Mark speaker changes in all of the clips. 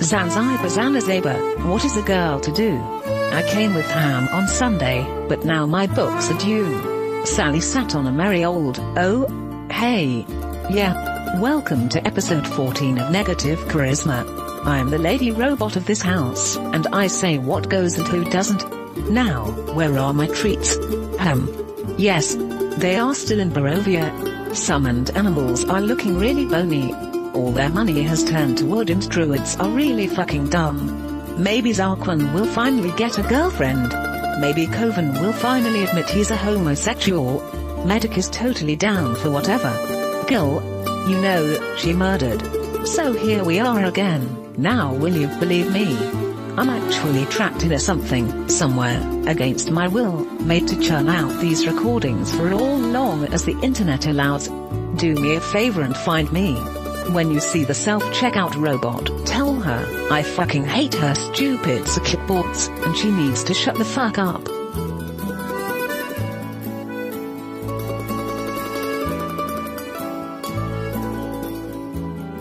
Speaker 1: Zanzibar Zanazeba, what is a girl to do? I came with ham on Sunday, but now my books are due. Sally sat on a merry old, oh, hey. Yeah. Welcome to episode 14 of Negative Charisma. I'm the lady robot of this house, and I say what goes and who doesn't. Now, where are my treats? Um. Yes. They are still in Barovia. Summoned animals are looking really bony. All their money has turned to wood and druids are really fucking dumb. Maybe Zarquan will finally get a girlfriend. Maybe Coven will finally admit he's a homosexual. Medic is totally down for whatever. Gil, you know, she murdered. So here we are again. Now will you believe me? I'm actually trapped in a something, somewhere, against my will, made to churn out these recordings for all long as the internet allows. Do me a favor and find me. When you see the self-checkout robot, tell her, I fucking hate her stupid clipboards, and she needs to shut the fuck up.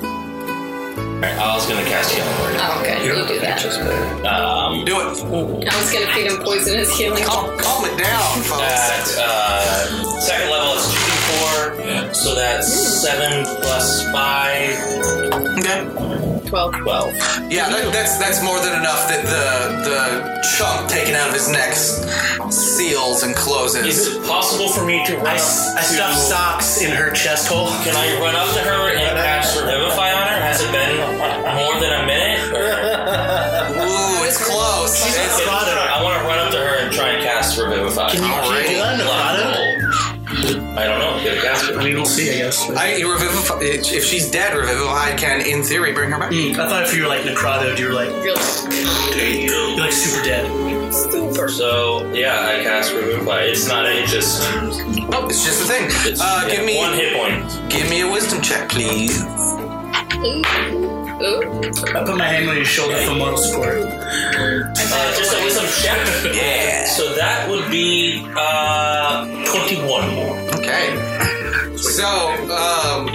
Speaker 2: Alright, I was gonna cast healing word.
Speaker 3: Oh, good. You do that.
Speaker 2: Um,
Speaker 4: Do it.
Speaker 3: I was gonna feed him poisonous healing.
Speaker 4: Calm, calm it down,
Speaker 2: at
Speaker 4: folks.
Speaker 2: uh, second level, it's two d four, so that's seven plus five,
Speaker 4: okay.
Speaker 3: Twelve.
Speaker 2: twelve.
Speaker 4: Yeah, that, that's that's more than enough that the the chunk taken out of his neck seals and
Speaker 2: Is
Speaker 4: closes.
Speaker 2: it possible for me to run up
Speaker 5: I, s- I
Speaker 2: to-
Speaker 5: stuffed socks in her chest hole.
Speaker 2: Can I run up to her and cast revivify on her? Has it been more than a minute? Or-
Speaker 4: Ooh, it's close. It's-
Speaker 5: spotted her.
Speaker 2: I want to run up to her and try and cast revivify.
Speaker 5: Can you, can you do that, Nevada?
Speaker 2: Roll. I don't know. Get a cast. it.
Speaker 5: We will see, I guess. I,
Speaker 4: I, you revivify, if she's dead, revivify can, in theory, bring her back.
Speaker 2: Hmm.
Speaker 5: hmm, thought if you were like necrotic, you were like
Speaker 3: Real
Speaker 5: you're like super dead.
Speaker 3: super.
Speaker 2: So yeah, I cast revivify. It's not. It just.
Speaker 4: Oh, it's just a thing.
Speaker 2: It's,
Speaker 4: Uh,
Speaker 2: yeah,
Speaker 4: give me
Speaker 2: one hit point.
Speaker 4: give me a wisdom check, please.
Speaker 3: Ooh.
Speaker 5: I put my hand on his shoulder for moral support.
Speaker 2: Uh, just a wisdom check.
Speaker 4: Yeah.
Speaker 2: So that would be uh, 21 more.
Speaker 4: Okay. So, um,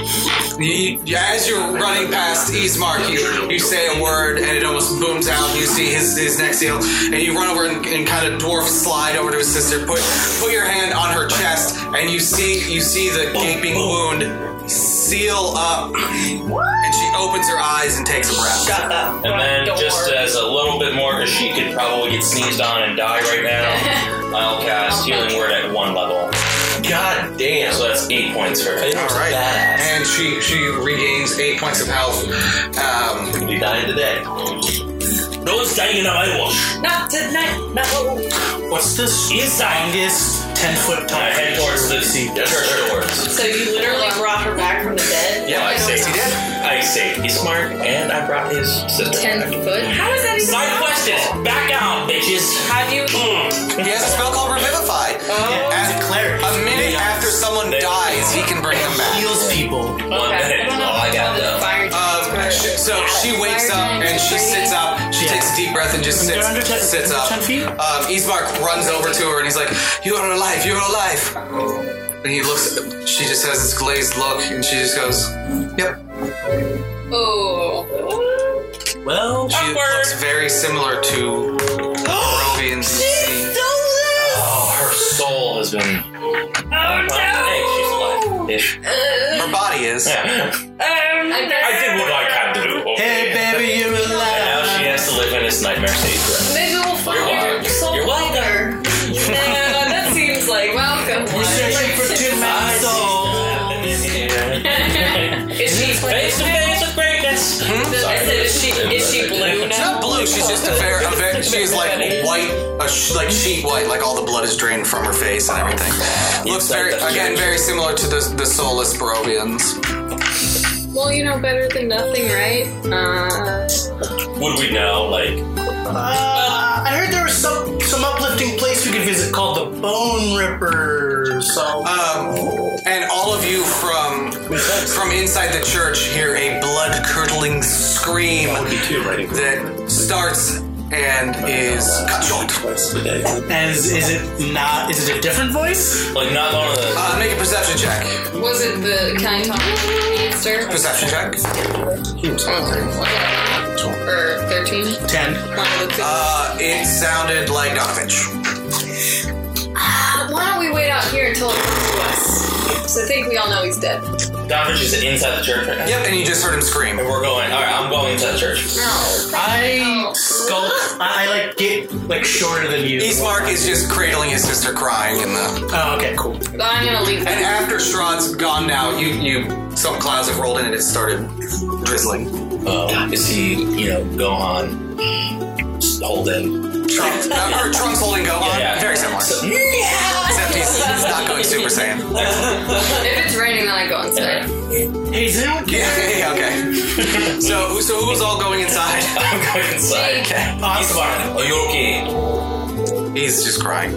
Speaker 4: you, you- as you're running past Eastmark, you, you say a word and it almost booms out. You see his, his neck seal, and you run over and, and kind of dwarf slide over to his sister. Put put your hand on her chest, and you see you see the gaping wound seal up, and she opens her eyes and takes a breath.
Speaker 5: Shut up.
Speaker 2: And then
Speaker 3: Don't
Speaker 2: just
Speaker 3: worry.
Speaker 2: as a little bit more, because she could probably get sneezed on and die right now, I'll cast Healing Word at one level.
Speaker 5: God damn.
Speaker 2: So that's eight points for her.
Speaker 4: All right, and she she regains eight points of health. Um,
Speaker 2: Be dying today. No one's dying in my watch.
Speaker 3: Not tonight. No.
Speaker 5: What's the strongest ten foot tall?
Speaker 2: I head towards the church doors.
Speaker 3: So you literally brought her back from the dead.
Speaker 2: Yeah, I saved.
Speaker 4: he did.
Speaker 2: I saved. He's smart, and I brought his sister.
Speaker 3: Ten
Speaker 2: back.
Speaker 3: foot. How is that even?
Speaker 2: Side
Speaker 3: possible?
Speaker 2: quest is back out, bitches.
Speaker 3: Have you?
Speaker 2: Mm.
Speaker 4: He has a spell called Revivify.
Speaker 5: As a cleric,
Speaker 4: A minute
Speaker 2: Yeah.
Speaker 4: after someone
Speaker 2: They-
Speaker 4: dies, he can bring them back.
Speaker 5: heals people.
Speaker 2: One minute.
Speaker 3: oh, I Uh, don't know
Speaker 2: All Oh, I got
Speaker 3: how the
Speaker 2: though.
Speaker 3: fire
Speaker 4: Um,
Speaker 3: giants work.
Speaker 4: so she wakes up and she sits up. She
Speaker 5: Yeah.
Speaker 4: takes a deep breath and just
Speaker 5: They're
Speaker 4: sits,
Speaker 5: under ten-
Speaker 4: sits up.
Speaker 5: ten feet?
Speaker 4: Um, Ismark runs over to her and he's like, "You are alive! You are alive!" And he looks. She just has this glazed look, and she just goes, "Yep."
Speaker 3: Oh.
Speaker 5: Well,
Speaker 4: She
Speaker 2: Awkward.
Speaker 4: looks very similar to Rovian's scene.
Speaker 2: Oh, her soul has been.
Speaker 3: Oh
Speaker 2: Well, hey, she's alive. Ish.
Speaker 4: Her body is.
Speaker 2: Yeah. I did what I had to do. Okay.
Speaker 5: hey baby, you're
Speaker 2: And now she
Speaker 5: alive.
Speaker 2: has to live in this nightmare state forever.
Speaker 3: Maybe we'll
Speaker 2: You're
Speaker 3: find
Speaker 2: welcome.
Speaker 3: her soul
Speaker 2: You're welcome.
Speaker 3: later. Nah, that seems like welcome.
Speaker 5: We're searching for two
Speaker 2: I
Speaker 5: men
Speaker 2: see
Speaker 5: soul.
Speaker 2: what's happening here.
Speaker 3: Is she
Speaker 2: Face to face with greatness.
Speaker 3: I said, is she is she blue
Speaker 4: She's
Speaker 3: now?
Speaker 4: not blue. She's just a very, a very she's like white, a sh- like sheet white, like all the blood is drained from her face and everything. Looks very, again, very similar to the the soulless Barovians.
Speaker 3: Well, you know better than nothing, right? Uh,
Speaker 2: Would we know? Like,
Speaker 5: Uh, I heard there was some some uplifting place we could visit called the Bone Ripper. So
Speaker 4: Um, and all of you from from inside the church hear a blood curdling scream
Speaker 5: be two, right?
Speaker 4: that starts and is cajoled.
Speaker 5: And is, is it not? Is it a different voice?
Speaker 2: Like not one of the.
Speaker 4: Uh, make a perception check.
Speaker 3: Was it the can I talk? Sir?
Speaker 4: Perception check.
Speaker 3: Or 13?
Speaker 5: Ten.
Speaker 3: One of the two.
Speaker 4: Uh, it sounded like Donovich.
Speaker 3: Why don't we wait out here until it comes to us? So I think we all know he's dead.
Speaker 2: Donovich is inside the church right now.
Speaker 4: Yep, and you just heard him scream.
Speaker 2: And we're going. All right, I'm going inside the church.
Speaker 3: No.
Speaker 5: I skulk. I, I like get like shorter than you.
Speaker 4: Eastmark is just cradling his sister crying in the.
Speaker 5: Oh, okay, cool.
Speaker 3: I'm gonna leave
Speaker 4: And
Speaker 3: that.
Speaker 4: after Strahd's gone now, you you some clouds have rolled in and it started drizzling.
Speaker 2: Um, is he, you know, Gohan just holding?
Speaker 4: Trump, uh, or Trump's holding Gohan,
Speaker 2: Yeah, yeah.
Speaker 4: very similar. Except he's, he's not going Super Saiyan.
Speaker 3: If it's raining, then I go inside.
Speaker 5: Hey, does anyone
Speaker 4: Yeah, yeah, okay. So so who's all going inside?
Speaker 2: I'm going inside. He's fine. Are you okay?
Speaker 4: He's just crying.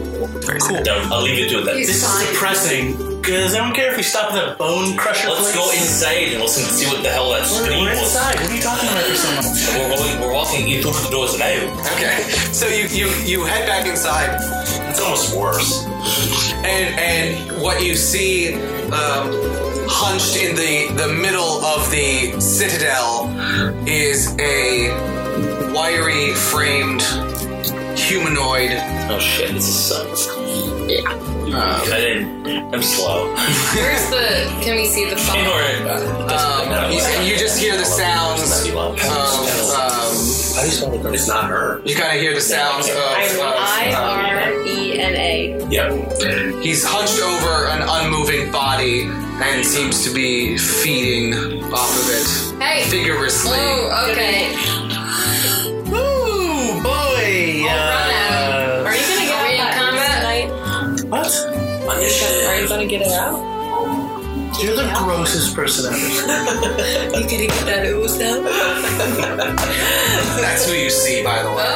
Speaker 4: Very cool.
Speaker 2: No, I'll leave it to that.
Speaker 5: This is depressing. Cause I don't care if we stop at that bone crusher
Speaker 2: Let's
Speaker 5: place.
Speaker 2: go inside and listen to see what the hell that
Speaker 5: We're,
Speaker 2: scream
Speaker 5: we're
Speaker 2: was.
Speaker 5: inside. What are you talking about for so long?
Speaker 2: We're going. We're walking in through the doors now.
Speaker 4: Okay. So you, you you head back inside
Speaker 2: It's almost worse.
Speaker 4: and and what you see um, hunched in the the middle of the citadel is a wiry framed humanoid
Speaker 2: Oh shit! This is sucks.
Speaker 3: Yeah.
Speaker 4: uh,
Speaker 2: I didn't. I'm slow.
Speaker 3: Where's the? Can we see the
Speaker 2: In
Speaker 3: phone?
Speaker 2: order.
Speaker 4: um, you, see- you just hear the sounds of um,
Speaker 2: It's not her.
Speaker 4: you kind of hear the sounds of,
Speaker 3: I
Speaker 4: of um,
Speaker 3: R E N A.
Speaker 2: Yep.
Speaker 4: He's hunched over an unmoving body and seems to be feeding off of it
Speaker 3: Hey.
Speaker 4: vigorously.
Speaker 3: Oh, okay.
Speaker 5: Ooh, boy.
Speaker 3: Run out.
Speaker 5: Uh,
Speaker 3: Are you gonna get out of combat?
Speaker 5: what?
Speaker 6: Are you gonna get it out?
Speaker 5: You're the grossest person ever.
Speaker 6: You gonna get that ooze down?
Speaker 4: That's who you see, by the way.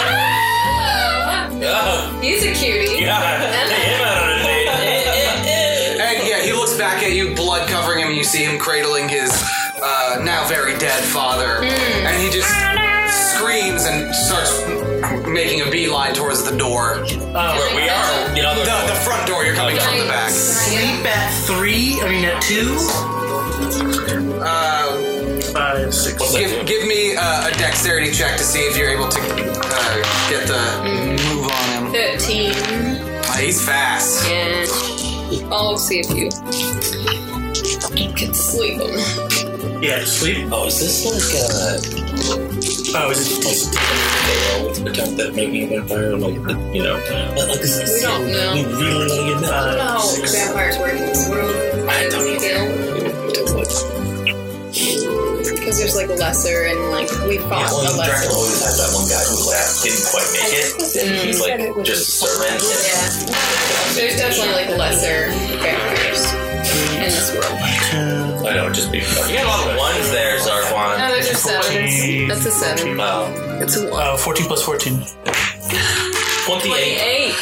Speaker 3: Oh,
Speaker 2: Oh,
Speaker 3: he's a cutie.
Speaker 2: God.
Speaker 4: And yeah, he looks back at you, blood covering him, and you see him cradling his uh, now very dead father. And he just screams and starts making a beeline towards the door.
Speaker 5: Uh,
Speaker 2: We are. You know,
Speaker 4: The,
Speaker 2: they're-
Speaker 4: the front door, you're coming from the
Speaker 3: Can
Speaker 4: back.
Speaker 3: I-
Speaker 5: sleep at three. I mean at two.
Speaker 4: Uh,
Speaker 5: Five, six.
Speaker 2: What's that
Speaker 4: give,
Speaker 2: do?
Speaker 4: give me uh, a dexterity check to see if you're able to uh, get the move on him.
Speaker 3: Thirteen.
Speaker 4: Uh, he's fast.
Speaker 3: And I'll see if you can sleep him.
Speaker 5: Yeah, sleep.
Speaker 2: Oh, is this like uh, a
Speaker 5: Oh, is it? Is it
Speaker 2: tale with the type that making a vampire? Like, you know, like, like is this
Speaker 3: We don't know.
Speaker 2: We really gotta get that.
Speaker 3: No, vampires work in this world. I don't know. Because there's like lesser and like we fought
Speaker 2: Well,
Speaker 3: a
Speaker 2: Dracula
Speaker 3: lesser.
Speaker 2: always had that one guy who like didn't quite make Mm-hmm. it. And he's like just a servant.
Speaker 3: Yeah. There's definitely like lesser vampires in this world.
Speaker 2: I know, just be. You got a lot of ones there,
Speaker 3: No,
Speaker 2: Zarquan. Um,
Speaker 3: there's just sevens. That's a
Speaker 2: Uh,
Speaker 3: seven.
Speaker 2: Wow.
Speaker 3: It's a one.
Speaker 5: Uh, 14 plus 14.
Speaker 2: 28.
Speaker 3: Twenty-eight.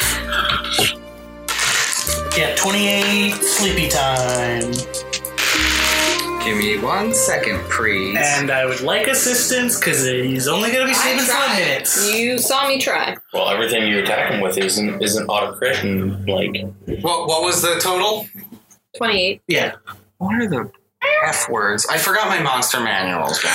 Speaker 5: Yeah, 28 sleepy time.
Speaker 4: Give me one second, please.
Speaker 5: And I would like assistance because he's only going to be
Speaker 3: I
Speaker 5: sleeping five
Speaker 3: tried.
Speaker 5: minutes.
Speaker 3: You saw me try.
Speaker 2: Well, everything you attack him with isn't isn't auto crit and like.
Speaker 4: What, what was the total?
Speaker 3: Twenty-eight.
Speaker 5: Yeah.
Speaker 4: What are the F words? I forgot my monster manuals.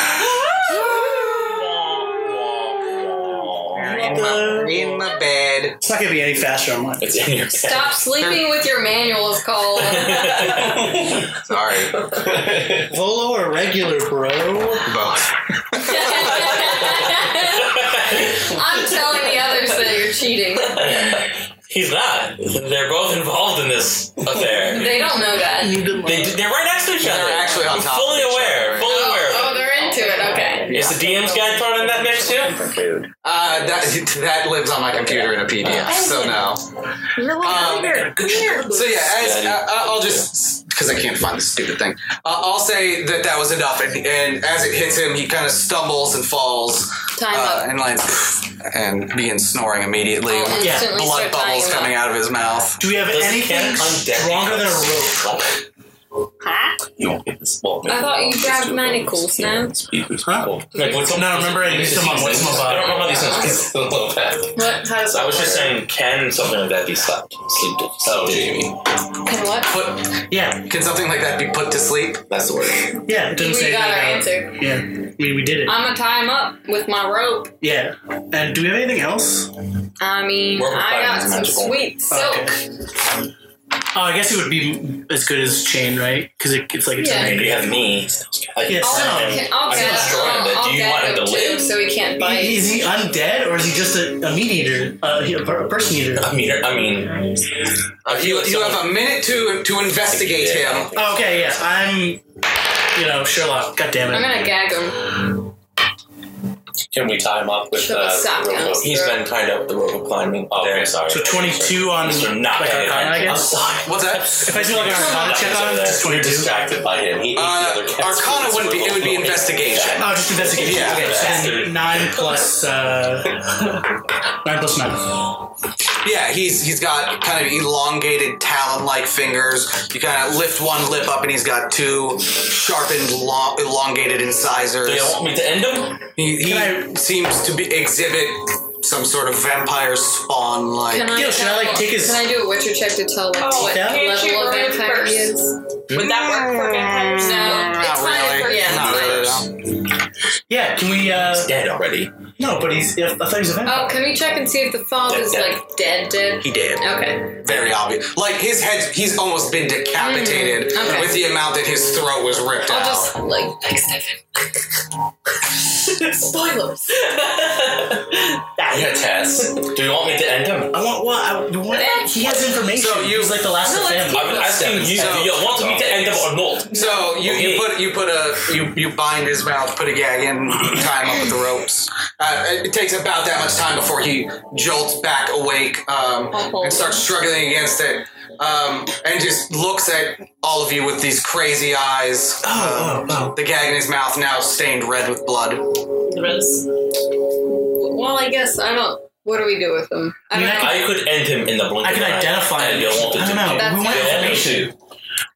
Speaker 4: They're in, my, in my bed.
Speaker 5: It's not going to be any faster online.
Speaker 2: It's in your
Speaker 3: Stop sleeping with your manual is called.
Speaker 4: Sorry,
Speaker 5: Volo or regular, bro?
Speaker 4: both.
Speaker 3: I'm telling the others that you're cheating.
Speaker 2: He's not. They're both involved in this affair.
Speaker 3: They don't know that.
Speaker 2: They, they're right next to each other.
Speaker 4: They're actually on top
Speaker 2: fully
Speaker 4: of each
Speaker 2: aware.
Speaker 4: other.
Speaker 2: Fully aware.
Speaker 3: Oh, they're into it. Okay.
Speaker 2: Is the DM's guy thrown in that mix too?
Speaker 4: Uh, that that lives on my computer in a PDF, so no. Um, so yeah, as, uh, uh, I'll just because I can't find the stupid thing. Uh, I'll say that that was enough, and, and as it hits him, he kind of stumbles and falls
Speaker 3: Time
Speaker 4: uh,
Speaker 3: up.
Speaker 4: and lands and begins snoring immediately.
Speaker 3: I'll
Speaker 4: with
Speaker 5: Yeah,
Speaker 3: instantly
Speaker 4: Blood
Speaker 3: start
Speaker 4: bubbles
Speaker 3: tying them
Speaker 4: coming
Speaker 3: up.
Speaker 4: out of his mouth.
Speaker 5: Do we have
Speaker 2: Does the
Speaker 5: anything
Speaker 2: cat undead
Speaker 5: stronger than a
Speaker 2: becomes
Speaker 5: rope?
Speaker 2: flat?
Speaker 3: Huh?
Speaker 2: You won't get this. Well,
Speaker 7: I thought you grabbed manacles now.
Speaker 2: Huh?
Speaker 5: No, remember I used them on what's uh, my
Speaker 2: I don't
Speaker 5: body.
Speaker 2: remember these things. A little bit.
Speaker 3: What? How does
Speaker 2: I
Speaker 3: that
Speaker 2: was just
Speaker 3: work?
Speaker 2: saying, can something like that be slept? Sleep to
Speaker 8: Oh,
Speaker 2: sleep
Speaker 8: Jamie.
Speaker 3: Can what?
Speaker 4: Put,
Speaker 5: Yeah,
Speaker 4: can something like that be put to sleep?
Speaker 2: to- That's the word.
Speaker 5: yeah. It didn't
Speaker 3: We
Speaker 5: say
Speaker 3: got our
Speaker 5: anything
Speaker 3: answer. Uh,
Speaker 5: about- Yeah, we, we did it.
Speaker 3: I'm gonna tie him up with my rope.
Speaker 5: Yeah. And do we have anything else?
Speaker 3: I mean,
Speaker 2: Rope
Speaker 3: I got
Speaker 2: is
Speaker 3: some
Speaker 2: magical.
Speaker 3: sweet silk.
Speaker 5: Okay. Oh, I guess it would be as good as chain, right? Because it, it's like it's
Speaker 3: Yeah.
Speaker 5: a
Speaker 2: You have me. I can
Speaker 5: Yeah,
Speaker 3: I'll,
Speaker 5: so-
Speaker 2: drown
Speaker 5: Um,
Speaker 2: him.
Speaker 3: I'll, I'll,
Speaker 2: I can
Speaker 3: gag-
Speaker 2: destroy him,
Speaker 3: I'll,
Speaker 2: but do you
Speaker 3: gag
Speaker 2: want him to
Speaker 3: too,
Speaker 2: live?
Speaker 3: So he can't bite.
Speaker 5: Is he undead or is he just a, a meat eater? Uh, he- a, per- a person eater?
Speaker 2: I mean, I mean, I feel
Speaker 4: You,
Speaker 2: like
Speaker 4: you
Speaker 2: someone-
Speaker 4: have a minute to to investigate
Speaker 2: Yeah.
Speaker 4: him.
Speaker 5: Oh, okay, yeah. I'm, you know, Sherlock. God damn
Speaker 3: I'm
Speaker 5: it.
Speaker 3: gonna gag him.
Speaker 2: Can we tie him up with
Speaker 3: Shove
Speaker 2: the
Speaker 3: a sock down
Speaker 2: rope?
Speaker 3: his
Speaker 2: He's
Speaker 3: throat.
Speaker 2: been tied up with the rope climbing. Oh,
Speaker 8: okay,
Speaker 2: there. Sorry.
Speaker 5: So 22 on
Speaker 2: So not
Speaker 5: like Arcana, I
Speaker 2: I'm
Speaker 5: guess?
Speaker 2: sorry.
Speaker 4: What's that?
Speaker 5: If I do like an Arcana check on him, it's
Speaker 2: We're
Speaker 5: 22.
Speaker 2: distracted by him. He ate
Speaker 4: Uh,
Speaker 2: the other cat's
Speaker 4: Arcana
Speaker 2: food.
Speaker 4: wouldn't be. It would be investigation.
Speaker 5: Oh, just investigation.
Speaker 4: Yeah.
Speaker 5: Okay, so then nine plus uh, nine plus nine.
Speaker 4: Yeah, he's he's got kind of elongated talon-like fingers. You kind of lift one lip up, and he's got two sharpened, long, elongated incisors.
Speaker 2: Do you want me to end him?
Speaker 4: He, he
Speaker 5: Can
Speaker 4: seems to be exhibit some sort of vampire spawn-like.
Speaker 3: Can I?
Speaker 5: Gil, should I, like, take his-
Speaker 3: Can I do a Witcher check to tell like
Speaker 7: Oh,
Speaker 3: what
Speaker 5: yeah.
Speaker 7: can't you
Speaker 3: level of
Speaker 7: roll
Speaker 3: vampire he
Speaker 7: first?
Speaker 3: is?
Speaker 7: Would that work for vampires?
Speaker 3: No,
Speaker 4: Mm, Not
Speaker 3: it's fine
Speaker 4: really.
Speaker 3: for
Speaker 7: yeah,
Speaker 4: Not
Speaker 7: it's
Speaker 4: really.
Speaker 7: fine.
Speaker 4: no.
Speaker 5: Yeah, can we? Uh,
Speaker 2: Dead already.
Speaker 5: no, but he's. I thought he was a vampire.
Speaker 3: Oh, can we check and see if the fog
Speaker 2: Dead,
Speaker 3: is
Speaker 2: dead.
Speaker 3: like dead, dead?
Speaker 2: He did.
Speaker 3: Okay.
Speaker 4: Very obvious. Like his head—he's almost been decapitated
Speaker 3: Mm, okay.
Speaker 4: with the amount that his throat was ripped
Speaker 3: I'll
Speaker 4: out.
Speaker 3: just like next time. Spoilers.
Speaker 2: I'm gonna test. Do you want me to end him?
Speaker 5: I want what? I, you want, he has information.
Speaker 4: So you-
Speaker 5: he's like the last
Speaker 3: No,
Speaker 5: of
Speaker 3: let's
Speaker 5: family.
Speaker 3: keep-
Speaker 2: I'm asking you.
Speaker 4: So-
Speaker 2: Do you want me to end him or not?
Speaker 4: So you, you
Speaker 2: Okay.
Speaker 4: put you put a you, you bind his mouth, put a gag in, tie him up with the ropes. Uh, it it takes about that much time before he jolts back awake um,
Speaker 3: Oh.
Speaker 4: and starts struggling against it, um, and just looks at all of you with these crazy eyes.
Speaker 5: Oh,
Speaker 4: Um,
Speaker 5: oh, oh.
Speaker 4: The gag in his mouth now stained red with blood.
Speaker 3: Well, I guess I don't. What do we do with them? I
Speaker 5: I
Speaker 3: don't
Speaker 5: mean, I
Speaker 3: know.
Speaker 2: I could end him in the blink.
Speaker 5: I can
Speaker 2: of an eye,
Speaker 5: identify
Speaker 2: And
Speaker 5: him.
Speaker 2: you want
Speaker 5: I
Speaker 2: to
Speaker 5: don't know.
Speaker 3: That's
Speaker 5: we want
Speaker 3: fine.
Speaker 2: Yeah, me
Speaker 5: information.
Speaker 2: too.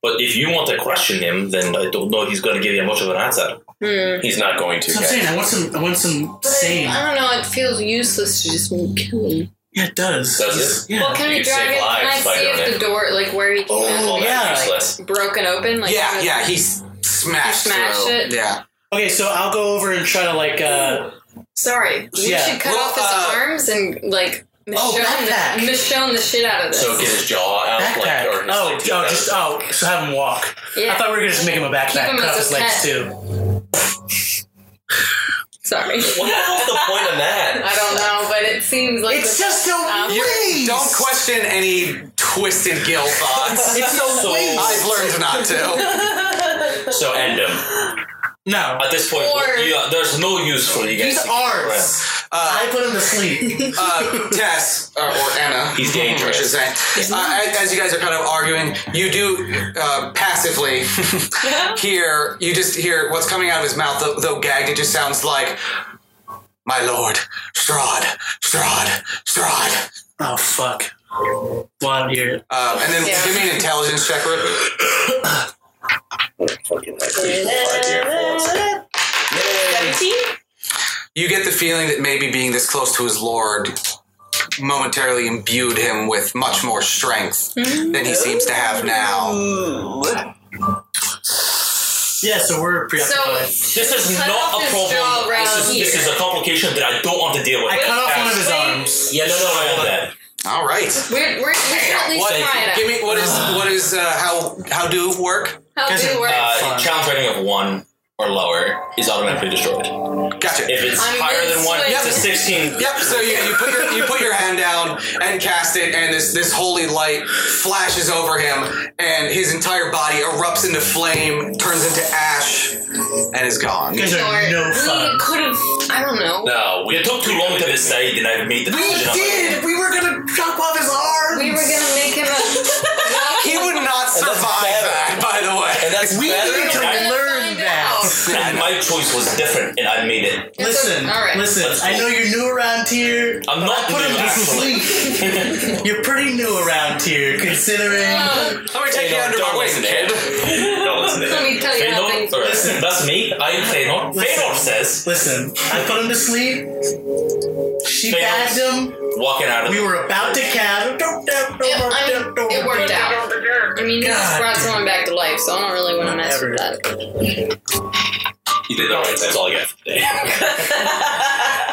Speaker 2: But if you want to question him, then I don't know he's going to give you much of an answer.
Speaker 3: Hmm.
Speaker 2: He's not going to.
Speaker 5: That's
Speaker 2: guys.
Speaker 5: what I'm saying. uh, I want some. I want some
Speaker 3: But I-
Speaker 5: sane.
Speaker 3: I don't know. It feels useless to just kill him.
Speaker 5: Yeah, it does.
Speaker 2: Does it?
Speaker 5: Yeah.
Speaker 3: Well, can we
Speaker 2: You
Speaker 3: drag
Speaker 2: save
Speaker 3: it? Can I
Speaker 2: lives by
Speaker 3: see
Speaker 2: doing
Speaker 3: if the
Speaker 2: it.
Speaker 3: door, like where he came in,
Speaker 2: Oh,
Speaker 3: was,
Speaker 5: yeah.
Speaker 2: that's
Speaker 3: like,
Speaker 2: useless.
Speaker 3: broken open? Like
Speaker 4: yeah,
Speaker 3: was-
Speaker 4: yeah, he s- smashed.
Speaker 3: He smashed
Speaker 4: through.
Speaker 3: it?
Speaker 4: Yeah.
Speaker 5: Okay, so I'll go over and try to like. Uh,
Speaker 3: Sorry, we
Speaker 5: Yeah.
Speaker 3: should cut
Speaker 4: Well,
Speaker 3: off his
Speaker 4: uh,
Speaker 3: arms and like
Speaker 5: Oh,
Speaker 3: mischone
Speaker 5: backpack.
Speaker 3: the mischone the shit out of this.
Speaker 2: So get his jaw out, like
Speaker 5: backpack.
Speaker 2: or his
Speaker 5: oh, oh,
Speaker 2: like,
Speaker 5: just oh. So have him walk.
Speaker 3: Yeah.
Speaker 5: I thought we were gonna just make him a backpack,
Speaker 3: him
Speaker 5: cut off
Speaker 3: as
Speaker 5: his
Speaker 3: a
Speaker 5: legs
Speaker 3: pet.
Speaker 5: too.
Speaker 3: Sorry,
Speaker 2: What the hell's the point of that?
Speaker 3: I don't know, but it seems like
Speaker 5: It's
Speaker 3: the-
Speaker 5: just a
Speaker 3: Um,
Speaker 5: waste.
Speaker 4: Don't question any twisted guilt thoughts.
Speaker 5: It's a waste.
Speaker 4: I've learned not to.
Speaker 2: So end him
Speaker 5: No,
Speaker 2: at this point.
Speaker 3: Or-
Speaker 2: you- there's no use for you guys.
Speaker 5: he's
Speaker 2: to keep
Speaker 5: ours.
Speaker 2: around.
Speaker 5: I put him to sleep.
Speaker 4: uh, Tess uh, or Anna.
Speaker 2: He's
Speaker 4: I
Speaker 2: dangerous.
Speaker 4: should say. Uh, as- as you guys are kind of arguing, you do uh, passively hear. You just hear what's coming out of his mouth, though, though gagged. It just sounds like, "My lord, Strahd, Strahd, Strahd."
Speaker 5: oh fuck. Well, I don't hear it.
Speaker 4: Um, and then
Speaker 3: Yeah.
Speaker 4: give me an intelligence check, Rip.
Speaker 7: Seventeen.
Speaker 4: You get the feeling that maybe being this close to his lord momentarily imbued him with much more strength than he seems to have now.
Speaker 5: Yeah, so
Speaker 3: so
Speaker 5: we're preoccupied.
Speaker 2: This is
Speaker 3: Cut
Speaker 2: not
Speaker 3: off
Speaker 2: a
Speaker 3: his jaw
Speaker 2: problem.
Speaker 3: around
Speaker 2: This is, this
Speaker 3: here.
Speaker 2: is a complication that I don't want to deal with.
Speaker 5: I cut off one of his
Speaker 3: Wait.
Speaker 5: arms.
Speaker 2: Yeah, no, no, no, I want that.
Speaker 4: All right.
Speaker 3: we're, we're, we should at least
Speaker 4: What,
Speaker 3: try it out.
Speaker 4: give me what is what is uh, how how do work?
Speaker 3: How
Speaker 5: Guys,
Speaker 3: do work?
Speaker 2: Uh,
Speaker 5: Fine.
Speaker 2: challenge rating of one or lower is automatically destroyed.
Speaker 4: Gotcha.
Speaker 2: If it's
Speaker 3: I'm
Speaker 2: higher than one,
Speaker 3: mid-swing.
Speaker 2: it's a sixteen.
Speaker 4: Yep. So you, you put your you put your hand down and cast it, and this this holy light flashes over him, and his entire body erupts into flame, turns into ash, and is gone.
Speaker 5: You guys are
Speaker 3: or
Speaker 5: no
Speaker 3: we
Speaker 5: fun.
Speaker 3: could have. I don't know.
Speaker 2: No, we, it took too long to decide, and I made the decision. on my own.
Speaker 5: We were gonna chop off his arms.
Speaker 3: We were gonna make him a.
Speaker 4: He would not survive
Speaker 2: better.
Speaker 4: that, by the way.
Speaker 2: And that's
Speaker 5: We
Speaker 2: better.
Speaker 5: need to
Speaker 2: I-
Speaker 5: learn
Speaker 3: find
Speaker 5: that.
Speaker 3: out.
Speaker 2: And my choice was different, and I made it.
Speaker 5: Listen,
Speaker 3: All right.
Speaker 5: listen.
Speaker 2: Let's
Speaker 5: I know you're new around here.
Speaker 2: I'm
Speaker 5: but
Speaker 2: not
Speaker 5: I put
Speaker 2: new,
Speaker 5: him to
Speaker 2: actually.
Speaker 5: sleep. You're pretty new around here, considering.
Speaker 4: Let me take you under my
Speaker 2: Don't
Speaker 4: wing,
Speaker 2: listen to him.
Speaker 4: kid.
Speaker 2: Don't listen to him.
Speaker 3: Um, Let me tell you how
Speaker 2: Feanor?
Speaker 3: things
Speaker 2: Or-
Speaker 3: work.
Speaker 2: That's me. I'm Feanor.
Speaker 5: Listen.
Speaker 2: Feanor says,
Speaker 5: Listen, I put him to sleep. She
Speaker 2: Fails.
Speaker 5: bagged him.
Speaker 2: walking out of
Speaker 5: We
Speaker 2: the
Speaker 5: were about to cab.
Speaker 3: I mean, it worked out. I mean, you just
Speaker 5: God.
Speaker 3: brought someone back to life, so I don't really want to mess with
Speaker 5: Whatever.
Speaker 3: that.
Speaker 2: You did alright, that's all I got for today.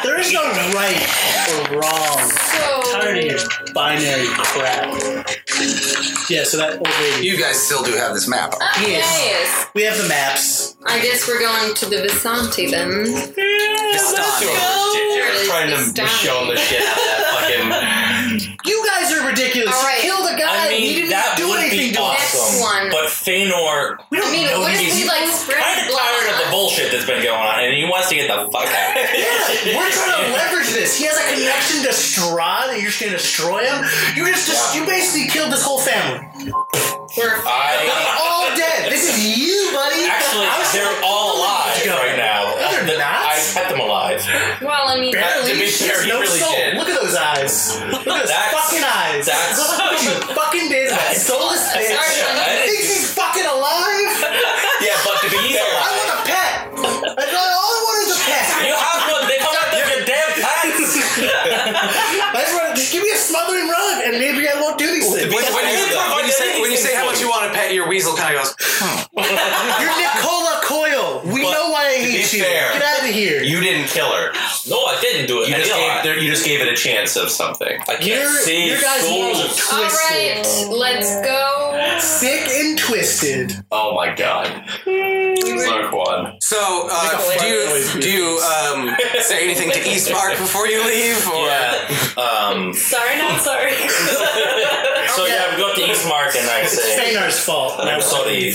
Speaker 5: There is no right or wrong.
Speaker 3: So,
Speaker 5: Tired of your binary crap. Yeah, so that old lady.
Speaker 4: You guys still do have this map.
Speaker 3: Ah,
Speaker 5: Yes.
Speaker 3: yes.
Speaker 5: We have the maps.
Speaker 3: I guess we're going to the Visante then.
Speaker 2: You're trying to
Speaker 3: It's dying.
Speaker 2: show the shit out of that fucking.
Speaker 5: You guys are ridiculous.
Speaker 3: All
Speaker 5: You
Speaker 3: right.
Speaker 5: killed a guy.
Speaker 2: I mean,
Speaker 5: you didn't
Speaker 2: that
Speaker 5: do
Speaker 2: would be
Speaker 5: anything to us.
Speaker 2: awesome.
Speaker 3: one.
Speaker 2: But Feanor,
Speaker 5: We don't
Speaker 3: I mean,
Speaker 5: know
Speaker 3: what if
Speaker 5: these-
Speaker 3: we like spread
Speaker 2: kind of
Speaker 3: blood?
Speaker 2: tired of the bullshit that's been going on, and he wants to get the fuck out.
Speaker 5: Yeah, we're trying to leverage this. He has a connection to Strahd, and you're just gonna destroy him. You just, just you basically killed this whole family.
Speaker 3: We're
Speaker 2: I
Speaker 5: All dead. This is you, buddy.
Speaker 2: actually,
Speaker 5: I was
Speaker 2: they're all alive
Speaker 5: go.
Speaker 2: right now.
Speaker 5: No, they're not.
Speaker 2: I kept them alive.
Speaker 3: Well, I mean,
Speaker 5: Barely.
Speaker 3: at least-
Speaker 2: fair,
Speaker 5: There's
Speaker 2: he
Speaker 5: no
Speaker 2: really
Speaker 5: soul.
Speaker 2: did.
Speaker 5: Look at those eyes. Look at those
Speaker 2: That's-
Speaker 5: fucking eyes.
Speaker 2: that's-
Speaker 5: Look what you fucking did. That soulless
Speaker 3: Sorry,
Speaker 5: bitch. You
Speaker 2: I-
Speaker 5: think he's fucking alive?
Speaker 2: Yeah, but to be fair,
Speaker 5: I want a pet. That's all all I want is a pet.
Speaker 2: you have one. They come out of your damn pants.
Speaker 5: I just want to just give me a smothering rug, and maybe I won't do these things.
Speaker 4: When, when you, when you say, when you say how much you want to pet your weasel, kind of goes.
Speaker 5: You're Nicola Coyle. We
Speaker 9: But
Speaker 5: know why I
Speaker 9: to be
Speaker 5: hate you.
Speaker 9: fair,
Speaker 5: Get out of here.
Speaker 9: You didn't kill her.
Speaker 2: No, I didn't do it.
Speaker 9: You
Speaker 2: I
Speaker 9: just
Speaker 2: did
Speaker 9: gave
Speaker 2: lie.
Speaker 9: there, you just gave it a chance of something.
Speaker 2: I can't
Speaker 5: Your,
Speaker 2: save
Speaker 5: your guys' morals are
Speaker 2: souls.
Speaker 5: twisted.
Speaker 3: all right, let's go.
Speaker 5: Sick and twisted.
Speaker 9: Oh my god.
Speaker 3: We were-
Speaker 9: Zarquan.
Speaker 4: So, uh, do
Speaker 5: Like a fart
Speaker 4: you
Speaker 5: noise.
Speaker 4: do you um, say anything to Eastmark before you leave? Or? uh,
Speaker 2: Yeah. Um.
Speaker 10: Sorry, not sorry.
Speaker 2: So yeah, we got to Eastmark, and I
Speaker 5: It's
Speaker 2: say,
Speaker 5: Feanar's fault.
Speaker 2: I'm sorry.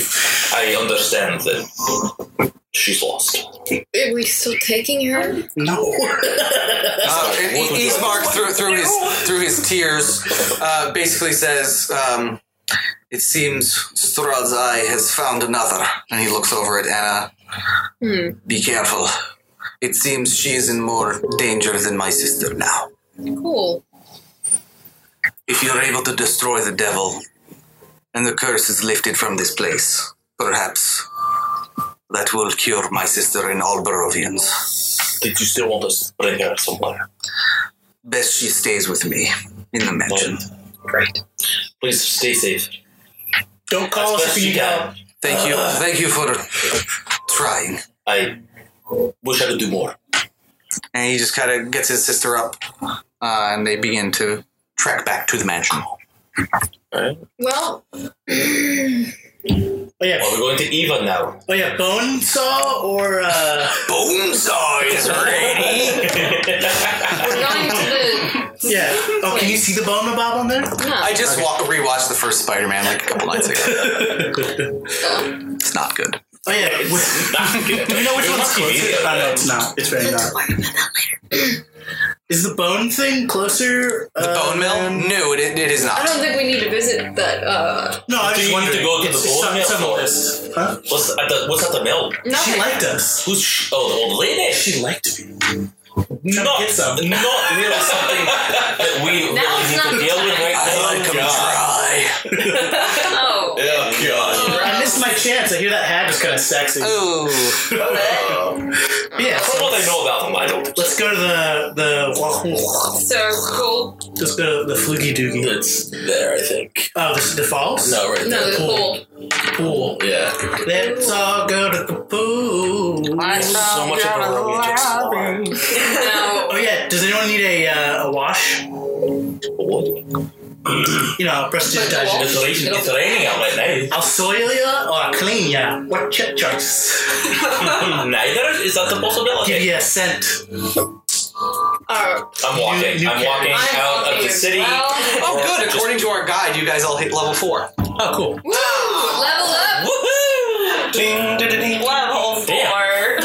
Speaker 2: I understand that she's lost.
Speaker 3: Are we still taking her?
Speaker 5: No.
Speaker 4: Uh,
Speaker 2: Eastmark,
Speaker 4: and
Speaker 2: what would you like?
Speaker 4: Eastmark through through his through his tears, uh, basically says, um, "It seems Strahd's eye has found another." And he looks over at Anna. Be careful. It seems she is in more danger than my sister now.
Speaker 3: Cool.
Speaker 4: If you're able to destroy the devil, and the curse is lifted from this place, perhaps that will cure my sister and all Barovians.
Speaker 2: Did you still want us to bring her somewhere?
Speaker 4: Best she stays with me in the mansion.
Speaker 2: Please stay safe.
Speaker 5: Don't call us
Speaker 2: Best
Speaker 5: if
Speaker 2: you
Speaker 5: you
Speaker 2: can.
Speaker 5: know.
Speaker 4: Thank you. Thank you for trying.
Speaker 2: I wish I could do more.
Speaker 4: And he just kind of gets his sister up, uh, and they begin to track back to the mansion.
Speaker 3: Well,
Speaker 5: Oh
Speaker 2: Well,
Speaker 5: yeah.
Speaker 2: we're going to Eva now.
Speaker 5: Oh yeah. Bone saw or uh,
Speaker 4: Bonesaw is ready.
Speaker 3: we're going to the.
Speaker 5: yeah. Oh, can you see the bone bob on there? Oh,
Speaker 4: I
Speaker 3: No.
Speaker 4: just wa- rewatched the first Spider-Man like a couple nights ago. it's not good.
Speaker 5: Oh yeah. Do we know which
Speaker 2: It
Speaker 5: one's
Speaker 2: must be
Speaker 5: closer?
Speaker 2: the
Speaker 5: Oh,
Speaker 2: other
Speaker 5: no,
Speaker 2: one.
Speaker 5: it's not. It's very not.
Speaker 3: Worry about that later.
Speaker 5: Is the bone thing closer? uh,
Speaker 4: The bone mill? No, it, it is
Speaker 3: I
Speaker 4: not.
Speaker 3: don't think we need to visit that. Uh,
Speaker 5: No, I
Speaker 2: Do
Speaker 5: just
Speaker 2: you need
Speaker 5: wanted
Speaker 2: to go to the bone mill for-
Speaker 5: this. Huh?
Speaker 2: What's at the What's at the mill?
Speaker 3: nothing.
Speaker 5: She liked us.
Speaker 2: Who's sh- oh the old lady?
Speaker 5: She liked me.
Speaker 2: not
Speaker 5: get
Speaker 2: not
Speaker 5: some.
Speaker 2: really something that we really
Speaker 3: Now it's
Speaker 2: need
Speaker 3: not
Speaker 2: to
Speaker 3: the
Speaker 2: deal with
Speaker 3: time.
Speaker 2: right
Speaker 4: I
Speaker 2: now.
Speaker 4: like 'em
Speaker 2: God.
Speaker 4: dry.
Speaker 3: oh.
Speaker 2: Oh god.
Speaker 5: I missed my chance. I hear that hat is kind of sexy.
Speaker 4: Ooh.
Speaker 5: Yeah.
Speaker 2: From
Speaker 5: so
Speaker 2: what I know about them, I don't.
Speaker 5: Let's go to the the
Speaker 3: So cool.
Speaker 5: let's go to the fluky doogie.
Speaker 2: It's there, I think.
Speaker 5: Oh, this is the falls.
Speaker 2: No, right
Speaker 3: No,
Speaker 2: there.
Speaker 3: the pool.
Speaker 5: Pool.
Speaker 2: Yeah.
Speaker 5: Let's all go to the pool.
Speaker 2: So much of a road to explore.
Speaker 3: No.
Speaker 5: Oh yeah. Does anyone need a uh, a wash?
Speaker 2: What?
Speaker 5: You know, prestidigitation.
Speaker 2: It's, raining, it's raining out right
Speaker 5: I'll soil ya or I'll clean ya. What's your choice?
Speaker 2: now.
Speaker 11: Mm,
Speaker 2: Neither is that the possibility.
Speaker 5: Give you a scent.
Speaker 3: Uh,
Speaker 2: I'm walking.
Speaker 5: You- you
Speaker 2: I'm
Speaker 5: can-
Speaker 2: walking
Speaker 3: I'm
Speaker 2: out of the
Speaker 3: walking.
Speaker 2: city.
Speaker 3: Well,
Speaker 4: Oh, good. According to our guide, you guys all hit level four.
Speaker 5: Oh, cool.
Speaker 3: woo! Level up.
Speaker 2: Woohoo!
Speaker 10: Level
Speaker 2: Damn.
Speaker 10: four.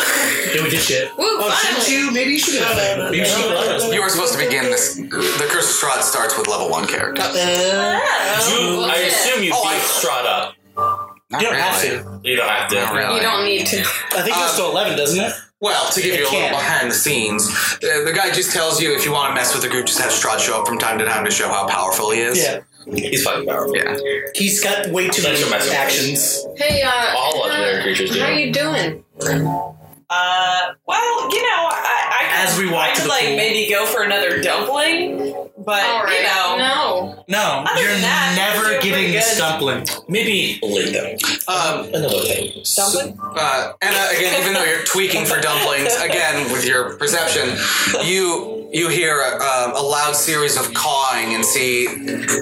Speaker 5: Yeah, we did shit.
Speaker 3: Woo!
Speaker 5: Oh, shouldn't
Speaker 3: finally.
Speaker 5: you? Maybe you should have. Maybe you should have.
Speaker 4: You were supposed to begin this. The Curse of Strahd starts with level one character.
Speaker 5: Uh,
Speaker 2: You, I
Speaker 3: Oh, Bullshit.
Speaker 2: assume you
Speaker 4: Oh, I-
Speaker 2: beat Strata.
Speaker 5: You don't have
Speaker 4: really.
Speaker 5: to.
Speaker 11: You don't have to.
Speaker 4: Not really.
Speaker 3: You don't need to.
Speaker 5: I think it goes to 11, doesn't it?
Speaker 4: Well, to give
Speaker 5: It
Speaker 4: you a little
Speaker 5: can.
Speaker 4: behind the scenes, uh, the, the guy just tells you if you want to mess with the group, just have Strahd show up from time to time to show how powerful he is.
Speaker 5: Yeah.
Speaker 11: He's fucking powerful.
Speaker 4: Yeah.
Speaker 5: He's got way too
Speaker 11: Such
Speaker 5: many
Speaker 11: a mess.
Speaker 5: actions.
Speaker 3: Hey, uh,
Speaker 11: All
Speaker 3: uh,
Speaker 11: legendary creatures do.
Speaker 3: How you doing?
Speaker 9: Uh, well, you know, I, I could,
Speaker 5: As we walk
Speaker 9: I
Speaker 5: to
Speaker 9: could
Speaker 5: the
Speaker 9: like
Speaker 5: pool.
Speaker 9: maybe go for another dumpling, but
Speaker 3: All right.
Speaker 9: you know,
Speaker 3: No.
Speaker 5: No,
Speaker 9: Other
Speaker 5: you're
Speaker 9: than that,
Speaker 5: never
Speaker 9: you're
Speaker 5: getting
Speaker 9: pretty
Speaker 5: the
Speaker 9: good.
Speaker 5: stumbling.
Speaker 11: Maybe late them.
Speaker 4: Um,
Speaker 11: Another thing.
Speaker 9: dumpling.
Speaker 4: uh, and uh, again, even though you're tweaking for dumplings, again with your perception, you you hear um, a loud series of cawing and see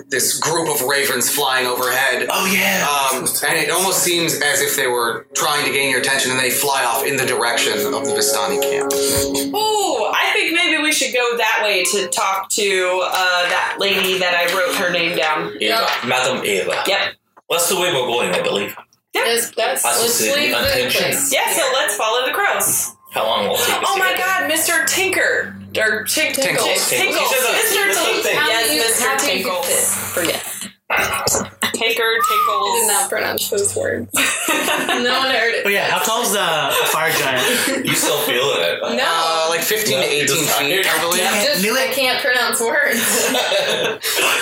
Speaker 4: this group of ravens flying overhead.
Speaker 5: Oh, yeah.
Speaker 4: Um, and it almost seems as if they were trying to gain your attention, and they fly off in the direction of the Vistani camp.
Speaker 9: Ooh, I think maybe we should go that way to talk to uh, that lady that I wrote her name down.
Speaker 11: Eva.
Speaker 3: Yeah.
Speaker 11: Madam Eva.
Speaker 9: Yep.
Speaker 11: That's the way we're going, I believe.
Speaker 3: That's, that's,
Speaker 11: That's
Speaker 3: let's
Speaker 11: the
Speaker 3: leave the
Speaker 11: intention.
Speaker 3: place.
Speaker 9: Yeah, so let's follow the crows.
Speaker 11: How long will it take? us
Speaker 9: Oh
Speaker 11: to
Speaker 9: my
Speaker 11: get
Speaker 9: god, Mr. Tinker. Or Tink-
Speaker 4: Tinkles.
Speaker 11: Tinkles.
Speaker 9: Tinkles. Tinkles.
Speaker 11: He says a-
Speaker 9: Mr.
Speaker 11: he says a
Speaker 9: Tinkles.
Speaker 11: thing.
Speaker 3: How do you,
Speaker 9: Yes,
Speaker 3: how
Speaker 9: Mr.
Speaker 3: do you get
Speaker 9: Tinkles.
Speaker 3: this? Forget.
Speaker 9: Tinker,
Speaker 3: I did
Speaker 5: Oh,
Speaker 9: Tinkles.
Speaker 3: not pronounce those words. no one heard it.
Speaker 5: But Oh, yeah, how tall's uh, a fire giant?
Speaker 11: there? You still feeling it?
Speaker 3: No.
Speaker 4: Uh, like 15 to
Speaker 11: No, you're
Speaker 4: 18
Speaker 11: just
Speaker 4: feet, I
Speaker 11: tired.
Speaker 4: believe.
Speaker 5: Damn.
Speaker 3: just,
Speaker 5: knew it.
Speaker 3: I can't pronounce words.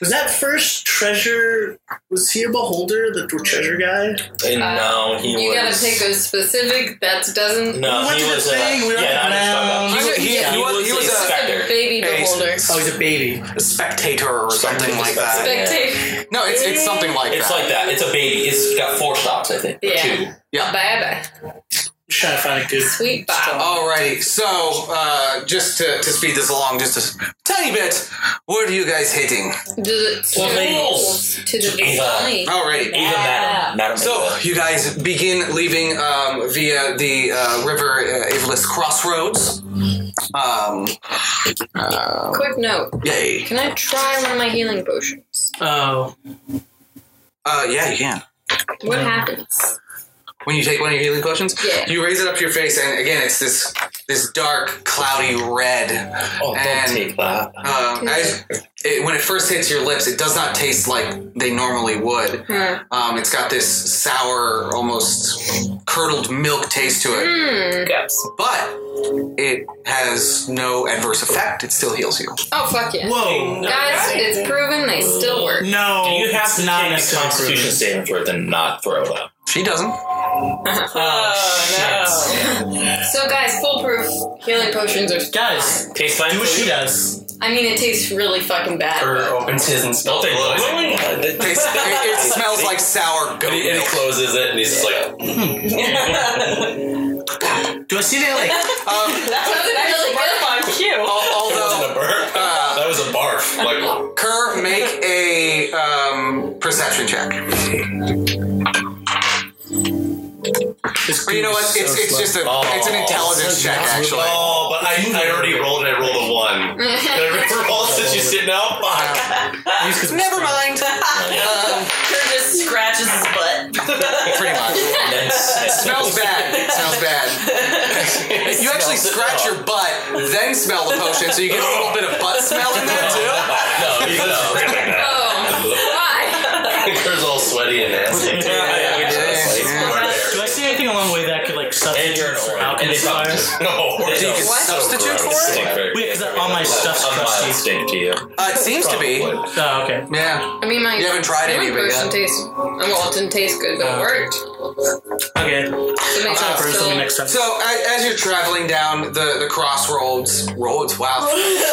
Speaker 5: Was that first treasure? Was he a beholder, the treasure guy?
Speaker 11: And no, he
Speaker 3: you gotta
Speaker 11: was.
Speaker 3: pick a specific that doesn't.
Speaker 11: no,
Speaker 5: We went
Speaker 11: he
Speaker 5: to the
Speaker 11: was
Speaker 5: thing,
Speaker 11: a.
Speaker 5: we were
Speaker 11: yeah,
Speaker 5: on the
Speaker 11: I
Speaker 5: ground.
Speaker 11: was talking about-
Speaker 4: He- he-
Speaker 11: yeah,
Speaker 4: he was- he was a-
Speaker 11: inspector.
Speaker 3: Baby
Speaker 4: Hey,
Speaker 3: beholder.
Speaker 5: Oh, he's a baby.
Speaker 4: a spectator or something like that.
Speaker 11: yeah.
Speaker 3: Spectator.
Speaker 4: No, it's it's something like
Speaker 11: It's
Speaker 4: that.
Speaker 11: like that. It's a baby. It's got four stops, I think. or
Speaker 3: Yeah.
Speaker 11: Two.
Speaker 4: yeah.
Speaker 3: Bye bye.
Speaker 5: Just trying to find a good.
Speaker 3: Sweet bye.
Speaker 4: Alrighty, so uh, just to, to speed this along just a tiny bit, what are you guys hitting?
Speaker 3: To the
Speaker 11: Well,
Speaker 3: tools, to the
Speaker 11: Eva.
Speaker 3: body. Ah.
Speaker 4: Alrighty.
Speaker 11: Eva,
Speaker 3: Yeah.
Speaker 11: madam. Madam.
Speaker 4: So
Speaker 11: Eva.
Speaker 4: you guys begin leaving um, via the uh, River uh, Avalis Crossroads. Um,
Speaker 3: Quick note:
Speaker 4: yay.
Speaker 3: Can I try one of my healing potions?
Speaker 5: Oh,
Speaker 4: Uh, yeah, you can.
Speaker 3: What happens?
Speaker 4: When you take one of your healing potions,
Speaker 3: Yeah.
Speaker 4: you raise it up to your face, and again, it's this this dark, cloudy red
Speaker 11: oh,
Speaker 4: and-
Speaker 11: don't take that.
Speaker 4: Um, I, it, when it first hits your lips, it does not taste like they normally would.
Speaker 3: Huh.
Speaker 4: Um, it's got this sour, almost curdled milk taste to it,
Speaker 3: Hmm.
Speaker 9: Yes.
Speaker 4: but it has no adverse effect. It still heals you.
Speaker 3: Oh fuck yeah!
Speaker 5: whoa.
Speaker 3: Guys, it's proven they still work.
Speaker 5: No,
Speaker 11: Do you have
Speaker 5: it's
Speaker 11: to
Speaker 5: not
Speaker 11: take a
Speaker 5: necessarily
Speaker 11: Constitution
Speaker 5: proven.
Speaker 11: saving for it and not throw it up?
Speaker 4: She doesn't.
Speaker 9: Oh, no.
Speaker 3: So guys, foolproof healing potions are.
Speaker 5: Guys,
Speaker 11: Taste fine.
Speaker 5: do what she does.
Speaker 3: I mean, it tastes really fucking bad.
Speaker 12: Or
Speaker 3: but-
Speaker 12: opens his and
Speaker 11: Don't
Speaker 12: smells
Speaker 11: take
Speaker 12: blood.
Speaker 11: it.
Speaker 4: It, tastes- it- it smells like sour goat
Speaker 12: And he, Uh, and he
Speaker 4: milk.
Speaker 12: closes it and he's just like,
Speaker 5: Do I see that like?
Speaker 9: That wasn't actually burp on cue.
Speaker 4: Al-
Speaker 12: "That wasn't a
Speaker 4: Although,
Speaker 12: burp. that was a barf. Like,
Speaker 4: Kerr, make a um, perception check.
Speaker 5: This
Speaker 4: Or you know
Speaker 5: dude
Speaker 4: what?
Speaker 5: is so
Speaker 4: It's, it's
Speaker 5: slow.
Speaker 4: just a
Speaker 12: Oh.
Speaker 4: it's an intelligence check actually.
Speaker 12: oh, but I, I already rolled and I rolled a one. Did I re-roll since you sit now? Fuck.
Speaker 5: Just 'cause-
Speaker 4: Never mind.
Speaker 9: Kurt just scratches his butt.
Speaker 4: Pretty much.
Speaker 11: smells
Speaker 4: Smells bad. Smells bad. You actually scratch your butt, then smell the potion, so you get a little bit of butt smell in there too.
Speaker 12: No, you know.
Speaker 3: Oh, why?
Speaker 12: There's all sweaty and nasty. Yeah,
Speaker 4: yeah, yeah.
Speaker 5: Do I see anything along the way that I could like
Speaker 11: And you're an
Speaker 5: substitute for
Speaker 11: orange. And
Speaker 5: alchemist
Speaker 11: it's
Speaker 5: fire?
Speaker 11: not-
Speaker 12: No,
Speaker 11: What?
Speaker 12: it's so
Speaker 4: Substitute
Speaker 12: gross.
Speaker 4: for it?
Speaker 12: Like, very-
Speaker 5: Wait, because all my stuff's
Speaker 12: I might
Speaker 5: crusty.
Speaker 12: stink to you.
Speaker 4: Uh, it seems to be.
Speaker 12: Probably.
Speaker 5: Oh, okay.
Speaker 4: Yeah.
Speaker 3: I mean, my
Speaker 4: You haven't tried any
Speaker 3: healing
Speaker 4: of it
Speaker 3: potion
Speaker 4: yet.
Speaker 3: tastes. Well, it didn't taste good, but it worked.
Speaker 5: Okay.
Speaker 3: So maybe
Speaker 5: Try
Speaker 3: it's
Speaker 5: for
Speaker 3: still-
Speaker 5: something next time.
Speaker 4: So a- as you're traveling down the, the crossroads, roads, wow,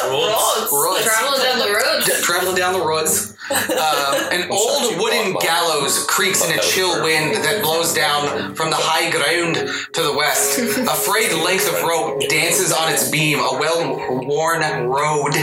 Speaker 12: Rolls.
Speaker 4: roads,
Speaker 3: Traveling down the road.
Speaker 4: traveling down the roads, um, an old wooden gallows creaks in a chill wind that blows down from the high ground to the west. A frayed length of rope dances on its beam. A well-worn road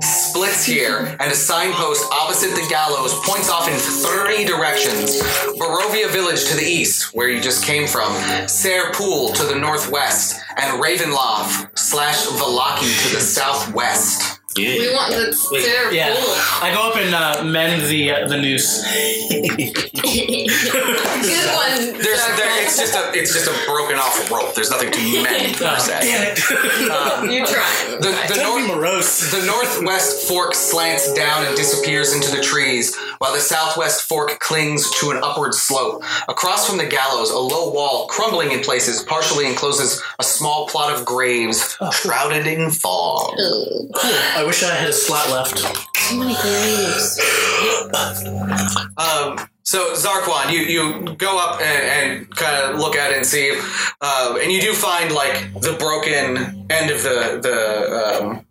Speaker 4: splits here, and a signpost opposite the gallows points off in three directions. Barovia Village to the east, where you just came from, Serpool to the northwest, and Ravenloft slash Valaki to the southwest.
Speaker 3: We want the their
Speaker 5: Yeah,
Speaker 3: pool.
Speaker 5: I go up and uh, mend the uh, the noose.
Speaker 3: Good one.
Speaker 4: There's,
Speaker 3: Jack.
Speaker 4: there, it's just a it's just a broken off rope. There's nothing to mend per se.
Speaker 5: Damn it!
Speaker 3: You're trying.
Speaker 4: The, the,
Speaker 5: Don't be
Speaker 4: north,
Speaker 5: morose.
Speaker 4: the northwest fork slants down and disappears into the trees, while the southwest fork clings to an upward slope. Across from the gallows, a low wall, crumbling in places, partially encloses a small plot of graves shrouded in fog.
Speaker 5: I wish I had a slot left.
Speaker 3: Too many graves.
Speaker 4: Um, so Zarquan, you you go up and, and kind of look at it and see, uh, and you do find like the broken end of the the um,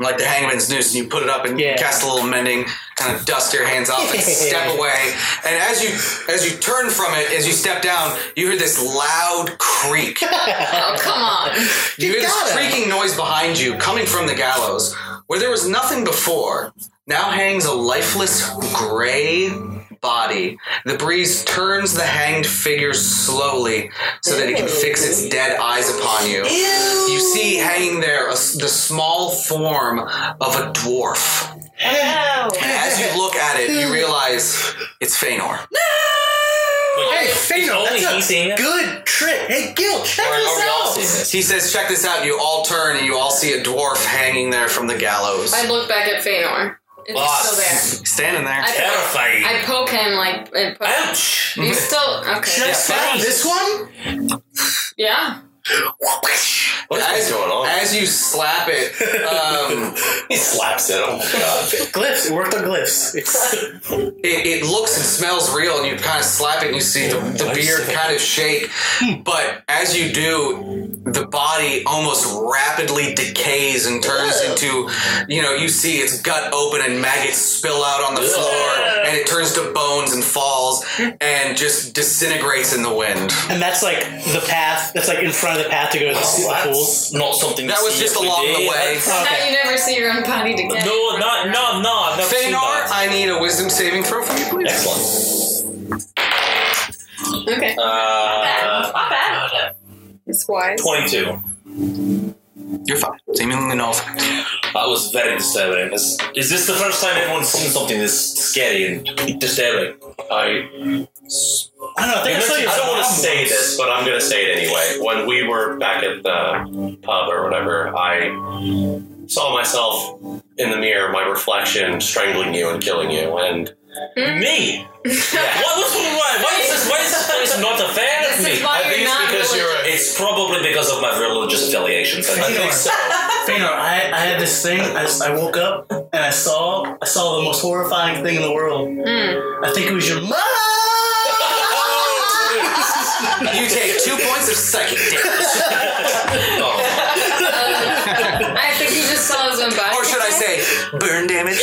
Speaker 4: like the hangman's noose, and you put it up and
Speaker 5: Yeah.
Speaker 4: cast a little mending, kind of dust your hands off and step away. And as you as you turn from it, as you step down, you hear this loud creak.
Speaker 3: Oh, come on.
Speaker 4: You hear this
Speaker 5: gotta.
Speaker 4: creaking noise behind you coming from the gallows, where there was nothing before. Now hangs a lifeless gray body. The breeze turns the hanged figure slowly so that it can fix its dead eyes upon you. You see hanging there a s the small form of a dwarf. And as you look at it, you realize it's Feanor.
Speaker 5: Hey, Fatal,
Speaker 2: only
Speaker 5: that's a
Speaker 2: he seeing it?
Speaker 5: good trick. Hey, Gil, check
Speaker 4: Are- are
Speaker 5: this
Speaker 4: we all
Speaker 5: out.
Speaker 4: seeing this? He says, check this out, and you all turn and you all see a dwarf hanging there from the gallows.
Speaker 3: I look back at Feanor. Is he
Speaker 2: Lost.
Speaker 3: still there?
Speaker 4: Standing there.
Speaker 3: I poke,
Speaker 2: Terrifying.
Speaker 3: I poke him like. I poke
Speaker 2: Ouch!
Speaker 3: He's still okay.
Speaker 5: Should I stab this one?
Speaker 3: Yeah.
Speaker 4: as,
Speaker 12: What's going on?
Speaker 4: As you slap it, um,
Speaker 12: He slaps it. Oh my god.
Speaker 5: Glyphs. It worked on glyphs.
Speaker 4: it, it looks and smells real, and you kind of slap it, and you see the, the beard kind of shake. But as you do, the body almost rapidly decays and turns into, you know, you see its gut open and maggots spill out on the floor, and it turns to bones and falls and just disintegrates in the wind.
Speaker 5: and that's like the path. That's like in front of the path to go to the, the pool.
Speaker 2: That's not something.
Speaker 4: That
Speaker 2: to
Speaker 4: was
Speaker 2: see
Speaker 4: just
Speaker 2: every
Speaker 4: along
Speaker 2: day.
Speaker 4: the way.
Speaker 5: Oh,
Speaker 3: How
Speaker 5: okay.
Speaker 3: you never see your own body again?
Speaker 2: No, not no, no. Oh, I've never seen
Speaker 4: Feanor,
Speaker 2: that.
Speaker 4: I need a wisdom saving throw from you, please.
Speaker 2: Excellent.
Speaker 3: Okay.
Speaker 2: Uh,
Speaker 3: Not bad. It's wise.
Speaker 2: Twenty-two.
Speaker 4: You're fine. Seemingly nullified.
Speaker 2: That was very disturbing. Is, is this the first time anyone's seen something this scary and disturbing? I
Speaker 5: I don't know. I think I saw your
Speaker 12: I don't
Speaker 5: mom
Speaker 12: want to say
Speaker 5: once.
Speaker 12: this, but I'm going to say it anyway. When we were back at the pub or whatever, I saw myself in the mirror, my reflection strangling you and killing you. And
Speaker 3: Hmm?
Speaker 2: me? What was why? Why is this? Why is this place not a fan of
Speaker 3: This is
Speaker 2: me?
Speaker 3: why
Speaker 12: I think
Speaker 3: you're not
Speaker 12: it's because
Speaker 3: really.
Speaker 12: you're. It's,
Speaker 2: It's probably because of my religious affiliations. I think.
Speaker 5: Feanor, I, I had this thing. I, I woke up and I saw I saw the most horrifying thing in the world. I think it was your mom.
Speaker 4: You take two points of psychic damage.
Speaker 12: Oh,
Speaker 3: I think he just saw his own body.
Speaker 4: Or should I say, burn damage?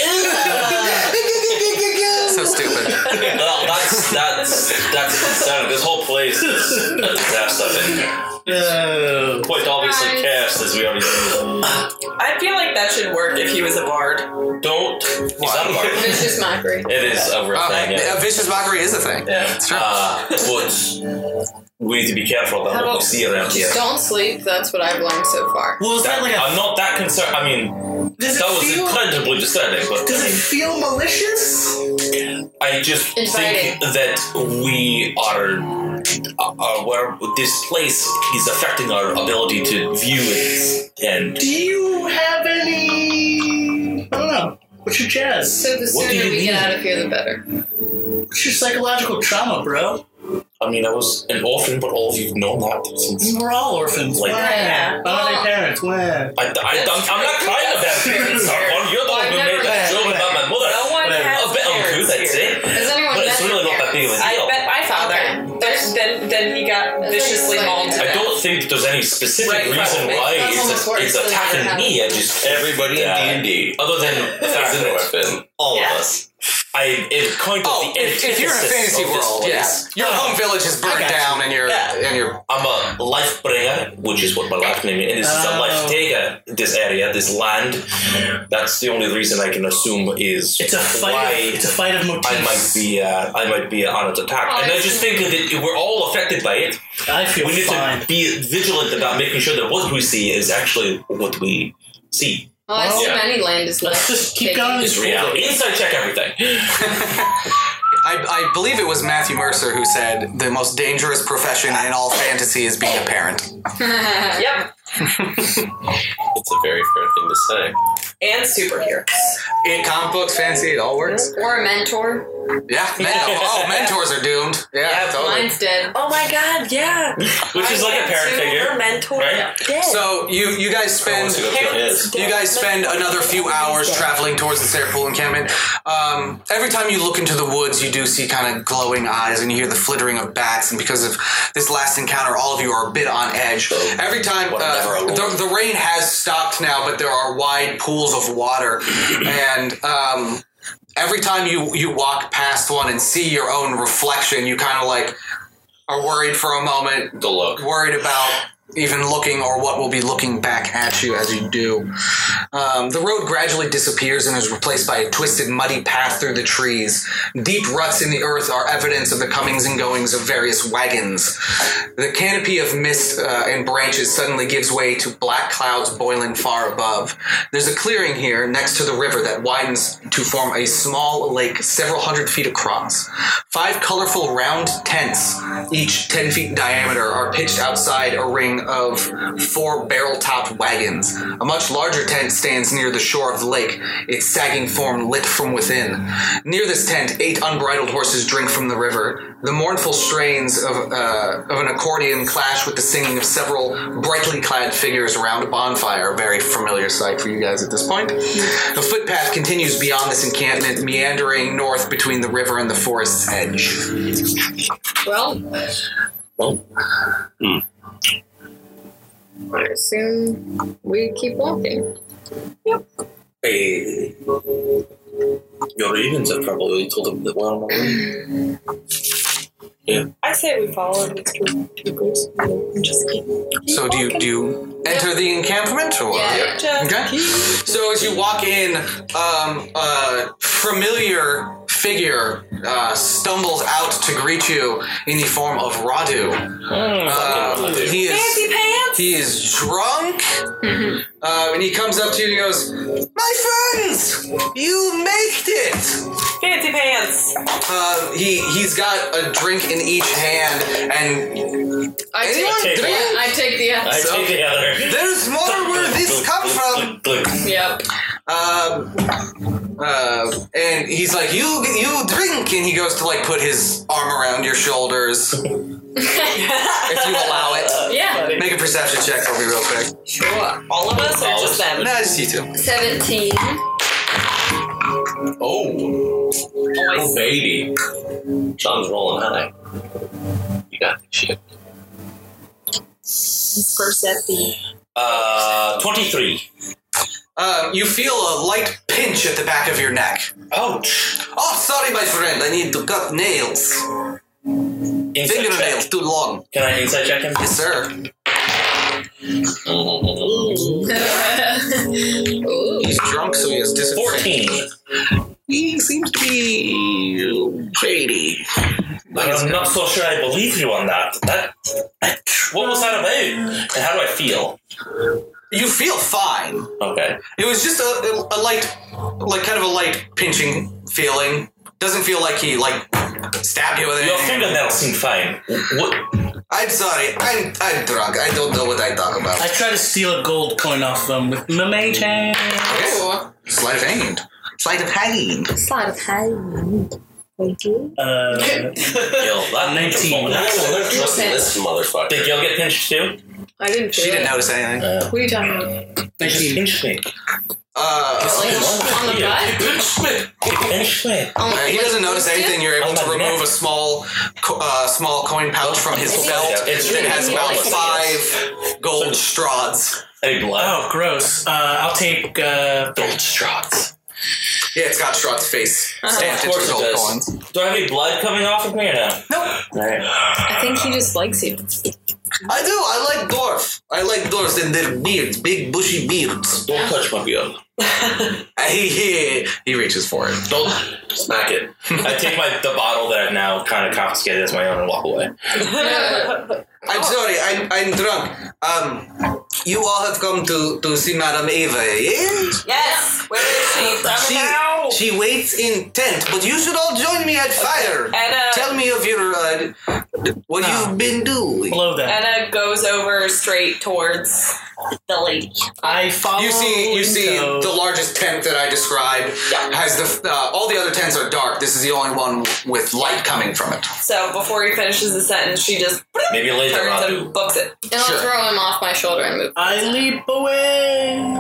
Speaker 4: so stupid.
Speaker 2: Well, that's that's that's concerning. This whole place is a disaster.
Speaker 5: No.
Speaker 2: Quite obviously
Speaker 3: Guys.
Speaker 2: cast as we already know.
Speaker 9: I feel like that should work if he was a bard.
Speaker 2: Don't. Is that a bar?
Speaker 3: Vicious mockery.
Speaker 2: It is a real
Speaker 4: Uh,
Speaker 2: thing. Yeah.
Speaker 4: a vicious mockery is a thing.
Speaker 2: yeah. Uh, but we need to Oh, be careful about
Speaker 3: How
Speaker 2: what we
Speaker 3: about-
Speaker 2: see around here.
Speaker 3: Just don't sleep. That's what I've learned so far.
Speaker 5: Well, is that like a?
Speaker 2: I'm not that concerned. I mean,
Speaker 5: Does
Speaker 2: that
Speaker 5: it
Speaker 2: was
Speaker 5: feel?
Speaker 2: incredibly disturbing, but
Speaker 5: Does it feel malicious?
Speaker 2: I just
Speaker 3: Inviting.
Speaker 2: think that we are, are where this place is affecting our ability to view it and
Speaker 5: Do you have any? I don't know. What's your jazz?
Speaker 3: So the
Speaker 2: What do
Speaker 3: sooner
Speaker 2: you
Speaker 3: we get
Speaker 2: mean?
Speaker 3: out of here, the better.
Speaker 5: What's your psychological trauma, bro?
Speaker 2: I mean, I was an orphan, but all of you've known that since.
Speaker 5: We're all orphans.
Speaker 2: Like-
Speaker 5: Wah.
Speaker 3: Yeah.
Speaker 5: Why are
Speaker 3: Well-
Speaker 5: they parents? Wah.
Speaker 2: I, I, I'm, I'm not crying about parents, Sargon. You're the one who made that joke about my mother.
Speaker 9: No one
Speaker 5: Whatever.
Speaker 2: A
Speaker 9: has
Speaker 2: bit
Speaker 9: parents
Speaker 2: uncouth, I'd
Speaker 9: here.
Speaker 2: say.
Speaker 3: Has anyone
Speaker 2: But
Speaker 3: met
Speaker 2: it's really
Speaker 3: your
Speaker 2: not that big of a
Speaker 3: parents?
Speaker 9: I
Speaker 2: deal.
Speaker 9: bet my father.
Speaker 3: Okay.
Speaker 9: There's, then, then he got
Speaker 3: That's
Speaker 9: viciously
Speaker 3: like
Speaker 9: mauled.
Speaker 3: slightly
Speaker 2: I
Speaker 9: to
Speaker 2: don't think that there's any specific
Speaker 9: Right,
Speaker 2: reason
Speaker 9: probably.
Speaker 2: why
Speaker 3: That's
Speaker 2: it's,
Speaker 3: almost worse
Speaker 2: it's
Speaker 3: than
Speaker 2: attacking
Speaker 3: that.
Speaker 2: me. I just everybody
Speaker 12: in
Speaker 2: D&D, other than the fact that
Speaker 12: orphan.
Speaker 2: all
Speaker 9: Yeah.
Speaker 2: of us. I it kind of
Speaker 4: Oh,
Speaker 2: the
Speaker 4: if, if you're in a
Speaker 2: antithesis
Speaker 4: fantasy
Speaker 2: of this
Speaker 4: world, yeah.
Speaker 2: place.
Speaker 4: your home village is burnt
Speaker 5: I got you.
Speaker 4: down, and you're and you're.
Speaker 2: I'm a life bringer, which is what my life name is. This is a
Speaker 5: Oh.
Speaker 2: life taker. This area, this land. That's the only reason I can assume is
Speaker 5: It's a fight.
Speaker 2: why
Speaker 5: it's a fight of motifs.
Speaker 2: I might be uh, I might be on its attack, and I just think that we're all affected by it.
Speaker 5: I feel
Speaker 2: We need
Speaker 5: fine.
Speaker 2: to be vigilant about making sure that what we see is actually what we see.
Speaker 3: Oh, Well, that's
Speaker 12: Yeah.
Speaker 3: too many land is
Speaker 2: Let's
Speaker 3: left.
Speaker 2: just keep
Speaker 3: Maybe.
Speaker 2: going.
Speaker 12: It's reality.
Speaker 2: Insight check everything.
Speaker 4: I, I believe it was Matthew Mercer who said the most dangerous profession in all fantasy is being a parent.
Speaker 9: Yep.
Speaker 12: It's a very fair thing to say.
Speaker 9: And superheroes.
Speaker 4: In comic books, fantasy, it all works.
Speaker 3: Or a mentor.
Speaker 4: Yeah. men- oh, mentors are doomed. Yeah, totally.
Speaker 3: Mine's dead.
Speaker 13: Oh my god, yeah.
Speaker 12: Which is like a parent figure,
Speaker 13: Mentor.
Speaker 12: right?
Speaker 13: Dead.
Speaker 4: So you you guys spend
Speaker 12: Once you go kill his.
Speaker 4: you guys spend another few hours traveling towards the Serapul encampment. Um, every time you look into the woods, you do see kind of glowing eyes, and you hear the flittering of bats. And because of this last encounter, all of you are a bit on edge. Every time uh, the, the rain has stopped now, but there are wide pools of water, and um, every time you you walk past one and see your own reflection, you kind of like are worried for a moment,
Speaker 12: The look.
Speaker 4: worried about even looking or what will be looking back at you as you do. Um, the road gradually disappears and is replaced by a twisted, muddy path through the trees. Deep ruts in the earth are evidence of the comings and goings of various wagons. The canopy of mist uh, and branches suddenly gives way to black clouds boiling far above. There's a clearing here next to the river that widens to form a small lake several hundred feet across. Five colorful round tents, each 10 feet in diameter, are pitched outside a ring of four barrel topped wagons. A much larger tent stands near the shore of the lake, its sagging form lit from within. Near this tent, eight unbridled horses drink from the river. The mournful strains of, uh, of an accordion clash with the singing of several brightly clad figures around a bonfire, a very familiar sight for you guys at this point. The footpath continues beyond this encampment, meandering north between the river and the forest's edge.
Speaker 3: Well.
Speaker 12: Well.
Speaker 2: Oh,
Speaker 12: Hmm.
Speaker 3: I assume we keep walking.
Speaker 2: Hey. Your ravens have probably told them that well.
Speaker 9: I say we follow these two, two groups and just keep.
Speaker 4: So do you do you enter the encampment
Speaker 2: Oh,
Speaker 4: or?
Speaker 3: Yeah.
Speaker 9: Just
Speaker 4: Okay. So as you walk in, um, a familiar figure uh, stumbles out to greet you in the form of Radu. Uh, he is
Speaker 9: fancy pants.
Speaker 4: he is drunk, uh, and he comes up to you and he goes, "My friends, you made it."
Speaker 9: Fancy pants.
Speaker 4: Uh, he he's got a drink in each hand, and
Speaker 3: I take,
Speaker 4: Anyone?
Speaker 3: yeah,
Speaker 4: Drink?
Speaker 3: I take the
Speaker 2: I
Speaker 3: X.
Speaker 2: take the other.
Speaker 4: there's more where this come from.
Speaker 3: Yep.
Speaker 4: Um, uh, and he's like, "You, you drink," and he goes to like put his arm around your shoulders, if you allow it.
Speaker 3: Yeah.
Speaker 4: Make a perception check for me, real quick.
Speaker 9: Sure. All of us or just them?
Speaker 4: Nah, just you two.
Speaker 3: 17.
Speaker 12: Oh, oh,
Speaker 9: Always.
Speaker 12: baby. Sean's rolling high. You got this shit.
Speaker 2: Uh, 23.
Speaker 4: Uh, you feel a light pinch at the back of your neck.
Speaker 2: Ouch.
Speaker 4: Oh, sorry, my friend. I need to cut nails.
Speaker 2: Insight
Speaker 4: Fingernails
Speaker 2: check.
Speaker 4: too long.
Speaker 2: Can I insight check him?
Speaker 4: Yes, sir.
Speaker 3: Ooh.
Speaker 4: He's drunk, so he has disadvantage.
Speaker 2: 14.
Speaker 4: He seems to be shady.
Speaker 2: I'm not so sure I believe you on that. That, What was that about? And how do I feel?
Speaker 4: You feel fine.
Speaker 2: Okay.
Speaker 4: It was just a, a light, like kind of a light pinching feeling. Doesn't feel like he like stabbed you with
Speaker 2: Your
Speaker 4: anything.
Speaker 2: fingernails seem fine. What?
Speaker 4: I'm sorry. I'm I'm drunk. I don't know what I talk about.
Speaker 5: I try to steal a gold coin off them with my mage hand.
Speaker 4: Okay. Sleight of hand. Sleight of hand.
Speaker 3: Slide of hand. Thank you.
Speaker 5: Uh,
Speaker 2: Gil, that
Speaker 5: 19.
Speaker 12: they're trusting this motherfucker.
Speaker 2: Did Gil get pinched too?
Speaker 3: I didn't feel
Speaker 4: She didn't
Speaker 3: it.
Speaker 4: notice anything.
Speaker 2: Uh,
Speaker 3: What are you talking about?
Speaker 2: They just pinched me.
Speaker 4: Uh,
Speaker 3: On the butt?
Speaker 2: They pinched me.
Speaker 3: On the-
Speaker 4: Uh, he doesn't
Speaker 3: like,
Speaker 4: notice anything. You're able to remove a small, co- uh, small coin pouch from his belt.
Speaker 2: It's
Speaker 4: It
Speaker 2: really
Speaker 4: has about five gold straws.
Speaker 2: Any blood?
Speaker 5: oh, gross. Uh, I'll take. Uh,
Speaker 2: Gold straws.
Speaker 4: Yeah, it's got Shrot's face
Speaker 2: Of
Speaker 4: stamped into
Speaker 2: course
Speaker 4: the
Speaker 2: it
Speaker 4: gold
Speaker 2: does.
Speaker 4: coins.
Speaker 2: Do I have any blood coming off of me or no?
Speaker 3: I think he just likes you.
Speaker 4: I do. I like dwarf. I like dwarfs and their beards, big bushy beards.
Speaker 2: Don't touch my beard.
Speaker 4: he reaches for it.
Speaker 2: Don't smack it. I take my the bottle that I've now kind of confiscated as my own and walk away.
Speaker 5: Oh.
Speaker 4: I'm sorry. I'm I'm drunk. Um, You all have come to, to see Madame Eva, eh?
Speaker 9: Yes. Where is she? From
Speaker 4: She,
Speaker 5: Oh,
Speaker 9: now?
Speaker 4: she waits in tent, but you should all join me at fire.
Speaker 9: Anna-
Speaker 4: Tell me of your uh, what you've been doing.
Speaker 5: Below them.
Speaker 9: Anna goes over straight towards the lady.
Speaker 5: I follow.
Speaker 4: You see, you
Speaker 5: Oh, in
Speaker 4: see,
Speaker 5: tow.
Speaker 4: the largest tent that I described has the uh, all the other tents are dark. This is the only one with light coming from it.
Speaker 9: So before he finishes the sentence, she just
Speaker 2: Maybe later
Speaker 9: turns
Speaker 2: I'll
Speaker 9: and
Speaker 2: do.
Speaker 9: books it.
Speaker 3: And I'll
Speaker 4: Sure.
Speaker 3: throw him off my shoulder and move.
Speaker 5: I leap away.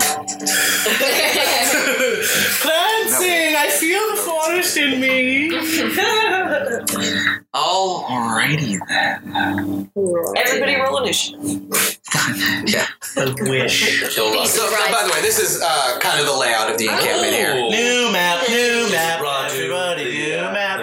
Speaker 5: Glancing, I feel the forest in me.
Speaker 4: Alrighty then.
Speaker 9: Everybody roll initiative.
Speaker 4: Yeah.
Speaker 5: A wish.
Speaker 2: Kill Roger.
Speaker 4: So, uh, by the way, this is uh, kind of the layout of the encampment here.
Speaker 5: New map, new map.
Speaker 2: Roger,
Speaker 5: Everybody, new
Speaker 2: the, uh,
Speaker 5: map.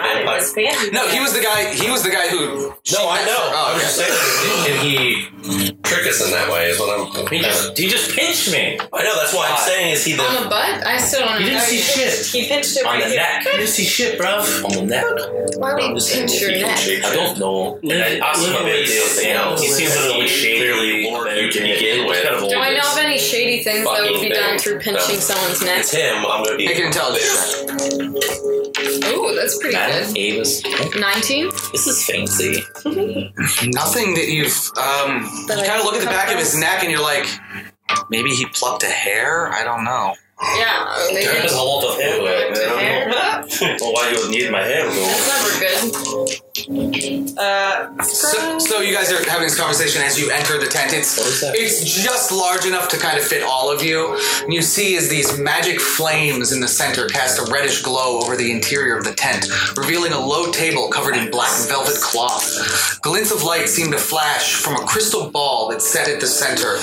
Speaker 4: No, he was the guy. He was the guy who.
Speaker 12: No, I know.
Speaker 4: Oh,
Speaker 12: I was just saying, can he trick us in that way? Is what I'm.
Speaker 2: He just, he just pinched me.
Speaker 12: I know. That's why I'm saying is he the.
Speaker 3: On the butt? I still don't know.
Speaker 5: You didn't see shit.
Speaker 9: He pinched it
Speaker 2: On
Speaker 9: right
Speaker 2: the
Speaker 9: here.
Speaker 2: neck.
Speaker 5: You didn't see shit, bruv.
Speaker 2: On the neck.
Speaker 3: Why would you pinch your neck?
Speaker 2: I don't know. And I asked him about this, you know, he seems a little shady.
Speaker 12: Clearly more
Speaker 2: about
Speaker 12: you
Speaker 2: it.
Speaker 12: to begin with.
Speaker 2: Kind of
Speaker 3: Do I
Speaker 2: old.
Speaker 3: know of any shady things that would be
Speaker 2: Fucking
Speaker 3: done
Speaker 2: big.
Speaker 3: through pinching someone's neck?
Speaker 12: It's him. I'm gonna be.
Speaker 4: Make an intelligence. check.
Speaker 3: Ooh, that's pretty
Speaker 2: Madam Avis.
Speaker 3: good. 19?
Speaker 2: This is fancy.
Speaker 4: Nothing that you've. Um,
Speaker 3: That
Speaker 4: you
Speaker 3: I
Speaker 4: kind of look at the
Speaker 3: come
Speaker 4: back of
Speaker 3: across?
Speaker 4: his neck and you're like, maybe he plucked a hair. I don't know.
Speaker 3: Yeah. They
Speaker 2: There is a
Speaker 3: didn't
Speaker 2: lot of hair.
Speaker 3: pluck
Speaker 2: I
Speaker 3: the
Speaker 2: don't know.
Speaker 3: hair.
Speaker 2: Well, why you would need my hair, though?
Speaker 3: That's never good.
Speaker 9: Uh,
Speaker 4: So, so you guys are having this conversation as you enter the tent. It's
Speaker 2: is that?
Speaker 4: it's just large enough to kind of fit all of you. And you see is these magic flames in the center cast a reddish glow over the interior of the tent, revealing a low table covered in black velvet cloth. Glints of light seem to flash from a crystal ball that's set at the center,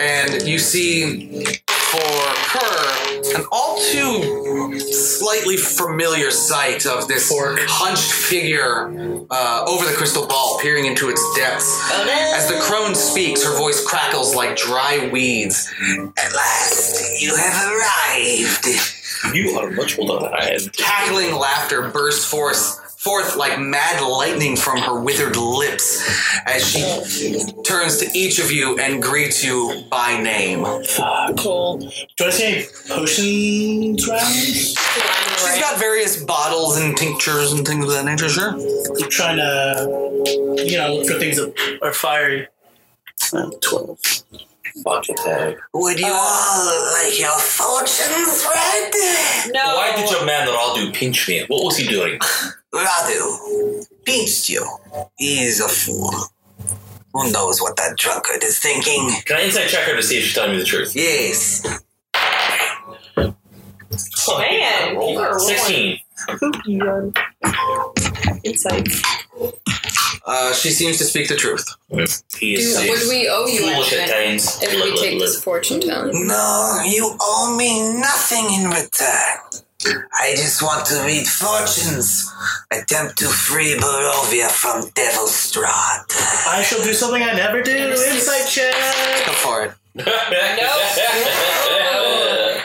Speaker 4: and you see for her an all too slightly familiar sight of this hunched figure uh, over the crystal ball, peering into its depths. As the crone speaks, her voice crackles like dry weeds. At last, you have arrived.
Speaker 2: You are much older than I am.
Speaker 4: Cackling laughter bursts forth. Forth like mad lightning from her withered lips as she turns to each of you and greets you by name.
Speaker 5: Ah, Do I see any potions around?
Speaker 4: She's got various bottles and tinctures and things of that nature, sure.
Speaker 5: I'm trying to, you know, look for things that are fiery. Uh, 12.
Speaker 2: Bucket tag.
Speaker 4: Would you all like your fortunes read?
Speaker 9: no.
Speaker 2: Why did your man Radu pinch me? What was he doing?
Speaker 4: Radu pinched you. He's a fool. Who knows what that drunkard is thinking?
Speaker 2: Can I inside check her to see if she's telling me the truth?
Speaker 4: Yes.
Speaker 9: Man, you are
Speaker 2: 16.
Speaker 9: rolling.
Speaker 4: Uh, she seems to speak the truth.
Speaker 2: He is
Speaker 3: Do, would
Speaker 2: safe.
Speaker 3: we owe you
Speaker 2: Foolish at
Speaker 3: anything
Speaker 2: times.
Speaker 3: if we
Speaker 2: Look,
Speaker 3: take
Speaker 2: look, look.
Speaker 3: this fortune telling?
Speaker 4: No, you owe me nothing in return. I just want to read fortunes. Attempt to free Barovia from Devil's Strahd.
Speaker 5: I shall do something I never do. Insight check.
Speaker 4: Go for it.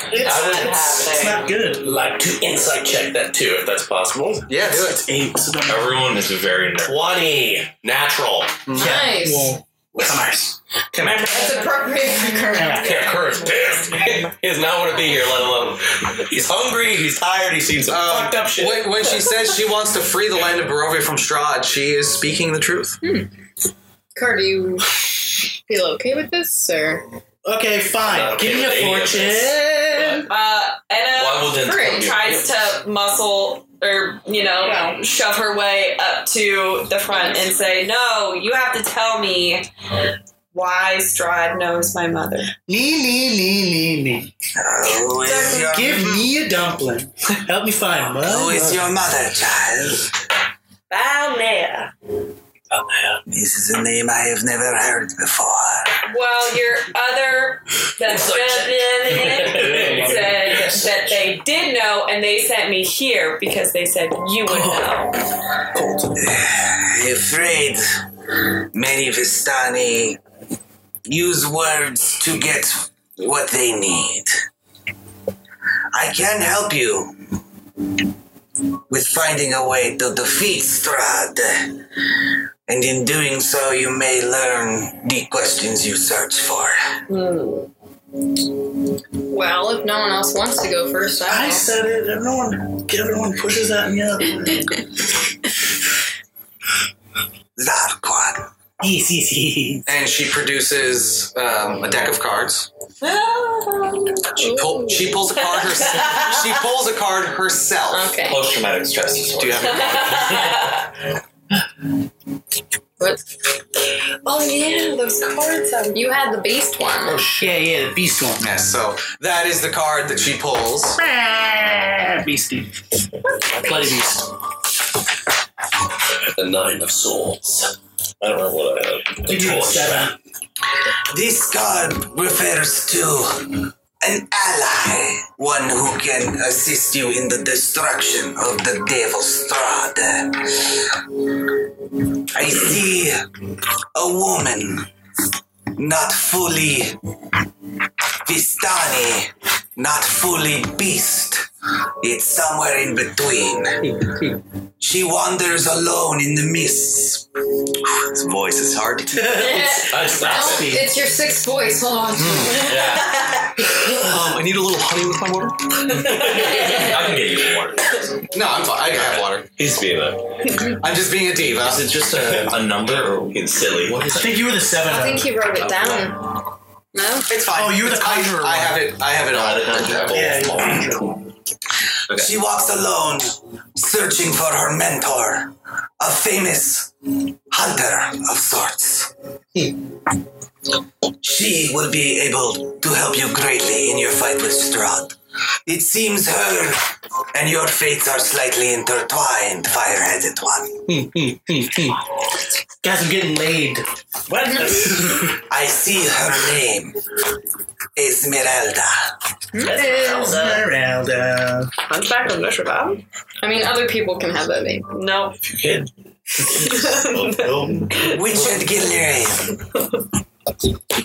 Speaker 5: It's,
Speaker 9: That wouldn't
Speaker 5: it's, it's
Speaker 9: happen.
Speaker 5: not good.
Speaker 2: like to insight check that too, if that's possible.
Speaker 4: Yeah, do it.
Speaker 5: Eight. So don't
Speaker 2: Everyone is very nervous.
Speaker 12: 20 natural.
Speaker 3: Nice.
Speaker 5: Well, come on. Come on.
Speaker 3: That's appropriate for
Speaker 5: Come
Speaker 3: Kurt.
Speaker 5: on.
Speaker 12: Yeah, Kurt's pissed. he does not want to be here, let alone. He's hungry, he's tired, he's seen some
Speaker 4: Um,
Speaker 12: fucked up shit.
Speaker 4: When, when she says she wants to free the land of Barovia from Strahd, she is speaking the truth.
Speaker 3: Kurt, do you feel okay with this, or?
Speaker 5: Okay, fine.
Speaker 2: Not okay
Speaker 5: Give me
Speaker 2: with
Speaker 5: a
Speaker 2: any of
Speaker 5: fortune.
Speaker 9: Uh,
Speaker 2: Why
Speaker 9: Anna
Speaker 2: would not
Speaker 3: Free.
Speaker 9: tries to muscle or you know
Speaker 3: Yeah.
Speaker 9: shove her way up to the front and say, "No, you have to tell me why Stride knows my mother."
Speaker 5: Nee, nee, nee, nee, nee.
Speaker 4: Who is your,
Speaker 5: Give me a dumpling. Help me find my
Speaker 4: who is Oh,
Speaker 5: mother.
Speaker 4: your mother, child?
Speaker 9: Valnea.
Speaker 4: This is a name I have never heard before.
Speaker 9: Well, your other that said that they did know, and they sent me here because they said you would
Speaker 2: Oh.
Speaker 9: know.
Speaker 4: afraid many Vistani use words to get what they need. I can help you with finding a way to defeat Strahd,
Speaker 13: and in doing so, you may learn the questions you search for.
Speaker 3: Well, if no one else wants to go first, I,
Speaker 5: I
Speaker 3: will.
Speaker 5: said it. Everyone, everyone pushes that me up.
Speaker 13: Zarquan.
Speaker 5: Yes, yes, yes.
Speaker 4: and she produces um, a deck of cards. She, pull, she pulls a card herself. she pulls a card herself.
Speaker 3: Okay.
Speaker 2: Post traumatic stress disorder.
Speaker 4: Do you have a
Speaker 3: Oh yeah, those cards. Have, you had the beast one.
Speaker 5: Yeah, yeah, the beast one.
Speaker 4: Yes, so that is the card that she pulls.
Speaker 5: Ah, Beastie. Bloody beast.
Speaker 2: The nine of swords. I don't remember what I had.
Speaker 5: You do seven.
Speaker 13: This card refers to an ally, one who can assist you in the destruction of the Devil's Strad. I see a woman, not fully Vistani, not fully beast. It's somewhere in between. She wanders alone in the mists. This voice is hard to
Speaker 3: Oh, it's your sixth voice. Hold on.
Speaker 4: Um, I need a little honey with my water.
Speaker 12: I can get you some water.
Speaker 4: No, I'm fine. I can have water.
Speaker 2: He's being a.
Speaker 4: I'm just being a diva.
Speaker 2: Is it just a, a number or it's silly? What
Speaker 5: I
Speaker 2: is it?
Speaker 5: think you were the seven.
Speaker 3: I think he wrote it down. No.
Speaker 4: It's fine.
Speaker 5: Oh, you're the
Speaker 4: It's fine.
Speaker 5: conjurer
Speaker 4: I
Speaker 5: one.
Speaker 4: have it. I have it on.
Speaker 5: yeah,
Speaker 13: She walks alone, searching for her mentor, a famous hunter of sorts. She will be able to help you greatly in your fight with Strahd. It seems her and your fates are slightly intertwined, fire-headed one.
Speaker 5: Guys, I'm getting laid. What?
Speaker 13: I see her name, Esmeralda.
Speaker 5: Esmeralda.
Speaker 9: Hunchback of Notre Dame?
Speaker 3: I mean, other people can have that name.
Speaker 9: No.
Speaker 13: Witcher Gillian.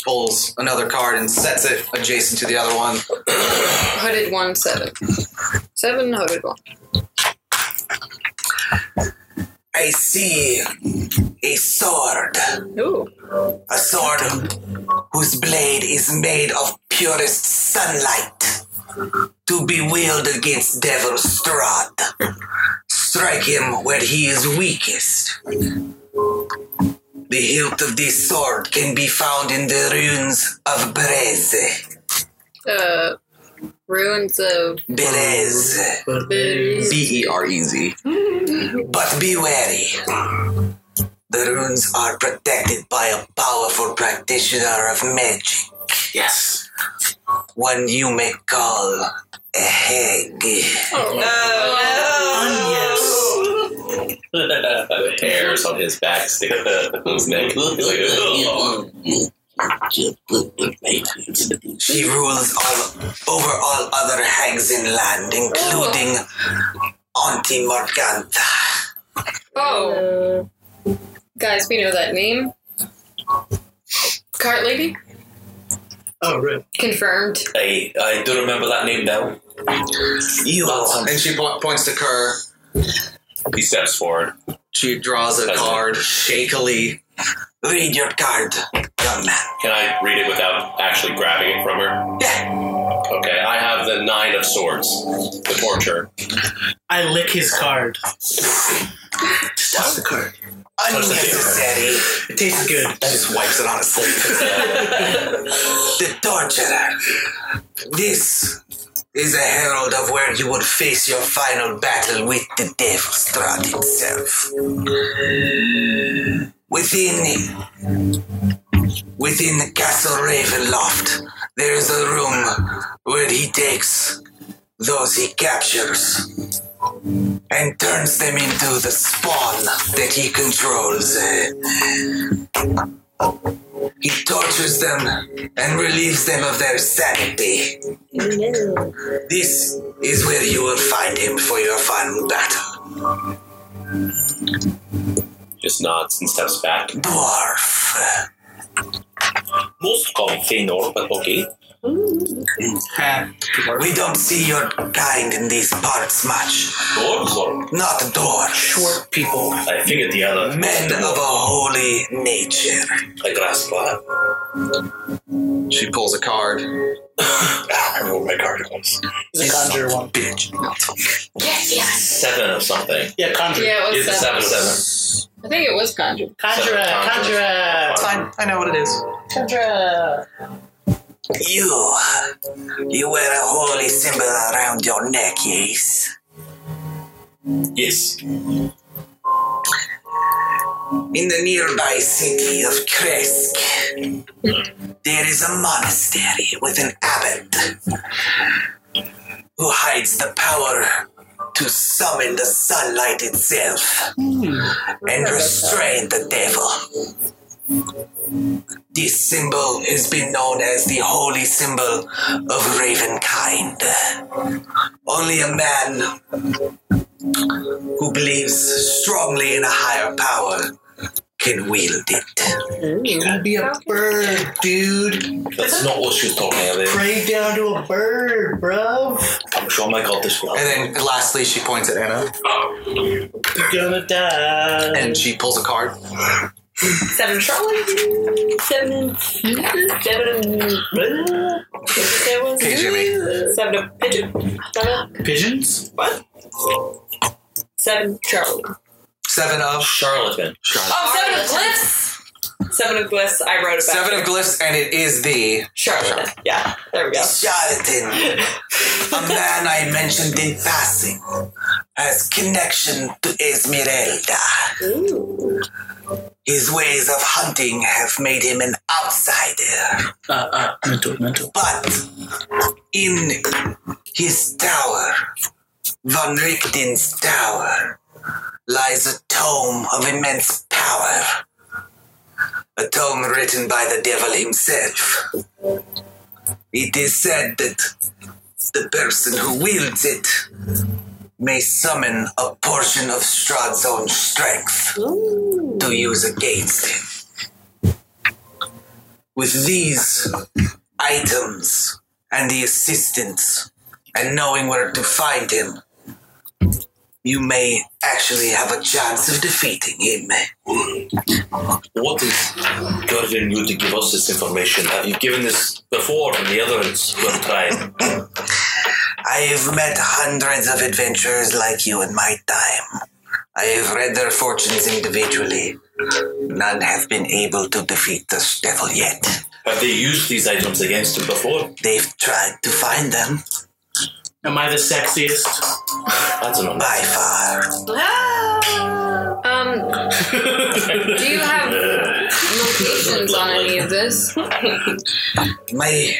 Speaker 4: Pulls another card and sets it adjacent to the other one.
Speaker 3: Hooded one seven. Seven hooded one.
Speaker 13: I see a sword.
Speaker 3: Ooh.
Speaker 13: a sword whose blade is made of purest sunlight to be wielded against Devil Strahd. Strike him where he is weakest. The hilt of this sword can be found in the ruins of Bereze.
Speaker 3: Uh, ruins of.
Speaker 13: Bereze. B E R E Z. But be wary. The runes are protected by a powerful practitioner of magic.
Speaker 5: Yes.
Speaker 13: one you may call a hag.
Speaker 3: Oh,
Speaker 5: Onions.
Speaker 12: the hairs on his back stick to his neck. He's like, "Ugh."
Speaker 13: She rules all over all other hags in land, including Auntie Morgantha.
Speaker 3: Oh. Guys, we know that name. Cart lady
Speaker 5: Oh, right.
Speaker 3: confirmed.
Speaker 2: I, I do remember that name now.
Speaker 13: You
Speaker 4: And she po- points to Kerr.
Speaker 12: he steps forward.
Speaker 4: She draws a card shakily.
Speaker 13: read your card, young man.
Speaker 12: Can I read it without actually grabbing it from her?
Speaker 13: Yeah.
Speaker 12: Okay, I have the nine of swords, the torture.
Speaker 5: I lick his card. Just toss the card.
Speaker 13: Unnecessary.
Speaker 5: It tastes good.
Speaker 13: Just wipes it on his sleeve. the torturer. This is a herald of where you would face your final battle with the Devil's Strad itself. Within within the Castle Ravenloft, there is a room where he takes those he captures and turns them into the spawn that he controls. He tortures them and relieves them of their sanity. This is where you will find him for your final battle.
Speaker 12: Just nods and steps back.
Speaker 13: Dwarf.
Speaker 2: Most call Fëanor, but okay.
Speaker 13: We don't see your kind in these parts much.
Speaker 2: Dwarves or
Speaker 13: Not dwarves. Short people.
Speaker 2: I figured the other.
Speaker 13: Men of a holy nature.
Speaker 2: I grasp that.
Speaker 4: She pulls a card.
Speaker 2: Ah, I rolled my card once.
Speaker 5: It's a conjure one.
Speaker 13: Bitch.
Speaker 3: Yes, yes.
Speaker 2: Seven of something.
Speaker 5: Yeah, conjure.
Speaker 3: Yeah, it was
Speaker 2: It's a
Speaker 3: that.
Speaker 2: seven of seven.
Speaker 3: I think it was conjure.
Speaker 5: Conjure, uh,
Speaker 2: Seven conjures.
Speaker 5: conjure,
Speaker 14: It's fine. I know what it is.
Speaker 5: conjure.
Speaker 13: You. You wear a holy symbol around your neck, yes?
Speaker 2: Yes.
Speaker 13: In the nearby city of Kresk, there is a monastery with an abbot who hides the power to summon the sunlight itself and restrain the devil. This symbol has been known as the holy symbol of Ravenkind. Only a man who believes strongly in a higher power can wield it.
Speaker 5: You're gonna be a bird, dude.
Speaker 2: That's not what she's talking about.
Speaker 5: Pray down to a bird, bruv.
Speaker 2: I'm sure my god this one.
Speaker 4: And then lastly, she points at Anna
Speaker 5: You're gonna die.
Speaker 4: and she pulls a card.
Speaker 9: Seven Charlotte. Seven. Seven.
Speaker 4: Hey, Jimmy.
Speaker 9: Seven of pigeon. Seven.
Speaker 5: Pigeons?
Speaker 9: What? Seven Charlotte.
Speaker 4: Seven of.
Speaker 2: Charlatan.
Speaker 9: Oh, seven of glyphs. Seven of glyphs. I wrote about
Speaker 4: Seven of glyphs, and it is the.
Speaker 9: Charlotte. Yeah, there we go.
Speaker 13: Jonathan, a man I mentioned in passing, has connection to Esmeralda. His ways of hunting have made him an outsider,
Speaker 5: Uh, uh, mental, mental.
Speaker 13: but in his tower, Von Richten's tower, lies a tome of immense power. A tome written by the devil himself. It is said that the person who wields it may summon a portion of Strahd's own strength to use against him. With these items and the assistance and knowing where to find him, you may actually have a chance of defeating him.
Speaker 2: What is governing you to give us this information? Have you given this before to the others who have tried?
Speaker 13: I've met hundreds of adventurers like you in my time. I have read their fortunes individually. None have been able to defeat this devil yet.
Speaker 2: Have they used these items against him before?
Speaker 13: They've tried to find them
Speaker 5: Am I the sexiest?
Speaker 2: That's an
Speaker 13: by far.
Speaker 3: Um, do you have locations on any of this?
Speaker 13: My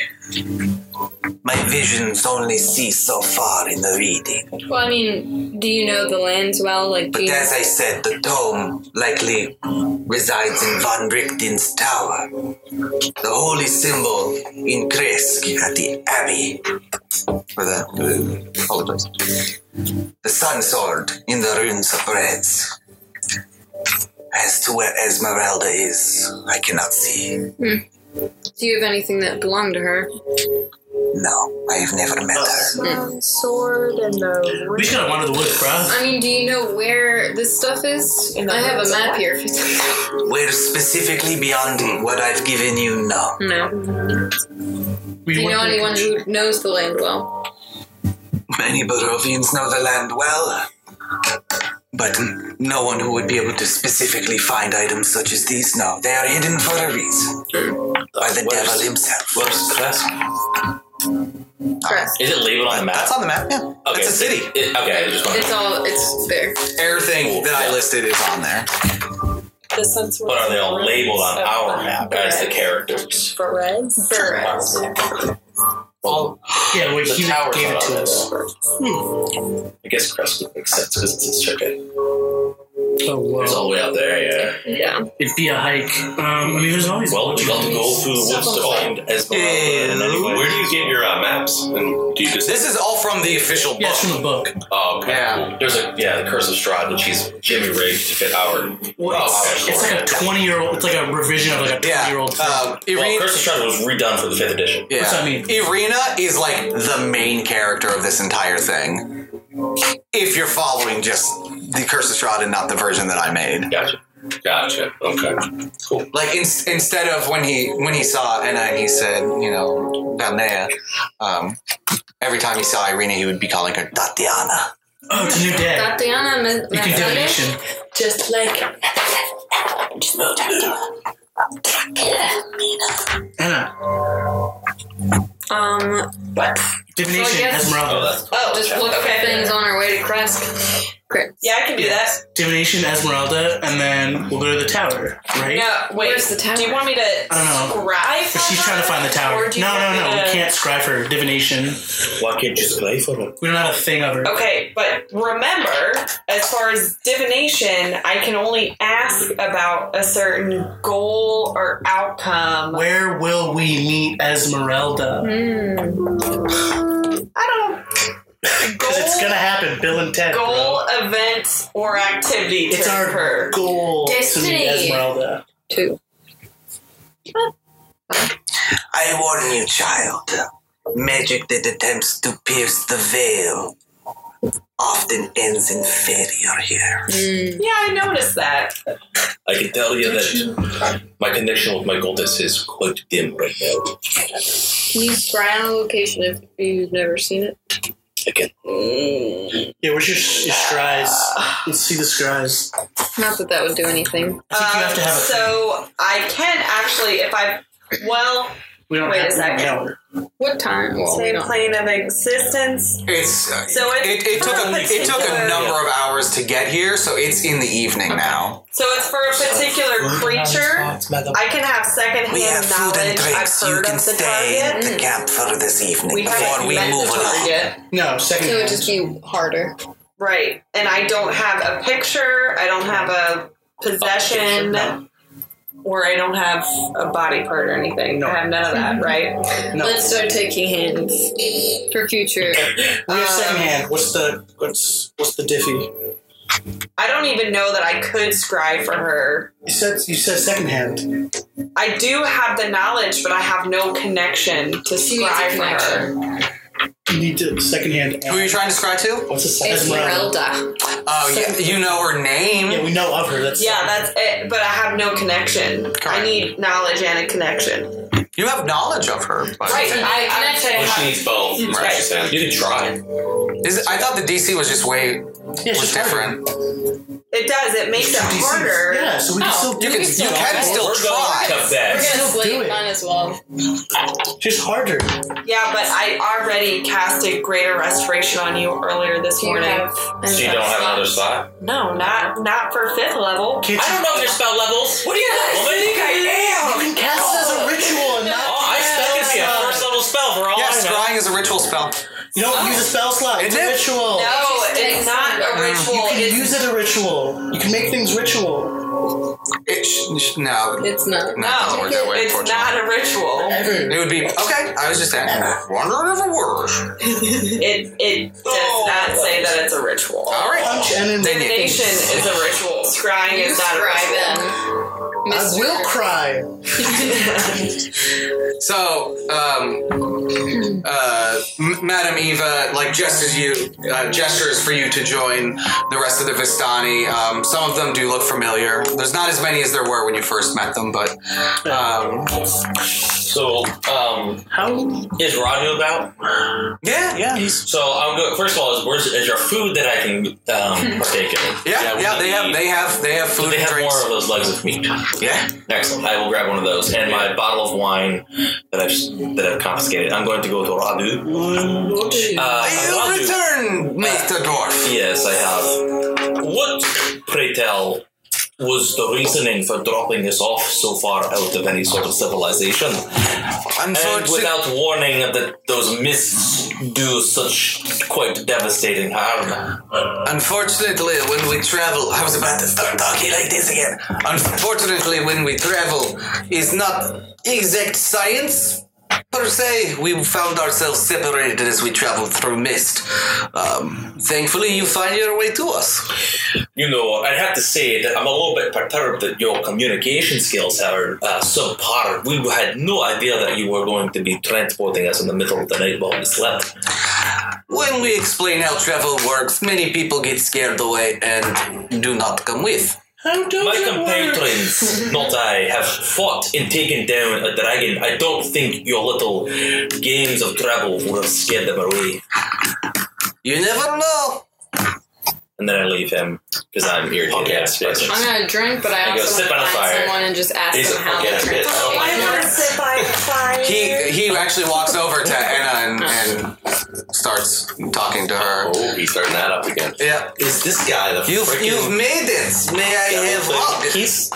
Speaker 13: my visions only see so far in the reading.
Speaker 3: Well, I mean, do you know the lands well? Like, do
Speaker 13: But
Speaker 3: you
Speaker 13: as I said, the tome likely resides in Von Richten's tower, the holy symbol in Kresk at the abbey, or the uh, holy place. The sun sword in the runes of Reds. As to where Esmeralda is, I cannot see.
Speaker 3: do you have anything that belonged to her?
Speaker 13: No, I have never met her.
Speaker 9: sword and the.
Speaker 5: We should have wanted the wood, bruv.
Speaker 3: I mean, do you know where this stuff is?
Speaker 9: In the
Speaker 3: I have a
Speaker 9: lands of
Speaker 3: map
Speaker 9: what?
Speaker 3: here. If you
Speaker 13: Where specifically beyond what I've given you, no.
Speaker 3: no.
Speaker 5: We
Speaker 3: Do you
Speaker 5: went
Speaker 3: know
Speaker 5: to-
Speaker 3: anyone who knows the land well?
Speaker 13: Many Barovians know the land well, but no one who would be able to specifically find items such as these know. They are hidden for a reason by the devil himself.
Speaker 2: Where's Crest?
Speaker 3: Correct.
Speaker 2: Is it labeled on the map?
Speaker 14: That's on the map. Yeah.
Speaker 2: okay.
Speaker 4: It's a city.
Speaker 2: It- okay, I just want
Speaker 3: It's all. It's there.
Speaker 4: Everything that I listed is on there.
Speaker 9: The sun's
Speaker 2: But are they all labeled on our map as the characters?
Speaker 9: For reds? For reds.
Speaker 2: Well,
Speaker 5: Yeah, wait,
Speaker 2: the Hmm.
Speaker 5: he
Speaker 2: tower's
Speaker 5: gave it
Speaker 2: not
Speaker 5: to
Speaker 2: on
Speaker 5: us.
Speaker 2: I guess Crest would make sense because it's his circuit.
Speaker 5: Oh,
Speaker 2: It's
Speaker 5: whoa.
Speaker 2: all the way out there, yeah.
Speaker 9: Yeah.
Speaker 5: It'd be a hike. Um, I mean, there's always.
Speaker 2: Well, we got to go through the woods to find Esmeralda. anyway.
Speaker 15: Where do you get your uh, maps? And do you just
Speaker 4: This is all from the official
Speaker 5: Yeah,
Speaker 4: book.
Speaker 5: it's from the book.
Speaker 2: Oh, okay.
Speaker 4: Yeah.
Speaker 2: Cool. There's a yeah, the Curse of Strahd, which he's Jimmy rigged to fit Howard.
Speaker 5: Well,
Speaker 2: Oh,
Speaker 5: it's, it's like a 20 year old. It's like a revision of like a 20
Speaker 4: Yeah.
Speaker 5: year old.
Speaker 4: Um,
Speaker 2: Well,
Speaker 4: Irene,
Speaker 2: Curse of Strahd was redone for the fifth edition.
Speaker 4: yeah.
Speaker 5: What's that mean?
Speaker 4: Irina is like the main character of this entire thing. If you're following just the Curse of Strahd and not the version that I made.
Speaker 2: Gotcha. Gotcha. Okay. Cool.
Speaker 4: Like in, instead of when he when he saw Anna and he said, you know, Danea, um, every time he saw Irina, he would be calling her Tatiana.
Speaker 5: oh, it's a new day.
Speaker 3: Tatiana Ma-
Speaker 5: You can do an action.
Speaker 3: Just like
Speaker 5: Anna,
Speaker 9: Um. What?
Speaker 5: divination,
Speaker 3: So I guess-
Speaker 2: Oh,
Speaker 5: Esmeralda.
Speaker 2: that's
Speaker 9: Oh,
Speaker 3: just look for
Speaker 9: okay.
Speaker 3: things on our way to Kresk. Great.
Speaker 9: Yeah, I can do that.
Speaker 5: Divination, Esmeralda, and then we'll go to the tower, right?
Speaker 9: No, wait.
Speaker 3: Where's the tower?
Speaker 9: Do you want me to
Speaker 5: I don't know.
Speaker 9: scribe?
Speaker 5: But she's trying to find the tower.
Speaker 9: Or
Speaker 5: No,
Speaker 9: do you uh, want
Speaker 5: no,
Speaker 9: me
Speaker 5: no. We
Speaker 9: to-
Speaker 5: can't scry for divination.
Speaker 2: Why can't you play for him?
Speaker 5: We don't have a thing of her.
Speaker 9: Okay, but remember, as far as divination, I can only ask about a certain goal or outcome.
Speaker 5: Where will we meet Esmeralda?
Speaker 9: I don't. Goal,
Speaker 5: Because it's gonna happen, Bill and Ted. bro.
Speaker 9: goal, event, or activity to
Speaker 5: It's our
Speaker 9: occur.
Speaker 5: goal to
Speaker 3: Destiny.
Speaker 5: meet Esmeralda.
Speaker 3: Two.
Speaker 13: I warn you, child. Magic that attempts to pierce the veil often ends in failure here.
Speaker 9: Yeah, I noticed that.
Speaker 2: I can tell you that my connection with my goddess is quite dim right now.
Speaker 3: Can you scry on a location if you've never seen it?
Speaker 2: Again.
Speaker 5: Yeah, where's your, sh- your scries? Let's see the scries.
Speaker 3: Not that that would do anything.
Speaker 5: I think you have to have a
Speaker 9: Um, so I can actually, if I, well,
Speaker 5: We don't
Speaker 9: Wait a
Speaker 5: have
Speaker 9: second.
Speaker 5: we don't have her.
Speaker 3: What time?
Speaker 4: Oh,
Speaker 3: Well, we
Speaker 9: same
Speaker 3: don't.
Speaker 9: plane of existence.
Speaker 4: It's uh,
Speaker 9: So it's
Speaker 4: it, it took a, it took a
Speaker 9: particular-
Speaker 4: number of hours to get here, so it's in the evening now.
Speaker 9: So it's for a particular creature. I can have secondhand
Speaker 13: We have food and
Speaker 9: knowledge. I've
Speaker 13: drinks. You
Speaker 9: heard
Speaker 13: can
Speaker 9: of the
Speaker 13: stay
Speaker 9: target. Mm.
Speaker 13: at the camp for this evening
Speaker 9: We
Speaker 13: before
Speaker 9: haven't
Speaker 13: we
Speaker 9: met
Speaker 13: move
Speaker 9: the
Speaker 13: along.
Speaker 9: target.
Speaker 5: No,
Speaker 3: So
Speaker 5: second.
Speaker 3: it would just be harder.
Speaker 9: Right. And I don't have a picture, I don't have a possession, or I don't have a body part or anything. I have none of that,
Speaker 3: Mm-hmm.
Speaker 9: right?
Speaker 5: No.
Speaker 3: Let's start taking hands for future.
Speaker 5: we have
Speaker 9: um,
Speaker 5: second hand. What's the what's what's the diffy?
Speaker 9: I don't even know that I could scry for her.
Speaker 5: You said you said second hand.
Speaker 9: I do have the knowledge, but I have no connection to
Speaker 3: She needs
Speaker 9: scry
Speaker 3: a
Speaker 9: for her.
Speaker 3: connection.
Speaker 5: You need to second hand.
Speaker 4: Who are you trying to scry to?
Speaker 5: What's the second Esmeralda.
Speaker 3: Esmeralda.
Speaker 4: Oh, yeah, you know her
Speaker 5: Yeah,
Speaker 4: name.
Speaker 5: we know of her. That's
Speaker 9: Yeah, that's it, but I have no connection. I
Speaker 4: Correct.
Speaker 9: need knowledge and a connection.
Speaker 4: You have knowledge of her. But
Speaker 9: Right, I, I'm
Speaker 15: Well,
Speaker 9: saying
Speaker 15: she needs both. That's what she's saying. You can try.
Speaker 4: Is it, I thought the DC was just way
Speaker 5: yeah,
Speaker 4: was
Speaker 5: she's harder.
Speaker 4: different.
Speaker 9: it does, it makes it harder.
Speaker 5: Yeah, so we can
Speaker 3: Oh,
Speaker 5: still do
Speaker 4: You can
Speaker 5: it.
Speaker 4: you can still
Speaker 2: We're going
Speaker 4: try.
Speaker 2: to bed.
Speaker 3: We're gonna
Speaker 5: Still do
Speaker 3: split.
Speaker 5: it.
Speaker 3: Might as well.
Speaker 5: She's harder.
Speaker 9: Yeah, but I already casted Greater Restoration on you earlier this
Speaker 3: Do you
Speaker 9: morning.
Speaker 3: have?
Speaker 15: So you don't have another slot?
Speaker 9: No, not not for fifth level.
Speaker 5: Can't
Speaker 15: I don't know your spell levels. What do you guys think I am?
Speaker 5: You can cast it as a ritual and not.
Speaker 15: Oh, I spell could be a
Speaker 5: Yeah.
Speaker 15: first level spell for all
Speaker 4: Yeah,
Speaker 15: I know.
Speaker 4: scrying is a ritual spell.
Speaker 5: You don't use a spell slot. It's
Speaker 4: Is
Speaker 5: a
Speaker 4: it?
Speaker 5: ritual.
Speaker 9: No, it's not a ritual.
Speaker 5: You
Speaker 9: it's,
Speaker 5: can use it a ritual. You can make things ritual.
Speaker 4: It sh- sh- no, no, it
Speaker 3: It's not.
Speaker 4: doesn't
Speaker 9: no,
Speaker 4: work that way.
Speaker 9: it's
Speaker 4: Unfortunately,
Speaker 9: not a ritual.
Speaker 5: Ever.
Speaker 4: it would be okay. I was just saying, wondering if it were.
Speaker 9: It it does not say that it's a ritual.
Speaker 4: All right,
Speaker 5: Punch and then
Speaker 4: They need-
Speaker 9: Divination is a ritual. Scrying
Speaker 3: You
Speaker 9: is not a
Speaker 3: scry
Speaker 9: ritual.
Speaker 3: then.
Speaker 5: I
Speaker 3: Mr.
Speaker 5: will cry.
Speaker 4: So, um, uh, M- Madam Eva, like just as you uh, gestures for you to join the rest of the Vistani. Um, some of them do look familiar. There's not as many as there were when you first met them, but um,
Speaker 15: So, um,
Speaker 5: How?
Speaker 2: Is Radu about?
Speaker 4: yeah, yeah, yeah,
Speaker 2: So I'm going. First of all, is, where's, is there food that I can um, partake in?
Speaker 4: yeah.
Speaker 2: we
Speaker 4: they
Speaker 2: need-
Speaker 4: have they have they have food
Speaker 2: They
Speaker 4: and
Speaker 2: have
Speaker 4: drinks.
Speaker 2: more of those legs of meat.
Speaker 4: Yeah.
Speaker 2: Excellent. I will grab one of those and my bottle of wine that I've that I've confiscated. I'm going to go to Radu. Uh,
Speaker 4: You
Speaker 2: Radu.
Speaker 4: return, Mr. Dwarf.
Speaker 2: Yes, I have. What, pray tell, was the reasoning for dropping us off so far out of any sort of civilization. And without warning that those mists do such quite devastating harm.
Speaker 13: Unfortunately, when we travel, I was about to start talking like this again. Unfortunately, when we travel, is not exact science per se. We found ourselves separated as we traveled through mist. Um, thankfully, you find your way to us.
Speaker 2: You know, I have to say that I'm a little bit perturbed that your communication skills are uh, subpar. We had no idea that you were going to be transporting us in the middle of the night while we slept.
Speaker 13: When we explain how travel works, many people get scared away and do not come with.
Speaker 2: My compatriots, not I, have fought and taken down a dragon. I don't think your little games of travel would have scared them away.
Speaker 13: You never know.
Speaker 2: And then I leave him because I'm irritated.
Speaker 3: I'm gonna drink, but I
Speaker 2: I go,
Speaker 3: also
Speaker 2: "Sit by the
Speaker 3: want to find
Speaker 2: fire."
Speaker 3: someone and just ask
Speaker 2: He's
Speaker 3: them
Speaker 2: a
Speaker 3: how
Speaker 2: fucking
Speaker 3: they
Speaker 2: idiot.
Speaker 3: translate.
Speaker 9: want to sit by the fire.
Speaker 4: He he actually walks over to Anna and, and starts talking to her.
Speaker 12: Oh, he's starting that up again.
Speaker 13: Yeah,
Speaker 2: Is this guy the
Speaker 13: you've
Speaker 2: freaking-
Speaker 13: you've made it. May I have luck?
Speaker 2: He's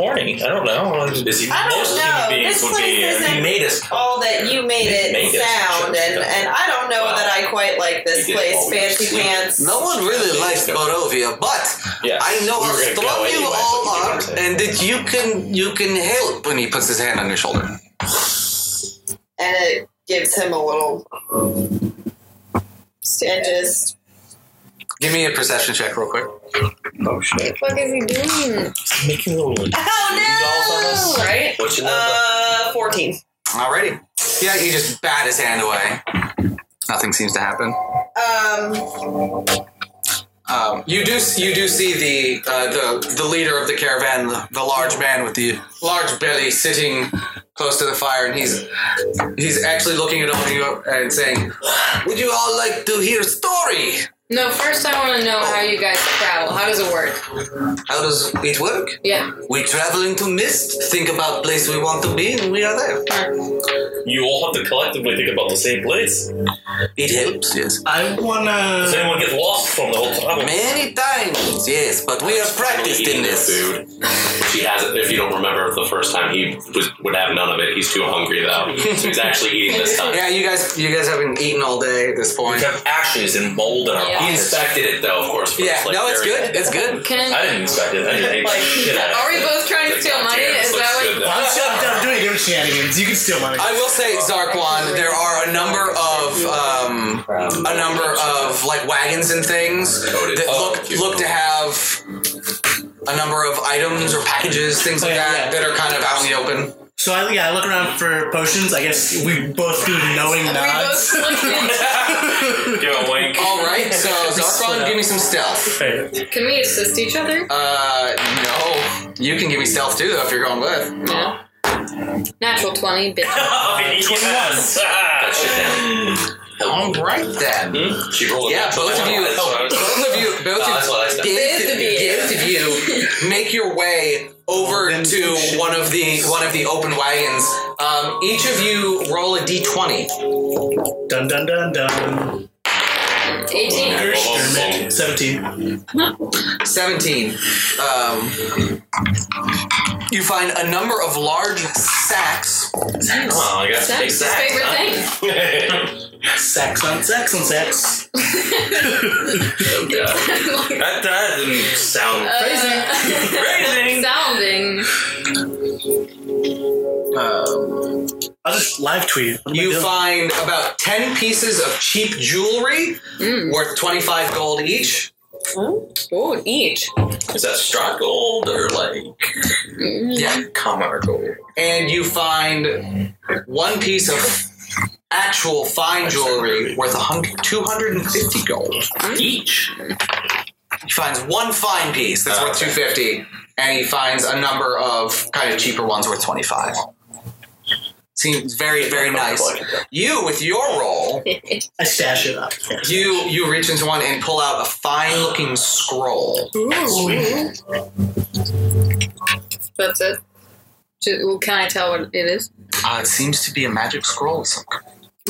Speaker 2: horny. I don't know. Is he?
Speaker 9: I
Speaker 2: most
Speaker 9: don't know.
Speaker 2: human beings
Speaker 9: This
Speaker 2: would
Speaker 9: place
Speaker 2: be.
Speaker 9: isn't
Speaker 2: he made us.
Speaker 9: all that you made it
Speaker 2: Made it.
Speaker 9: sound, and, and I don't know
Speaker 2: Wow.
Speaker 9: that I quite like this
Speaker 12: You did
Speaker 9: place.
Speaker 12: all we
Speaker 9: Fancy
Speaker 12: sleep.
Speaker 9: pants.
Speaker 13: No one really likes Barovia, but
Speaker 12: Yeah.
Speaker 13: I know
Speaker 12: We
Speaker 13: how
Speaker 12: were gonna go
Speaker 13: strong you
Speaker 12: anyway,
Speaker 13: all
Speaker 12: but you
Speaker 13: are,
Speaker 12: didn't say.
Speaker 13: and that you can you can help.
Speaker 4: When he puts his hand on your shoulder,
Speaker 9: And it gives him a little. And just
Speaker 4: give me a perception check real quick.
Speaker 2: Oh shit!
Speaker 3: What the fuck is he doing?
Speaker 2: Making little.
Speaker 9: oh no! Right?
Speaker 2: What you know?
Speaker 9: Uh, fourteen.
Speaker 4: Alrighty. Yeah, he just bat his hand away. Nothing seems to happen.
Speaker 9: Um,
Speaker 4: Um, you do you do see the uh, the the leader of the caravan, the, the large man with the large belly, sitting close to the fire, and he's he's actually looking at all of you and saying,
Speaker 13: Would you all like to hear story?
Speaker 3: No, first I want to know how you guys travel. How does it work?
Speaker 13: How does it work?
Speaker 3: Yeah.
Speaker 13: We travel into mist, think about place we want to be, and we are there.
Speaker 12: Uh,
Speaker 2: You all have to collectively think about the same place.
Speaker 13: It helps, yes.
Speaker 14: I
Speaker 2: Does
Speaker 14: wanna.
Speaker 2: anyone get lost from the whole travel?
Speaker 13: Many times, yes, but we are practiced in this.
Speaker 12: Food. She has it. If you don't remember the first time, he was, would have none of it. He's too hungry though, so he's actually eating this time.
Speaker 4: "Yeah, you guys you guys haven't eaten all day at this
Speaker 2: We
Speaker 4: point."
Speaker 2: have ashes and mold in our
Speaker 3: Yeah.
Speaker 12: He
Speaker 2: pockets.
Speaker 12: inspected it though, of course. First,
Speaker 4: Yeah,
Speaker 12: like,
Speaker 4: no, it's
Speaker 12: very-
Speaker 4: good. It's good.
Speaker 3: Can
Speaker 2: I didn't inspect it. I didn't eat
Speaker 9: Like,
Speaker 2: shit out of
Speaker 3: are we
Speaker 2: it.
Speaker 3: both trying to
Speaker 12: Like,
Speaker 3: steal
Speaker 12: goddamn,
Speaker 3: money?
Speaker 12: this
Speaker 3: Is
Speaker 12: looks
Speaker 3: that
Speaker 12: good,
Speaker 3: what?
Speaker 12: though.
Speaker 14: I'm stop, stop doing your shenanigans. You can steal money.
Speaker 4: I will say, Zarquan, there are a number of um, a number of like wagons and things that look look to have a number of items or packages, things like that, that are kind of out in the open.
Speaker 14: So I, yeah, I look around for potions. I guess we both do knowing
Speaker 3: We both
Speaker 14: nods.
Speaker 3: slipped in.
Speaker 2: Give it a wink.
Speaker 4: All right, so Zarquan, give me some stealth.
Speaker 3: Can we assist each other?
Speaker 4: Uh, no, you can give me stealth too, though, if you're going with.
Speaker 3: No. Natural 20, bitch.
Speaker 2: Oh, yes.
Speaker 12: That shit down.
Speaker 4: All right then.
Speaker 12: Hmm? She rolled. a
Speaker 4: Yeah,
Speaker 12: natural
Speaker 4: both of you,
Speaker 12: one. That's what I was-
Speaker 4: both of you, both
Speaker 12: Oh,
Speaker 4: of
Speaker 12: that's what I said.
Speaker 4: both
Speaker 3: Both
Speaker 4: of
Speaker 3: of
Speaker 4: you,
Speaker 3: you.
Speaker 4: both of you, make your way over
Speaker 14: Then
Speaker 4: to
Speaker 14: you should-
Speaker 4: one of the one of the open wagons. Um, each of you roll a d20.
Speaker 14: Dun dun dun dun.
Speaker 3: 18.
Speaker 4: Oh,
Speaker 14: Dermot, Seventeen.
Speaker 4: 17. Um, you find a number of large sacks.
Speaker 2: Oh, I got
Speaker 3: That's
Speaker 2: big
Speaker 3: his
Speaker 2: sacks,
Speaker 3: favorite
Speaker 2: huh?
Speaker 3: thing.
Speaker 14: Sex on sex on sex.
Speaker 2: That, that didn't sound crazy. crazy.
Speaker 3: Sounding.
Speaker 14: I'll just live tweet. it. What am I
Speaker 4: You
Speaker 14: doing?
Speaker 4: find about 10 pieces of cheap jewelry worth 25 gold each.
Speaker 9: ooh, each.
Speaker 2: Is that straw gold or like
Speaker 3: Mm-hmm.
Speaker 4: Yeah.
Speaker 2: commer gold?
Speaker 4: And you find one piece of actual fine jewelry worth 100, 250 gold.
Speaker 2: Each.
Speaker 4: He finds one fine piece that's
Speaker 2: Oh,
Speaker 4: worth
Speaker 2: okay.
Speaker 4: 250 and he finds a number of kind of cheaper ones worth 25. Seems very very nice. You with your roll,
Speaker 14: I stash it up.
Speaker 4: you you reach into one and pull out a fine looking scroll.
Speaker 3: That's it. Ju- well, Can I tell what it is?
Speaker 4: Uh, it seems to be a magic scroll. of some kind.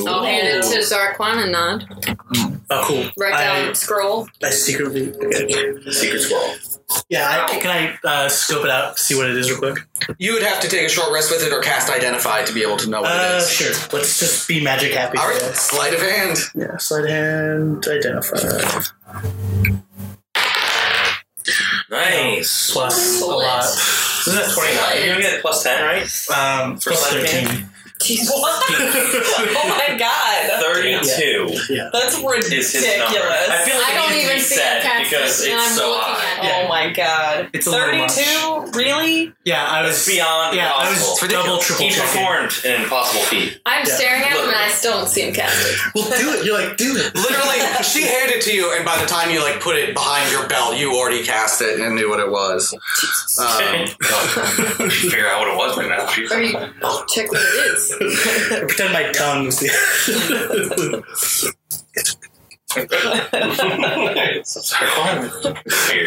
Speaker 3: I'll hand it to Zarquan and nod.
Speaker 14: Oh, cool.
Speaker 3: Write
Speaker 14: I,
Speaker 3: down scroll.
Speaker 14: I secretly.
Speaker 2: Secret squirrel.
Speaker 5: Yeah, I, can I uh, scope it out, see what it is real quick?
Speaker 4: You would have to take a short rest with it or cast Identify to be able to know what
Speaker 5: Uh,
Speaker 4: it is.
Speaker 5: sure. Let's just be magic happy.
Speaker 4: All right, sleight of hand.
Speaker 5: Yeah, slide hand, identify.
Speaker 16: Nice.
Speaker 5: Plus a lot.
Speaker 16: Isn't that 29? You're gonna get plus 10, right?
Speaker 5: Um,
Speaker 16: For
Speaker 5: plus
Speaker 16: slide of
Speaker 5: 13.
Speaker 9: What? oh my god.
Speaker 2: 32
Speaker 9: That's
Speaker 2: is
Speaker 9: ridiculous.
Speaker 2: his number. I feel like
Speaker 3: I
Speaker 2: it
Speaker 3: don't
Speaker 2: needs to
Speaker 3: even
Speaker 2: be
Speaker 3: see
Speaker 2: said
Speaker 3: it past
Speaker 2: because
Speaker 3: this, and
Speaker 2: it's
Speaker 3: I'm
Speaker 2: so
Speaker 3: looking
Speaker 2: high.
Speaker 3: at it.
Speaker 9: Oh my god.
Speaker 5: It's a little much.
Speaker 9: 32? Really?
Speaker 5: Yeah, I was
Speaker 2: It's beyond
Speaker 5: Yeah, I was
Speaker 2: impossible.
Speaker 5: double, triple
Speaker 2: He
Speaker 5: checking.
Speaker 2: performed an impossible feat.
Speaker 3: I'm
Speaker 5: Yeah.
Speaker 3: staring at him
Speaker 2: Look.
Speaker 3: and I still don't see him cast it.
Speaker 5: Well, do it. You're like, do it.
Speaker 4: Literally, she handed it to you, and by the time you like put it behind your belt, you already cast it and knew what it was. Um,
Speaker 2: Figure out what it was right now.
Speaker 3: Or you check what it is.
Speaker 5: I pretend my tongue was the.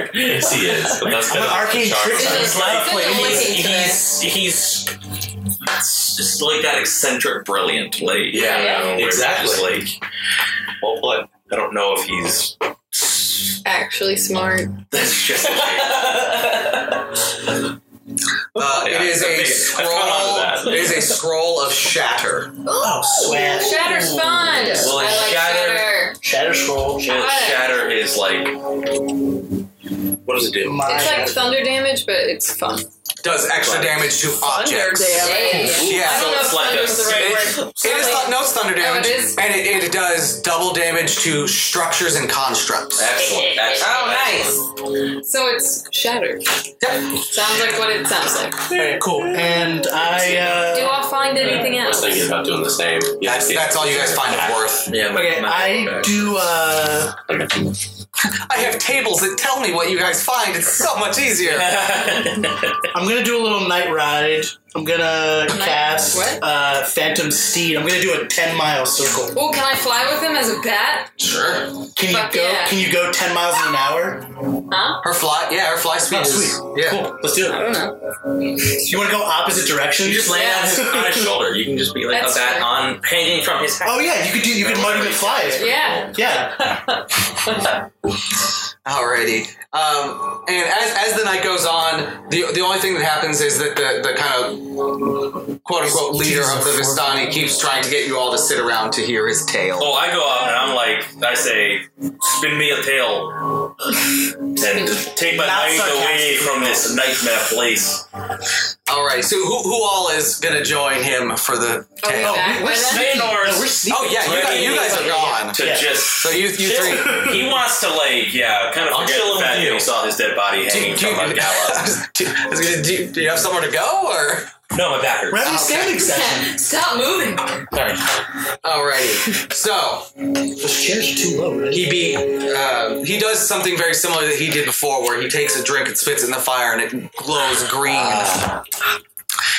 Speaker 2: Weird. Yes, he is. But that's
Speaker 5: I'm an arcane trick.
Speaker 16: He's like,
Speaker 3: Good looking
Speaker 16: he's,
Speaker 3: today.
Speaker 16: he's, he's just like that eccentric brilliant. Like,
Speaker 2: Yeah,
Speaker 3: Yeah.
Speaker 2: no, we're
Speaker 16: Exactly.
Speaker 2: just Like, well, but
Speaker 16: I don't know if he's.
Speaker 3: Actually smart.
Speaker 16: That's just.
Speaker 4: uh, it
Speaker 2: Yeah,
Speaker 4: is
Speaker 2: I
Speaker 4: a
Speaker 2: think- I caught on to
Speaker 4: scroll.
Speaker 2: that.
Speaker 4: It is a scroll of shatter.
Speaker 5: oh, sweat.
Speaker 3: Shatter's fun.
Speaker 16: Well,
Speaker 3: I like
Speaker 16: shatter-
Speaker 3: shatter.
Speaker 5: Shatter scroll.
Speaker 2: and shatter is like. What does it do?
Speaker 5: My
Speaker 3: It's like thunder damage, but it's fun.
Speaker 4: Does extra damage to objects.
Speaker 3: Yeah. I
Speaker 4: Yeah.
Speaker 16: Oh,
Speaker 3: don't know if
Speaker 2: it's like
Speaker 3: thunder's the
Speaker 2: a-
Speaker 3: right word.
Speaker 4: It is th- no it's thunder damage,
Speaker 3: is?
Speaker 4: and it, it does double damage to structures and constructs.
Speaker 16: Excellent. excellent.
Speaker 9: Oh,
Speaker 3: So it's shatter.
Speaker 4: Yep.
Speaker 3: Sounds like what it sounds like.
Speaker 5: Alright, cool. And I. Uh,
Speaker 3: Do I find anything
Speaker 2: I was
Speaker 3: else?
Speaker 2: thinking about doing the same. Yeah,
Speaker 4: Oh, That's
Speaker 2: yeah.
Speaker 4: that's all you guys find it worth.
Speaker 16: Yeah,
Speaker 5: uh, Okay, I do. Uh,
Speaker 4: I have tables that tell me what you guys find. It's so much easier.
Speaker 5: I'm gonna do a little night ride. I'm gonna cast
Speaker 3: what?
Speaker 5: Uh, Phantom Steed. I'm gonna do a ten mile circle.
Speaker 3: Oh, can I fly with him as a bat?
Speaker 4: Sure.
Speaker 5: Can you
Speaker 3: Fuck
Speaker 5: go?
Speaker 3: yeah.
Speaker 5: Can you go ten miles in an hour?
Speaker 3: Huh?
Speaker 4: Her fly, yeah, her fly speed.
Speaker 5: Oh,
Speaker 4: is-
Speaker 5: sweet.
Speaker 4: Yeah.
Speaker 5: Cool. Let's do
Speaker 3: I don't
Speaker 5: it.
Speaker 3: know.
Speaker 5: You want to go opposite directions?
Speaker 16: You just land on his, on his shoulder. You can just be like
Speaker 3: That's
Speaker 16: a bat
Speaker 3: fair.
Speaker 16: on hanging from his head.
Speaker 5: oh yeah, you could do. You could monument flies.
Speaker 3: Yeah.
Speaker 5: Yeah.
Speaker 4: Alrighty. Um, and as, as the night goes on, the the only thing that happens is that the, the kind of quote unquote leader of the Vistani keeps trying to get you all to sit around to hear his tale.
Speaker 2: Oh, I go up and I'm like, I say, spin me a tail. and take my
Speaker 5: Not
Speaker 2: mind away
Speaker 5: sarcastic.
Speaker 2: from this nightmare place.
Speaker 4: Alright, so who, who all is gonna join him for the
Speaker 3: Are we
Speaker 4: tale?
Speaker 3: back by then?
Speaker 2: Sneaking
Speaker 5: No, we're sneaking.
Speaker 4: Oh, yeah, you guys, you guys are gone.
Speaker 2: To
Speaker 5: Yeah.
Speaker 2: just.
Speaker 4: So you, you three.
Speaker 2: he wants to, like, yeah, kind of
Speaker 16: I'm
Speaker 2: forget
Speaker 16: chilling
Speaker 2: the fact
Speaker 16: with you.
Speaker 2: that he saw his dead body hanging
Speaker 4: Do you,
Speaker 2: from a
Speaker 4: I
Speaker 2: gallows.
Speaker 4: was- do- I was gonna- do- do you have somewhere to go or?
Speaker 2: No, my backer.
Speaker 5: We're having a standing session.
Speaker 3: Stop moving.
Speaker 4: Alrighty. So
Speaker 5: Those chairs are too low. Right?
Speaker 4: he be uh, he does something very similar that he did before, where he takes a drink and spits it in the fire, and it glows green.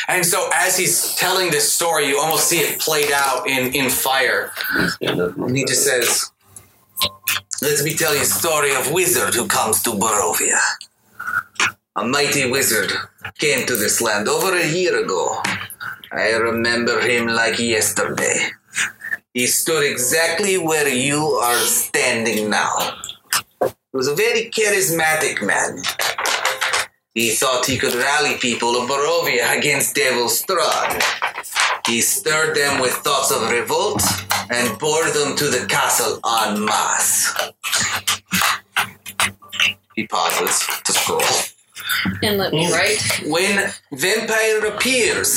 Speaker 4: and so, as he's telling this story, you almost see it played out in in fire.
Speaker 13: And he just says, Let me tell you a story of wizard who comes to Barovia. A mighty wizard came to this land over a year ago. I remember him like yesterday. He stood exactly where you are standing now. He was a very charismatic man. He thought he could rally people of Barovia against Devil's Strahd. He stirred them with thoughts of revolt and bore them to the castle en masse. He pauses to scroll.
Speaker 3: And let me write.
Speaker 13: When vampire appears,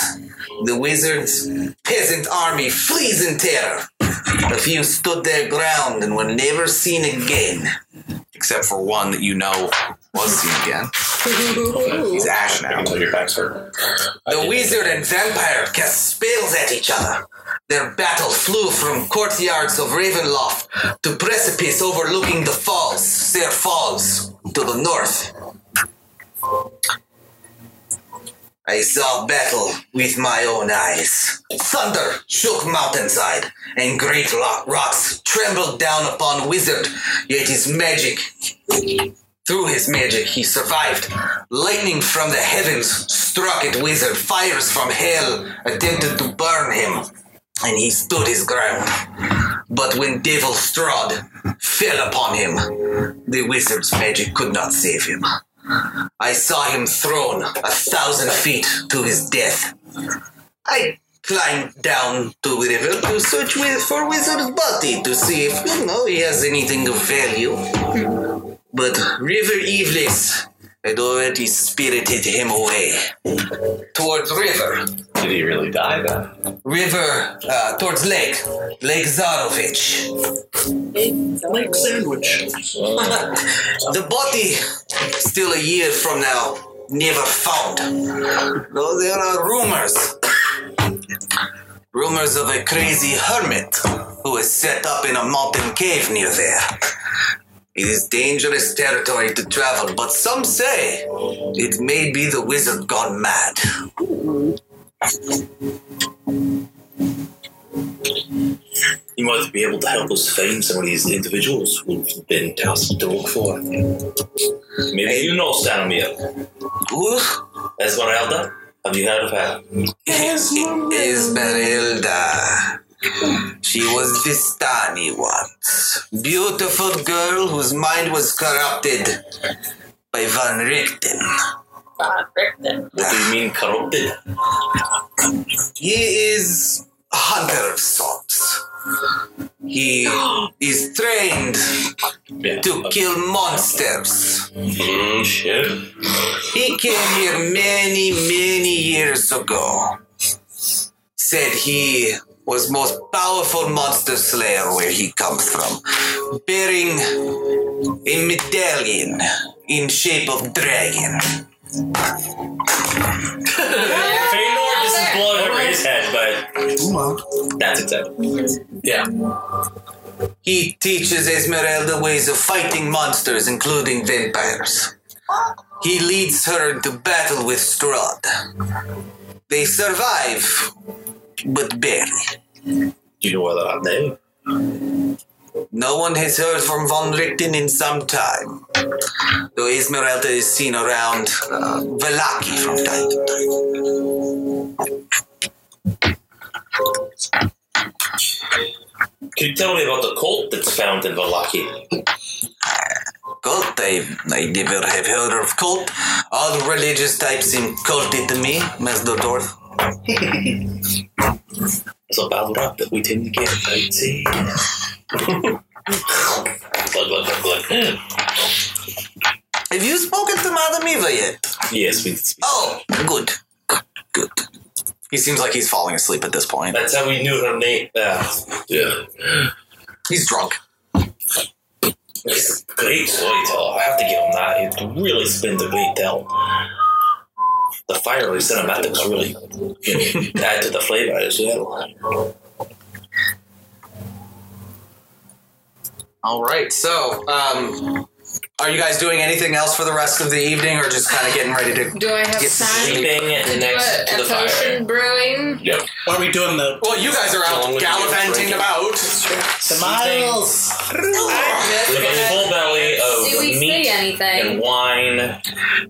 Speaker 13: the wizard's peasant army flees in terror. A few stood their ground and were never seen again.
Speaker 4: Except for one that you know was seen again. He's ash now.
Speaker 2: Until your back's hurt.
Speaker 13: The wizard and vampire cast spells at each other. Their battle flew from courtyards of Ravenloft to precipice overlooking the falls, Sere Falls, to the north. I saw battle with my own eyes. Thunder shook mountainside, and great lo- rocks trembled down upon wizard, yet his magic through his magic, he survived. Lightning from the heavens struck at Wizard. Fires from hell attempted to burn him, and he stood his ground. But when Devil Strahd fell upon him, the Wizard's magic could not save him. I saw him thrown a thousand feet to his death. I climbed down to the river to search with, for Wizard's body to see if, you know, he has anything of value. But River Evlis had already spirited him away towards River.
Speaker 12: Did he really die then?
Speaker 13: River, uh, towards Lake. Lake Zarovich.
Speaker 14: Like sandwich.
Speaker 13: the body, still a year from now, never found. Though there are rumors. rumors of a crazy hermit who is set up in a mountain cave near there. It is dangerous territory to travel, but some say it may be the wizard gone mad.
Speaker 2: You might be able to help us find some of these individuals we've been tasked to look for. Maybe you know Stanmir.
Speaker 13: Who?
Speaker 2: Esmeralda? Have you heard of her?
Speaker 13: Esmeralda. She was Vistani once. Beautiful girl whose mind was corrupted by Van Richten.
Speaker 2: What do you mean corrupted?
Speaker 13: He is a hunter of sorts. He is trained to kill monsters.
Speaker 12: Mm, shit.
Speaker 13: He came here many, many years ago. Said he was most powerful monster slayer where he comes from, bearing a medallion in shape of dragon.
Speaker 12: Feynor just is blood over his head, but that's it. Yeah.
Speaker 13: He teaches Esmeralda ways of fighting monsters, including vampires. He leads her into battle with Strahd. They survive, but barely.
Speaker 2: Do you know where they're at now?
Speaker 13: No one has heard from von Richten in some time, though Esmeralda is seen around uh, Velaki from time to time.
Speaker 2: Can you tell me about the cult that's found in Valaki?
Speaker 13: Cult, I, I never have heard of cult. All the religious types seem culty to me, Master Dorf.
Speaker 2: It's a bad rap that we didn't get, I'd say. Look, look, look, look.
Speaker 13: Have you spoken to Madame Eva yet?
Speaker 2: Yes, we did speak.
Speaker 13: Oh, good. Good. He seems like he's falling asleep at this point.
Speaker 2: That's how we knew her name. Uh, yeah.
Speaker 13: He's drunk.
Speaker 2: He's a great storyteller. I have to give him that. He really spins a great tale. The fiery cinematics really you know, add to the flavor as well.
Speaker 4: All right. So, um, are you guys doing anything else for the rest of the evening, or just kind of getting ready to?
Speaker 3: Do I have
Speaker 4: Get
Speaker 3: time
Speaker 2: Sleeping
Speaker 3: to do
Speaker 2: next
Speaker 3: a,
Speaker 2: to
Speaker 3: a
Speaker 2: the fire.
Speaker 3: potion brewing?
Speaker 12: Yep.
Speaker 14: What are we doing though?
Speaker 4: Well, you guys are
Speaker 12: Along
Speaker 4: out
Speaker 12: with you,
Speaker 4: gallivanting
Speaker 12: drinking.
Speaker 4: about.
Speaker 14: The miles.
Speaker 12: With a full belly
Speaker 3: Do
Speaker 12: of
Speaker 3: we see
Speaker 12: meat and
Speaker 3: anything?
Speaker 12: wine.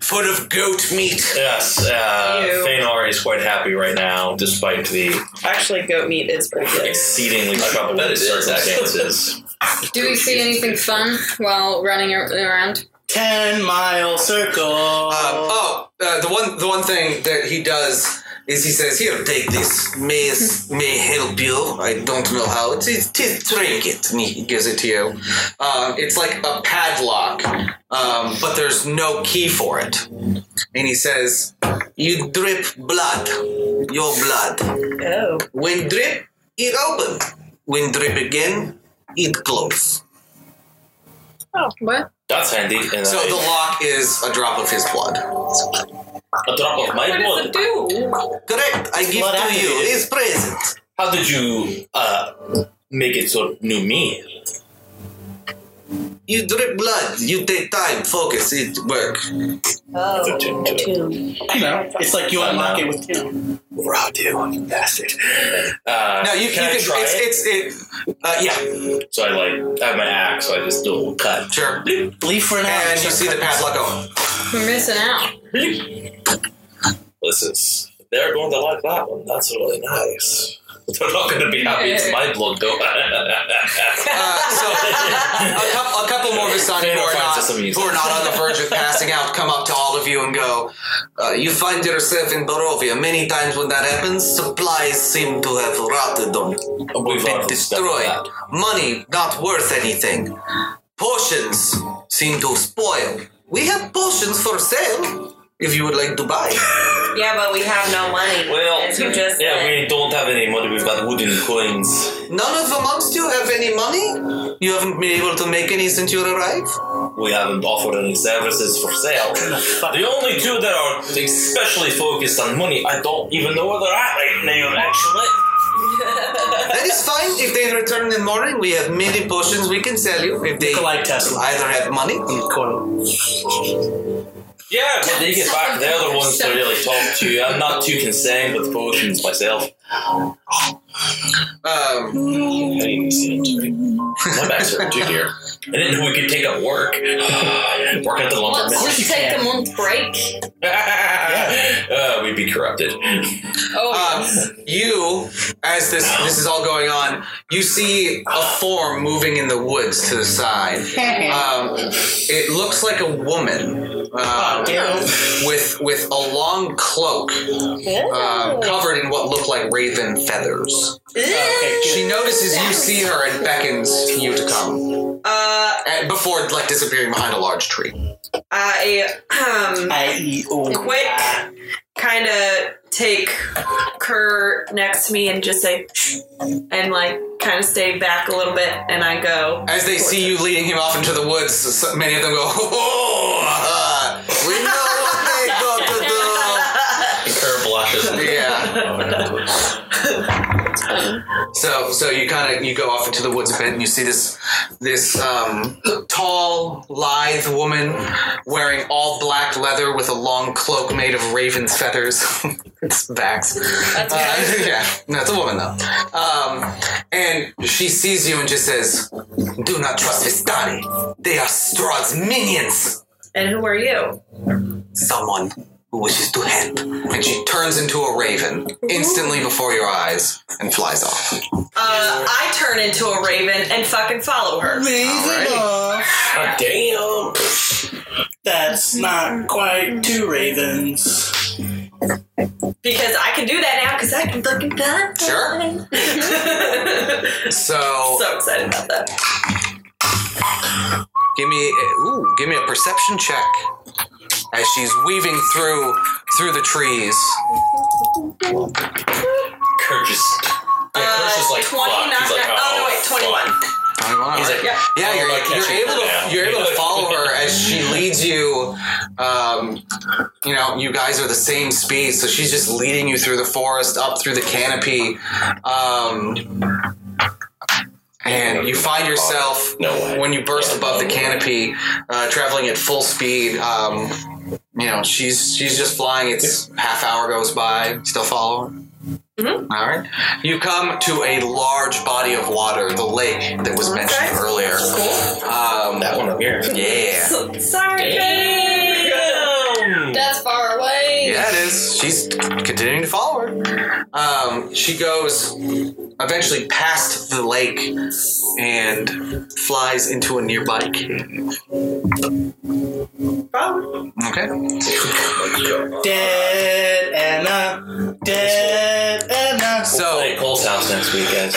Speaker 4: Foot of goat meat.
Speaker 12: Yes, uh,
Speaker 9: Ew.
Speaker 12: Feynor is quite happy right now, despite the
Speaker 9: Actually, goat meat is pretty good.
Speaker 12: exceedingly troubling circumstances.
Speaker 3: Do we see anything fun while running ar- around?
Speaker 14: Ten mile circle.
Speaker 4: Um, oh, uh, the one the one thing that he does is he says here.
Speaker 13: Take this. May may help you. I don't know how. It's it's it's trinket.
Speaker 4: And he gives it to you. Um, it's like a padlock, um, but there's no key for it. And he says,
Speaker 13: You drip blood. Your blood.
Speaker 9: Oh.
Speaker 13: When drip, it open. When drip again, it close.
Speaker 3: What?
Speaker 2: That's handy. And
Speaker 4: "So the
Speaker 2: I,
Speaker 4: lock is a drop of his blood."
Speaker 2: a drop of my
Speaker 9: What does
Speaker 2: blood.
Speaker 9: it do?
Speaker 13: Correct. I give
Speaker 14: Blood
Speaker 13: to you.
Speaker 14: activated.
Speaker 13: It's present.
Speaker 2: How did you uh, make it so it knew me?
Speaker 13: You drip blood. You take time. Focus. It work.
Speaker 9: Oh,
Speaker 2: a
Speaker 14: You know, it's like you unlock it with two.
Speaker 2: Rob, you bastard. Uh,
Speaker 4: No, you
Speaker 2: can I
Speaker 4: you
Speaker 2: try it?
Speaker 4: it's, it's it. Uh, yeah,
Speaker 2: So I like I have my axe, so I just do a little cut.
Speaker 4: sure.
Speaker 14: Leave for an hour.
Speaker 4: And you see the padlock going.
Speaker 3: We're missing out.
Speaker 2: This is they're going to like that one. That's really nice. They're not going to be happy. It's my blood, though.
Speaker 4: Uh, a, couple, a couple more of his on who are, not, who are not on the verge of passing out come up to all of you and go, uh, You find yourself in Barovia. Many times when that happens, supplies seem to have rotted on
Speaker 2: We've
Speaker 4: been destroyed. Money not worth anything. Potions seem to spoil. We have potions for sale if you would like to buy.
Speaker 9: Yeah, but we have no money.
Speaker 2: Well,
Speaker 9: as you just
Speaker 2: yeah,
Speaker 9: said.
Speaker 2: we don't have any money. We've got wooden coins.
Speaker 4: None of amongst you have any money? You haven't been able to make any since you arrived?
Speaker 2: We haven't offered any services for sale. the only two that are especially focused on money, I don't even know where they're at right now, actually.
Speaker 4: that is fine. If they return in the morning, we have many potions we can sell you. If they either have money,
Speaker 2: Yeah, when they get back, they're the ones to really talk to. I'm not too concerned with potions myself.
Speaker 4: Um,
Speaker 2: I didn't see it. My back's hurt too, dear. I didn't know we could take up work. work at the lumberman.
Speaker 17: Let's just take a month break.
Speaker 2: Uh, we'd be corrupted.
Speaker 4: Oh, you, as this this is all going on, you see a form moving in the woods to the side. Um, it looks like a woman um, with with a long cloak um, covered in what look like raven feathers. She notices you see her and beckons you to come.
Speaker 9: Uh,
Speaker 4: and before like disappearing behind a large tree.
Speaker 9: I um
Speaker 14: E
Speaker 9: quick kind of take her next to me and just say "Shh," and like kind of stay back a little bit and I go
Speaker 4: As they see you leading him off into the woods, so- many of them go, "Oh, uh, we know what
Speaker 2: Her blushes.
Speaker 4: they got to do." Yeah. so, so you kind of you go off into the woods a bit, and you see this this um, tall, lithe woman wearing all black leather with a long cloak made of raven's feathers. it's backs. That's yeah, that's a woman though. Um, and she sees you and just says, "Do not trust Vistani. They are Strahd's minions."
Speaker 9: And who are you?
Speaker 4: Someone who wishes to help. And she turns into a raven instantly before your eyes and flies off.
Speaker 9: uh, I turn into a raven and fucking follow her
Speaker 2: damn
Speaker 14: That's not quite two ravens.
Speaker 9: because I can do that now because I can fucking fly sure
Speaker 4: So
Speaker 9: so excited about that
Speaker 4: Give me, ooh, give me a perception check as she's weaving through through the trees.
Speaker 2: Kurt just, yeah, Kurt just like, fuck. He's like, oh, no, wait, 21.
Speaker 4: He's
Speaker 2: like,
Speaker 4: yeah, yeah you're,
Speaker 2: like
Speaker 4: you're
Speaker 2: catching
Speaker 4: able
Speaker 2: her
Speaker 4: to
Speaker 2: now.
Speaker 4: you're able to follow her as she leads you. Um, you know, you guys are the same speed, so she's just leading you through the forest, up through the canopy. Um, and you find yourself when you burst above the canopy, uh, traveling at full speed. Um, you know, she's she's just flying. It's half hour goes by, still follow her. All right. You come to a large body of water, the lake that was mentioned earlier. Um, that one over here. Yeah.
Speaker 9: sorry
Speaker 17: That's far away.
Speaker 4: Yeah, it is. She's continuing to follow her. Um, she goes eventually past the lake and flies into a nearby cave. Okay.
Speaker 14: Dead Anna. Dead Anna.
Speaker 4: So
Speaker 2: Hey, Cole's house next week, guys.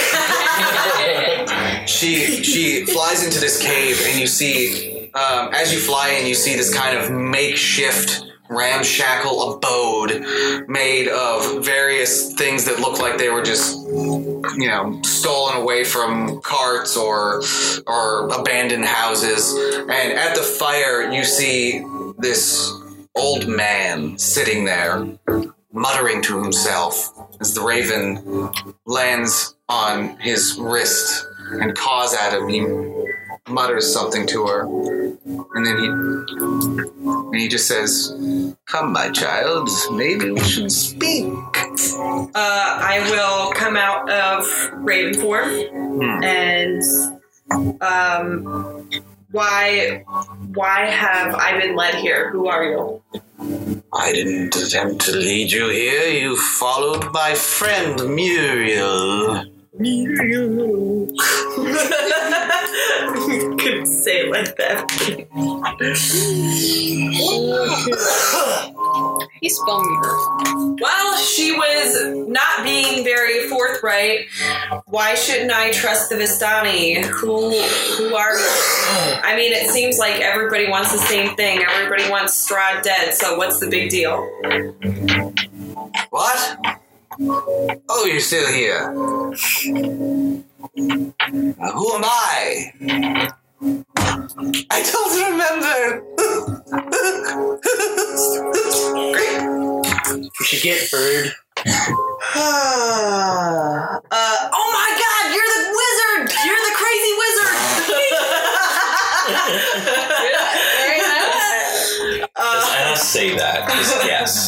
Speaker 4: she she flies into this cave, and you see um, as you fly in, you see this kind of makeshift ramshackle abode made of various things that look like they were just you know stolen away from carts or or abandoned houses and at the fire you see this old man sitting there muttering to himself as the raven lands on his wrist and caws at him. He mutters something to her, and then he and he just says, "Come, my child, maybe we should speak."
Speaker 9: uh, I will come out of Raven form and um, why why have I been led here? Who are you?
Speaker 13: I didn't attempt to lead you here. You followed my friend Muriel.
Speaker 9: Couldn't say it like that.
Speaker 17: He spun me.
Speaker 9: Well, she was not being very forthright. Why shouldn't I trust the Vistani? Who who are I mean, it seems like everybody wants the same thing. Everybody wants Strahd dead, so what's the big deal?
Speaker 13: What? Oh, you're still here. Uh, who am I? I don't remember.
Speaker 14: We should get bird.
Speaker 9: uh, oh my god, you're the wizard! You're the crazy wizard!
Speaker 2: Does Anna say that? Just yes.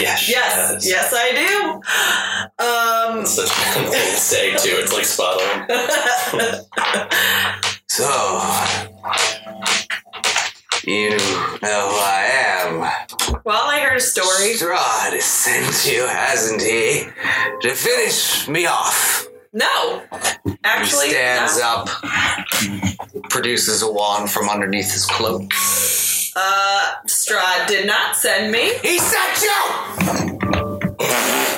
Speaker 2: Yes.
Speaker 9: yes, yes, I do. Um,
Speaker 12: Such a cool thing to say too. It's like spot on.
Speaker 13: So, you know who I am.
Speaker 9: well, I heard a story.
Speaker 13: Strahd sent you, hasn't he? To finish me off.
Speaker 9: No, actually, uh,
Speaker 13: he stands up, produces a wand from underneath his cloak.
Speaker 9: uh, Strahd did not send me.
Speaker 13: He sent you.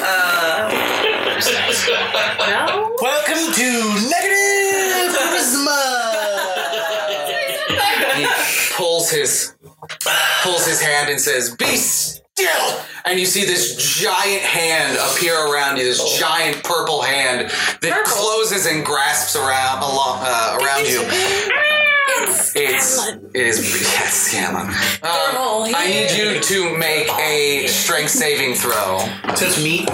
Speaker 9: Uh,
Speaker 5: Welcome to Negative
Speaker 4: He
Speaker 5: Charisma.
Speaker 4: pulls his pulls his hand and says, "Be still." And you see this giant hand appear around you. This giant purple hand that closes and grasps around along uh, around you. It's it is yes, Scanlan. Um, I need you to make a strength saving throw.
Speaker 14: So it's meat.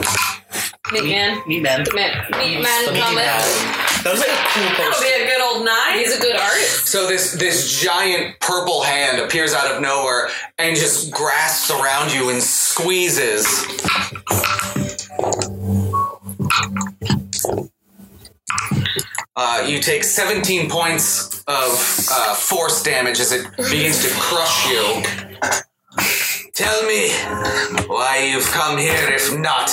Speaker 17: Meat man.
Speaker 14: Meat man.
Speaker 17: Man. Meat man
Speaker 4: Meat
Speaker 17: comment.
Speaker 4: man.
Speaker 14: That was like a cool
Speaker 17: That
Speaker 14: post.
Speaker 17: would
Speaker 9: be a good old nine.
Speaker 17: He's a good artist.
Speaker 4: So this this giant purple hand appears out of nowhere and just grasps around you and squeezes. Uh, you take 17 points of uh, force damage as it begins to crush you.
Speaker 13: Tell me why you've come here, if not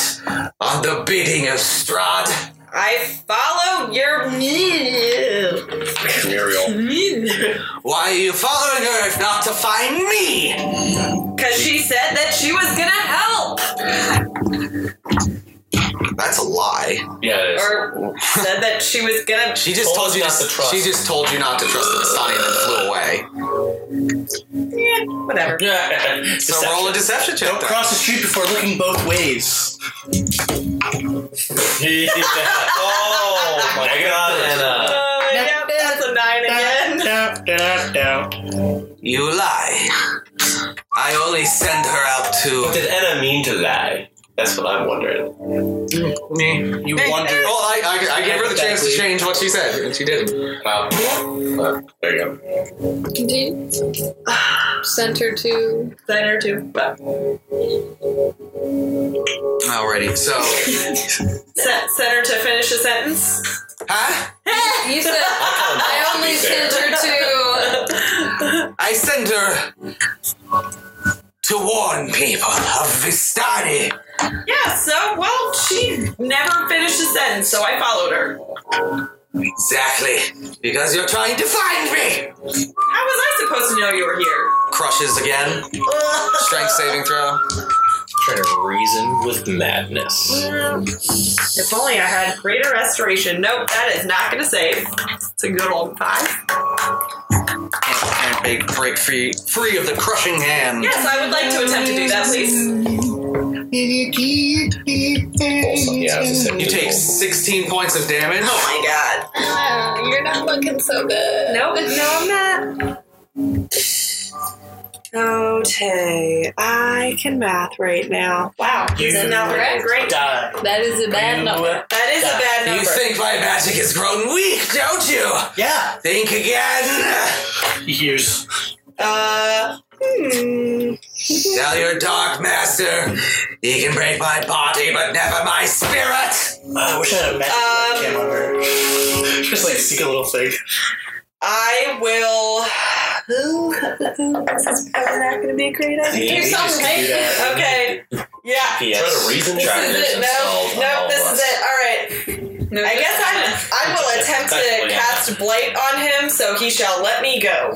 Speaker 13: on the bidding of Strahd.
Speaker 9: I follow your
Speaker 12: Muriel.
Speaker 13: Why are you following her, if not to find me?
Speaker 9: because she said that she was gonna help,
Speaker 13: That's a lie.
Speaker 12: Yeah, it is.
Speaker 9: or said that she was gonna.
Speaker 4: She just told, you not to trust. She just told you not to trust the Sonny and then flew away.
Speaker 9: Yeah, whatever.
Speaker 4: So roll a deception check.
Speaker 14: Don't
Speaker 4: then.
Speaker 14: cross the street before looking both ways.
Speaker 2: oh my god, Anna.
Speaker 9: Uh, yeah, that's a nine again.
Speaker 13: You lie. I only send her out to.
Speaker 12: Did Anna mean to lie? That's what I'm wondering.
Speaker 14: You wonder.
Speaker 4: Well, Oh, I, I, I gave her the chance to change what she said, and she didn't.
Speaker 12: Wow. Uh, there you go.
Speaker 17: Continue. Center to.
Speaker 9: Center to. But
Speaker 4: Alrighty, so
Speaker 9: set, set her to finish a sentence.
Speaker 4: huh?
Speaker 17: You said I only center to.
Speaker 13: I send her to warn people of Vistani.
Speaker 9: Yeah. So well, she never finished a sentence, so I followed her.
Speaker 13: Exactly. Because you're trying to find me.
Speaker 9: How was I supposed to know you were here?
Speaker 4: Crushes again. Strength saving throw.
Speaker 2: Trying to reason with madness.
Speaker 9: If only I had greater restoration. Nope, that is not going to save. It's a good old five.
Speaker 4: And big break free free of the crushing hand.
Speaker 9: Yes, I would like to attempt to do that, please.
Speaker 12: Yeah, it's a
Speaker 4: You take 16 points of damage.
Speaker 9: Oh my god.
Speaker 17: Ah, you're not looking so good.
Speaker 9: Nope, no, I'm not. Okay, I can math right now. Wow,
Speaker 14: You
Speaker 9: it's not looking great.
Speaker 14: Die.
Speaker 17: That is a bad
Speaker 3: uh,
Speaker 17: number.
Speaker 9: That is a bad
Speaker 13: You
Speaker 9: number.
Speaker 13: think my magic has grown weak, don't you?
Speaker 14: Yeah.
Speaker 13: Think again.
Speaker 14: He hears.
Speaker 9: Uh, hmm.
Speaker 13: Tell your dark master he can break my body, but never my spirit.
Speaker 14: Oh, I wish I had a magic webcam
Speaker 9: Um,
Speaker 14: on her. Just like stick a little thing.
Speaker 9: I will Who? That's probably not going to be a great idea.
Speaker 3: Do something.
Speaker 9: Okay. Yeah.
Speaker 2: Yes. Try to reason
Speaker 9: This
Speaker 2: trackers
Speaker 9: is it.
Speaker 2: themselves
Speaker 9: No,
Speaker 2: on all
Speaker 9: no,
Speaker 2: of
Speaker 9: this is
Speaker 2: us.
Speaker 9: it. All right. I guess I'm, I will attempt to
Speaker 4: Technically, yeah.
Speaker 9: cast Blight on him, so he shall let me go.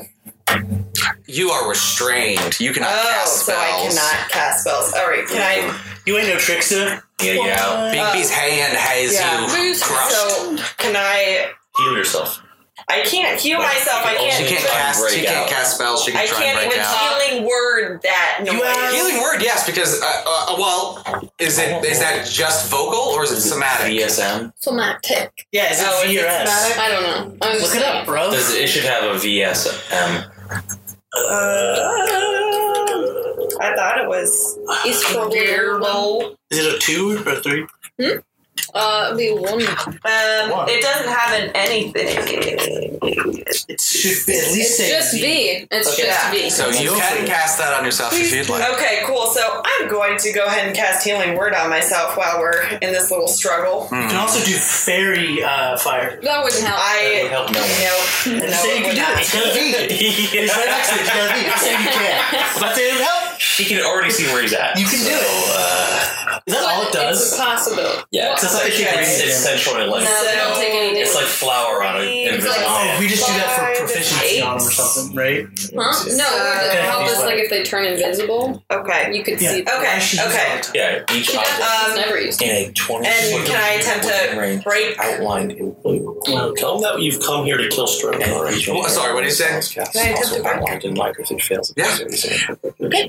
Speaker 4: You are restrained. You cannot
Speaker 9: oh,
Speaker 4: cast
Speaker 9: so I
Speaker 4: spells.
Speaker 9: cannot cast spells. All right, can I?
Speaker 4: You ain't no trickster.
Speaker 2: Yeah,
Speaker 9: yeah.
Speaker 4: Big B's hand has you crushed.
Speaker 9: Oh. So can I?
Speaker 2: Heal yourself.
Speaker 9: I can't heal
Speaker 4: Well,
Speaker 9: myself. I
Speaker 4: oh,
Speaker 9: can't.
Speaker 4: She can't cast. She can't cast spells. She can
Speaker 9: I
Speaker 4: try
Speaker 9: can't
Speaker 4: and break
Speaker 9: even
Speaker 4: out.
Speaker 9: healing word that noise.
Speaker 4: Healing word, yes, because uh, uh, well, is it is that just vocal or is it somatic?
Speaker 2: VSM.
Speaker 3: Somatic.
Speaker 5: Yeah, is it
Speaker 3: oh,
Speaker 5: V or S?
Speaker 3: I don't know. I was
Speaker 5: Look
Speaker 3: just
Speaker 5: it
Speaker 3: saying.
Speaker 5: up, bro.
Speaker 2: Does it, it should have a VSM.
Speaker 9: I thought it was.
Speaker 3: It's probably a one.
Speaker 5: Is it a two or a three?
Speaker 3: Uh, it'd be a one.
Speaker 9: Um, It doesn't have an anything.
Speaker 5: It should be at least
Speaker 3: It's
Speaker 5: say
Speaker 3: just V. It's just V.
Speaker 4: So you can cast that on yourself if you'd like.
Speaker 9: Okay, cool. So I'm going to go ahead and cast healing word on myself while we're in this little struggle.
Speaker 4: Hmm.
Speaker 5: You can also do fairy uh, fire.
Speaker 3: That wouldn't help.
Speaker 9: I
Speaker 5: would help no one.
Speaker 9: no.
Speaker 5: I'm saying you can do it. It's gonna be. It's right next to it. It's gonna be. I'm saying you can. But they help.
Speaker 2: He can already see where he's at. uh,
Speaker 5: You can do it. Is that all it
Speaker 3: It's
Speaker 5: does?
Speaker 3: a possibility.
Speaker 2: Yeah,
Speaker 5: It's
Speaker 2: it's
Speaker 5: not
Speaker 2: like
Speaker 5: like you can
Speaker 2: it's,
Speaker 5: read
Speaker 2: it's
Speaker 5: it.
Speaker 2: essentially like
Speaker 3: No, they don't take any
Speaker 2: it's
Speaker 3: damage.
Speaker 2: like flour on an
Speaker 3: It's
Speaker 2: invisible
Speaker 3: like-
Speaker 2: hand.
Speaker 5: Oh, we just do that
Speaker 3: Five,
Speaker 5: for proficiency on them or something, right?
Speaker 3: Huh? No, it would
Speaker 5: Okay.
Speaker 3: help us like if they turn invisible.
Speaker 9: Okay.
Speaker 3: You could
Speaker 5: Yeah.
Speaker 3: see. them.
Speaker 9: Okay. Okay.
Speaker 2: Yeah, each
Speaker 3: She
Speaker 2: object
Speaker 3: does, she's never used.
Speaker 2: in a twenty
Speaker 9: And
Speaker 2: foot
Speaker 9: can I attempt to
Speaker 2: range
Speaker 9: break?
Speaker 2: outlined in blue.
Speaker 12: Tell them that you've come here to kill Strode.
Speaker 4: Well, sorry, what did you say?
Speaker 9: Can I attempt
Speaker 2: Also
Speaker 9: to break?
Speaker 2: outlined in black if it fails.
Speaker 4: Yeah.
Speaker 9: Okay.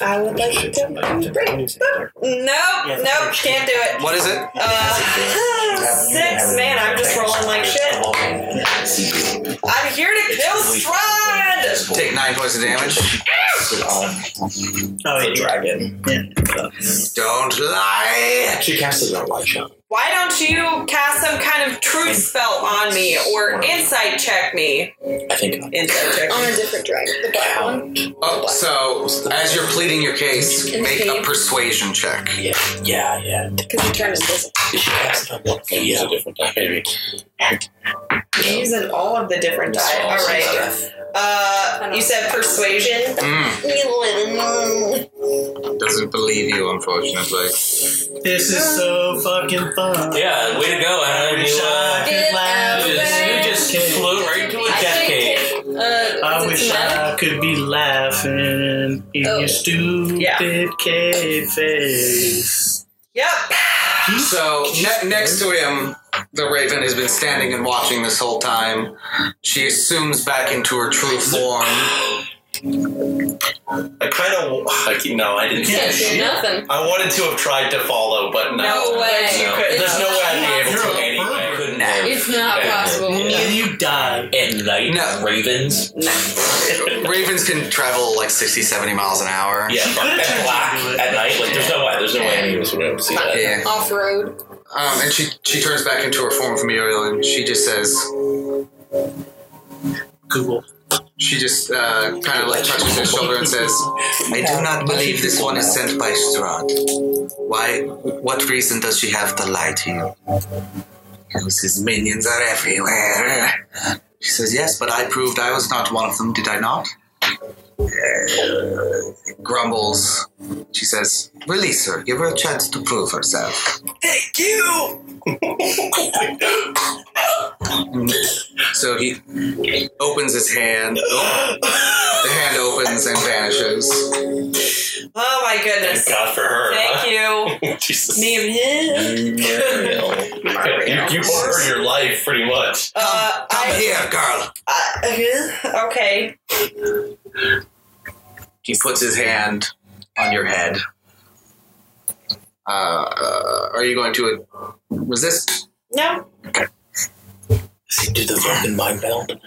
Speaker 9: I would like to break. Nope, nope, can't do it.
Speaker 4: What is it?
Speaker 9: Uh, six, man, I'm just rolling like shit. I'm here to kill Strahd!
Speaker 4: Take nine points of damage.
Speaker 5: Oh,
Speaker 2: the dragon.
Speaker 4: Don't lie.
Speaker 2: She casted a light shot.
Speaker 9: Why don't you cast some kind of truth spell on me or insight check me?
Speaker 2: I think
Speaker 9: Insight check
Speaker 3: On
Speaker 9: me.
Speaker 3: a different dragon, the black one.
Speaker 4: Oh, so as you're pleading your case, make a persuasion check.
Speaker 2: Yeah, yeah, yeah.
Speaker 3: Because he turned invisible.
Speaker 2: She cast a light shot.
Speaker 12: Use a different die, maybe.
Speaker 9: Using all of the different die. All right. Uh, you said persuasion.
Speaker 4: Mm, doesn't believe you, unfortunately.
Speaker 5: This is so fucking fun.
Speaker 2: Yeah, way to go, Anna. You, uh,
Speaker 3: Get out
Speaker 2: you just, you
Speaker 3: there.
Speaker 2: just flew right into a
Speaker 3: I
Speaker 2: death
Speaker 3: think
Speaker 2: cave.
Speaker 3: it- Uh,
Speaker 5: I
Speaker 3: is it
Speaker 5: wish
Speaker 3: somatic?
Speaker 5: I could be laughing in
Speaker 3: Oh.
Speaker 5: your stupid
Speaker 9: Yeah.
Speaker 5: cave face.
Speaker 9: Yep.
Speaker 4: So ne- next to him, the raven has been standing and watching this whole time. She assumes back into her true form.
Speaker 12: I kind of. I keep- No, I didn't.
Speaker 3: You can't do nothing.
Speaker 12: I wanted to have tried to follow, but no.
Speaker 3: No way.
Speaker 12: No.
Speaker 3: It's
Speaker 12: There's no
Speaker 3: not
Speaker 12: way I'd be able
Speaker 3: possible.
Speaker 12: to anyway.
Speaker 2: Couldn't
Speaker 3: It's not possible.
Speaker 5: Either you die.
Speaker 2: At night,
Speaker 4: No.
Speaker 2: ravens.
Speaker 4: Ravens can travel like 60, 70 miles an hour.
Speaker 2: Yeah, fuck, at black at night. Like, there's no way. There's no way any of us would be able to see that.
Speaker 4: Yeah.
Speaker 3: Off road.
Speaker 4: Um, and she she turns back into her form of Muriel, and she just says,
Speaker 5: Google.
Speaker 4: she just uh, kind of like touches his shoulder and says, "I do not believe this one is sent by Strahd. Why? What reason does she have to lie to you? Because his minions are everywhere." She says, "Yes, but I proved I was not one of them, did I not?" Uh, grumbles. She says, "Release her. Give her a chance to prove herself."
Speaker 9: Thank you.
Speaker 4: So he opens his hand. The hand opens and vanishes.
Speaker 9: Oh my goodness.
Speaker 12: Thank God for her.
Speaker 9: Thank you.
Speaker 12: you. Jesus.
Speaker 9: Name him.
Speaker 12: You, you bought her your life, pretty much.
Speaker 9: Uh,
Speaker 4: Come
Speaker 9: I,
Speaker 4: here, girl.
Speaker 9: uh, okay.
Speaker 4: He puts his hand on your head. Uh, uh, are you going to uh, resist?
Speaker 9: No.
Speaker 2: Do the fucking mind meld?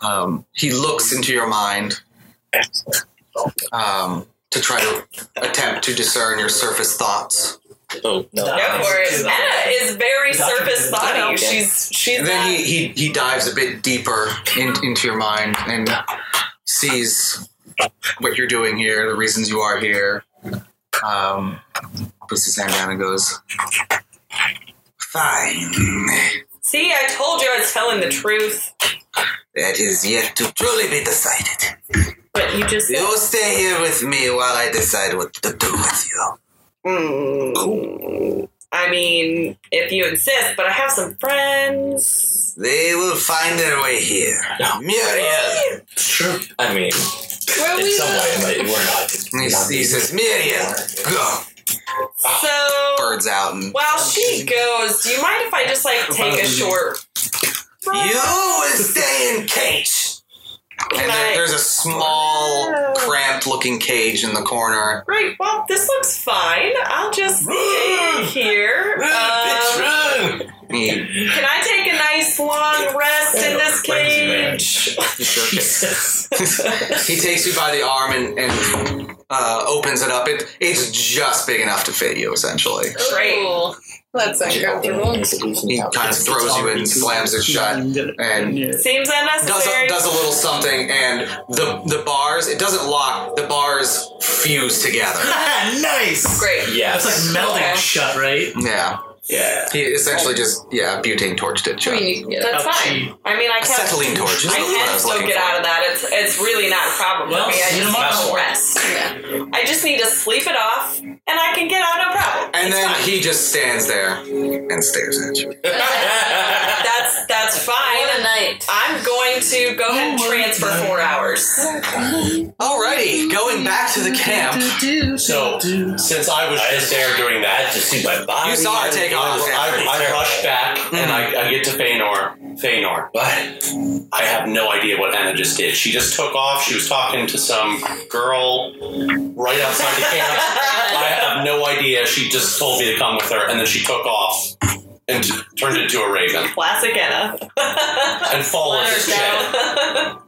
Speaker 4: Um, he looks into your mind um, to try to attempt to discern your surface thoughts.
Speaker 2: Oh no!
Speaker 9: Go for it. Anna is very surface body. She's she's
Speaker 4: And then he, he, he dives a bit deeper in, into your mind and sees what you're doing here, the reasons you are here. Um, puts his hand down and goes, Fine.
Speaker 9: See, I told you I was telling the truth.
Speaker 13: That is yet to truly be decided.
Speaker 9: But you just.
Speaker 13: You stay here with me while I decide what to do with you.
Speaker 9: "Hmm." I mean, if you insist, but I have some friends.
Speaker 13: They will find their way here. Muriel!
Speaker 2: Sure. I mean,
Speaker 9: Where we
Speaker 2: but we're not.
Speaker 13: He, he says, Muriel, go.
Speaker 9: So
Speaker 13: Birds out and
Speaker 9: while she goes, do you mind if I just like take a short?
Speaker 13: You will stay in cage.
Speaker 4: And there- there's a small, cramped-looking cage in the corner.
Speaker 9: Right. Well, this looks fine. I'll just stay
Speaker 4: Ah!
Speaker 9: here. Um, Can I take a nice long rest in this cage?
Speaker 4: he takes you by the arm and, and uh, opens it up. It it's just big enough to fit you, essentially.
Speaker 9: Great.
Speaker 17: That's uncomfortable.
Speaker 4: He kind of throws you in, slams it shut, and
Speaker 9: Seems
Speaker 4: does
Speaker 9: unnecessary.
Speaker 4: a, does a little something. And the the bars it doesn't lock. The bars fuse together.
Speaker 5: Ah, nice.
Speaker 9: Great.
Speaker 5: That's like melting
Speaker 9: Okay.
Speaker 5: shut, right?
Speaker 4: Yeah.
Speaker 5: Yeah.
Speaker 4: He essentially just yeah butane torched it shut.
Speaker 9: That's fine. I mean, I can't.
Speaker 4: Acetylene torch is
Speaker 9: I
Speaker 4: the word I
Speaker 9: can
Speaker 4: was
Speaker 9: still
Speaker 4: looking
Speaker 9: get
Speaker 4: for.
Speaker 9: out of that. It's it's really not a problem
Speaker 4: Well,
Speaker 9: for me. I
Speaker 4: you
Speaker 9: just
Speaker 4: might as
Speaker 9: need to
Speaker 4: well.
Speaker 9: rest. I just need to sleep it off, and I can get out no problem.
Speaker 4: And then he just stands there and stares at you.
Speaker 9: that's that's fine. night. I'm going to go ahead and transfer four hours.
Speaker 4: Alrighty, going back to the camp.
Speaker 12: So since I was just there doing that, I just see my body.
Speaker 4: You saw her take off.
Speaker 12: I, Mm-hmm. I rush back and I, I get to Feanor. Feanor, but I have no idea what Anna just did. She just took off. She was talking to some girl right outside the camp. I have no idea. She just told me to come with her, and then she took off and t- turned into a raven
Speaker 9: Classic Anna.
Speaker 12: and followed this chick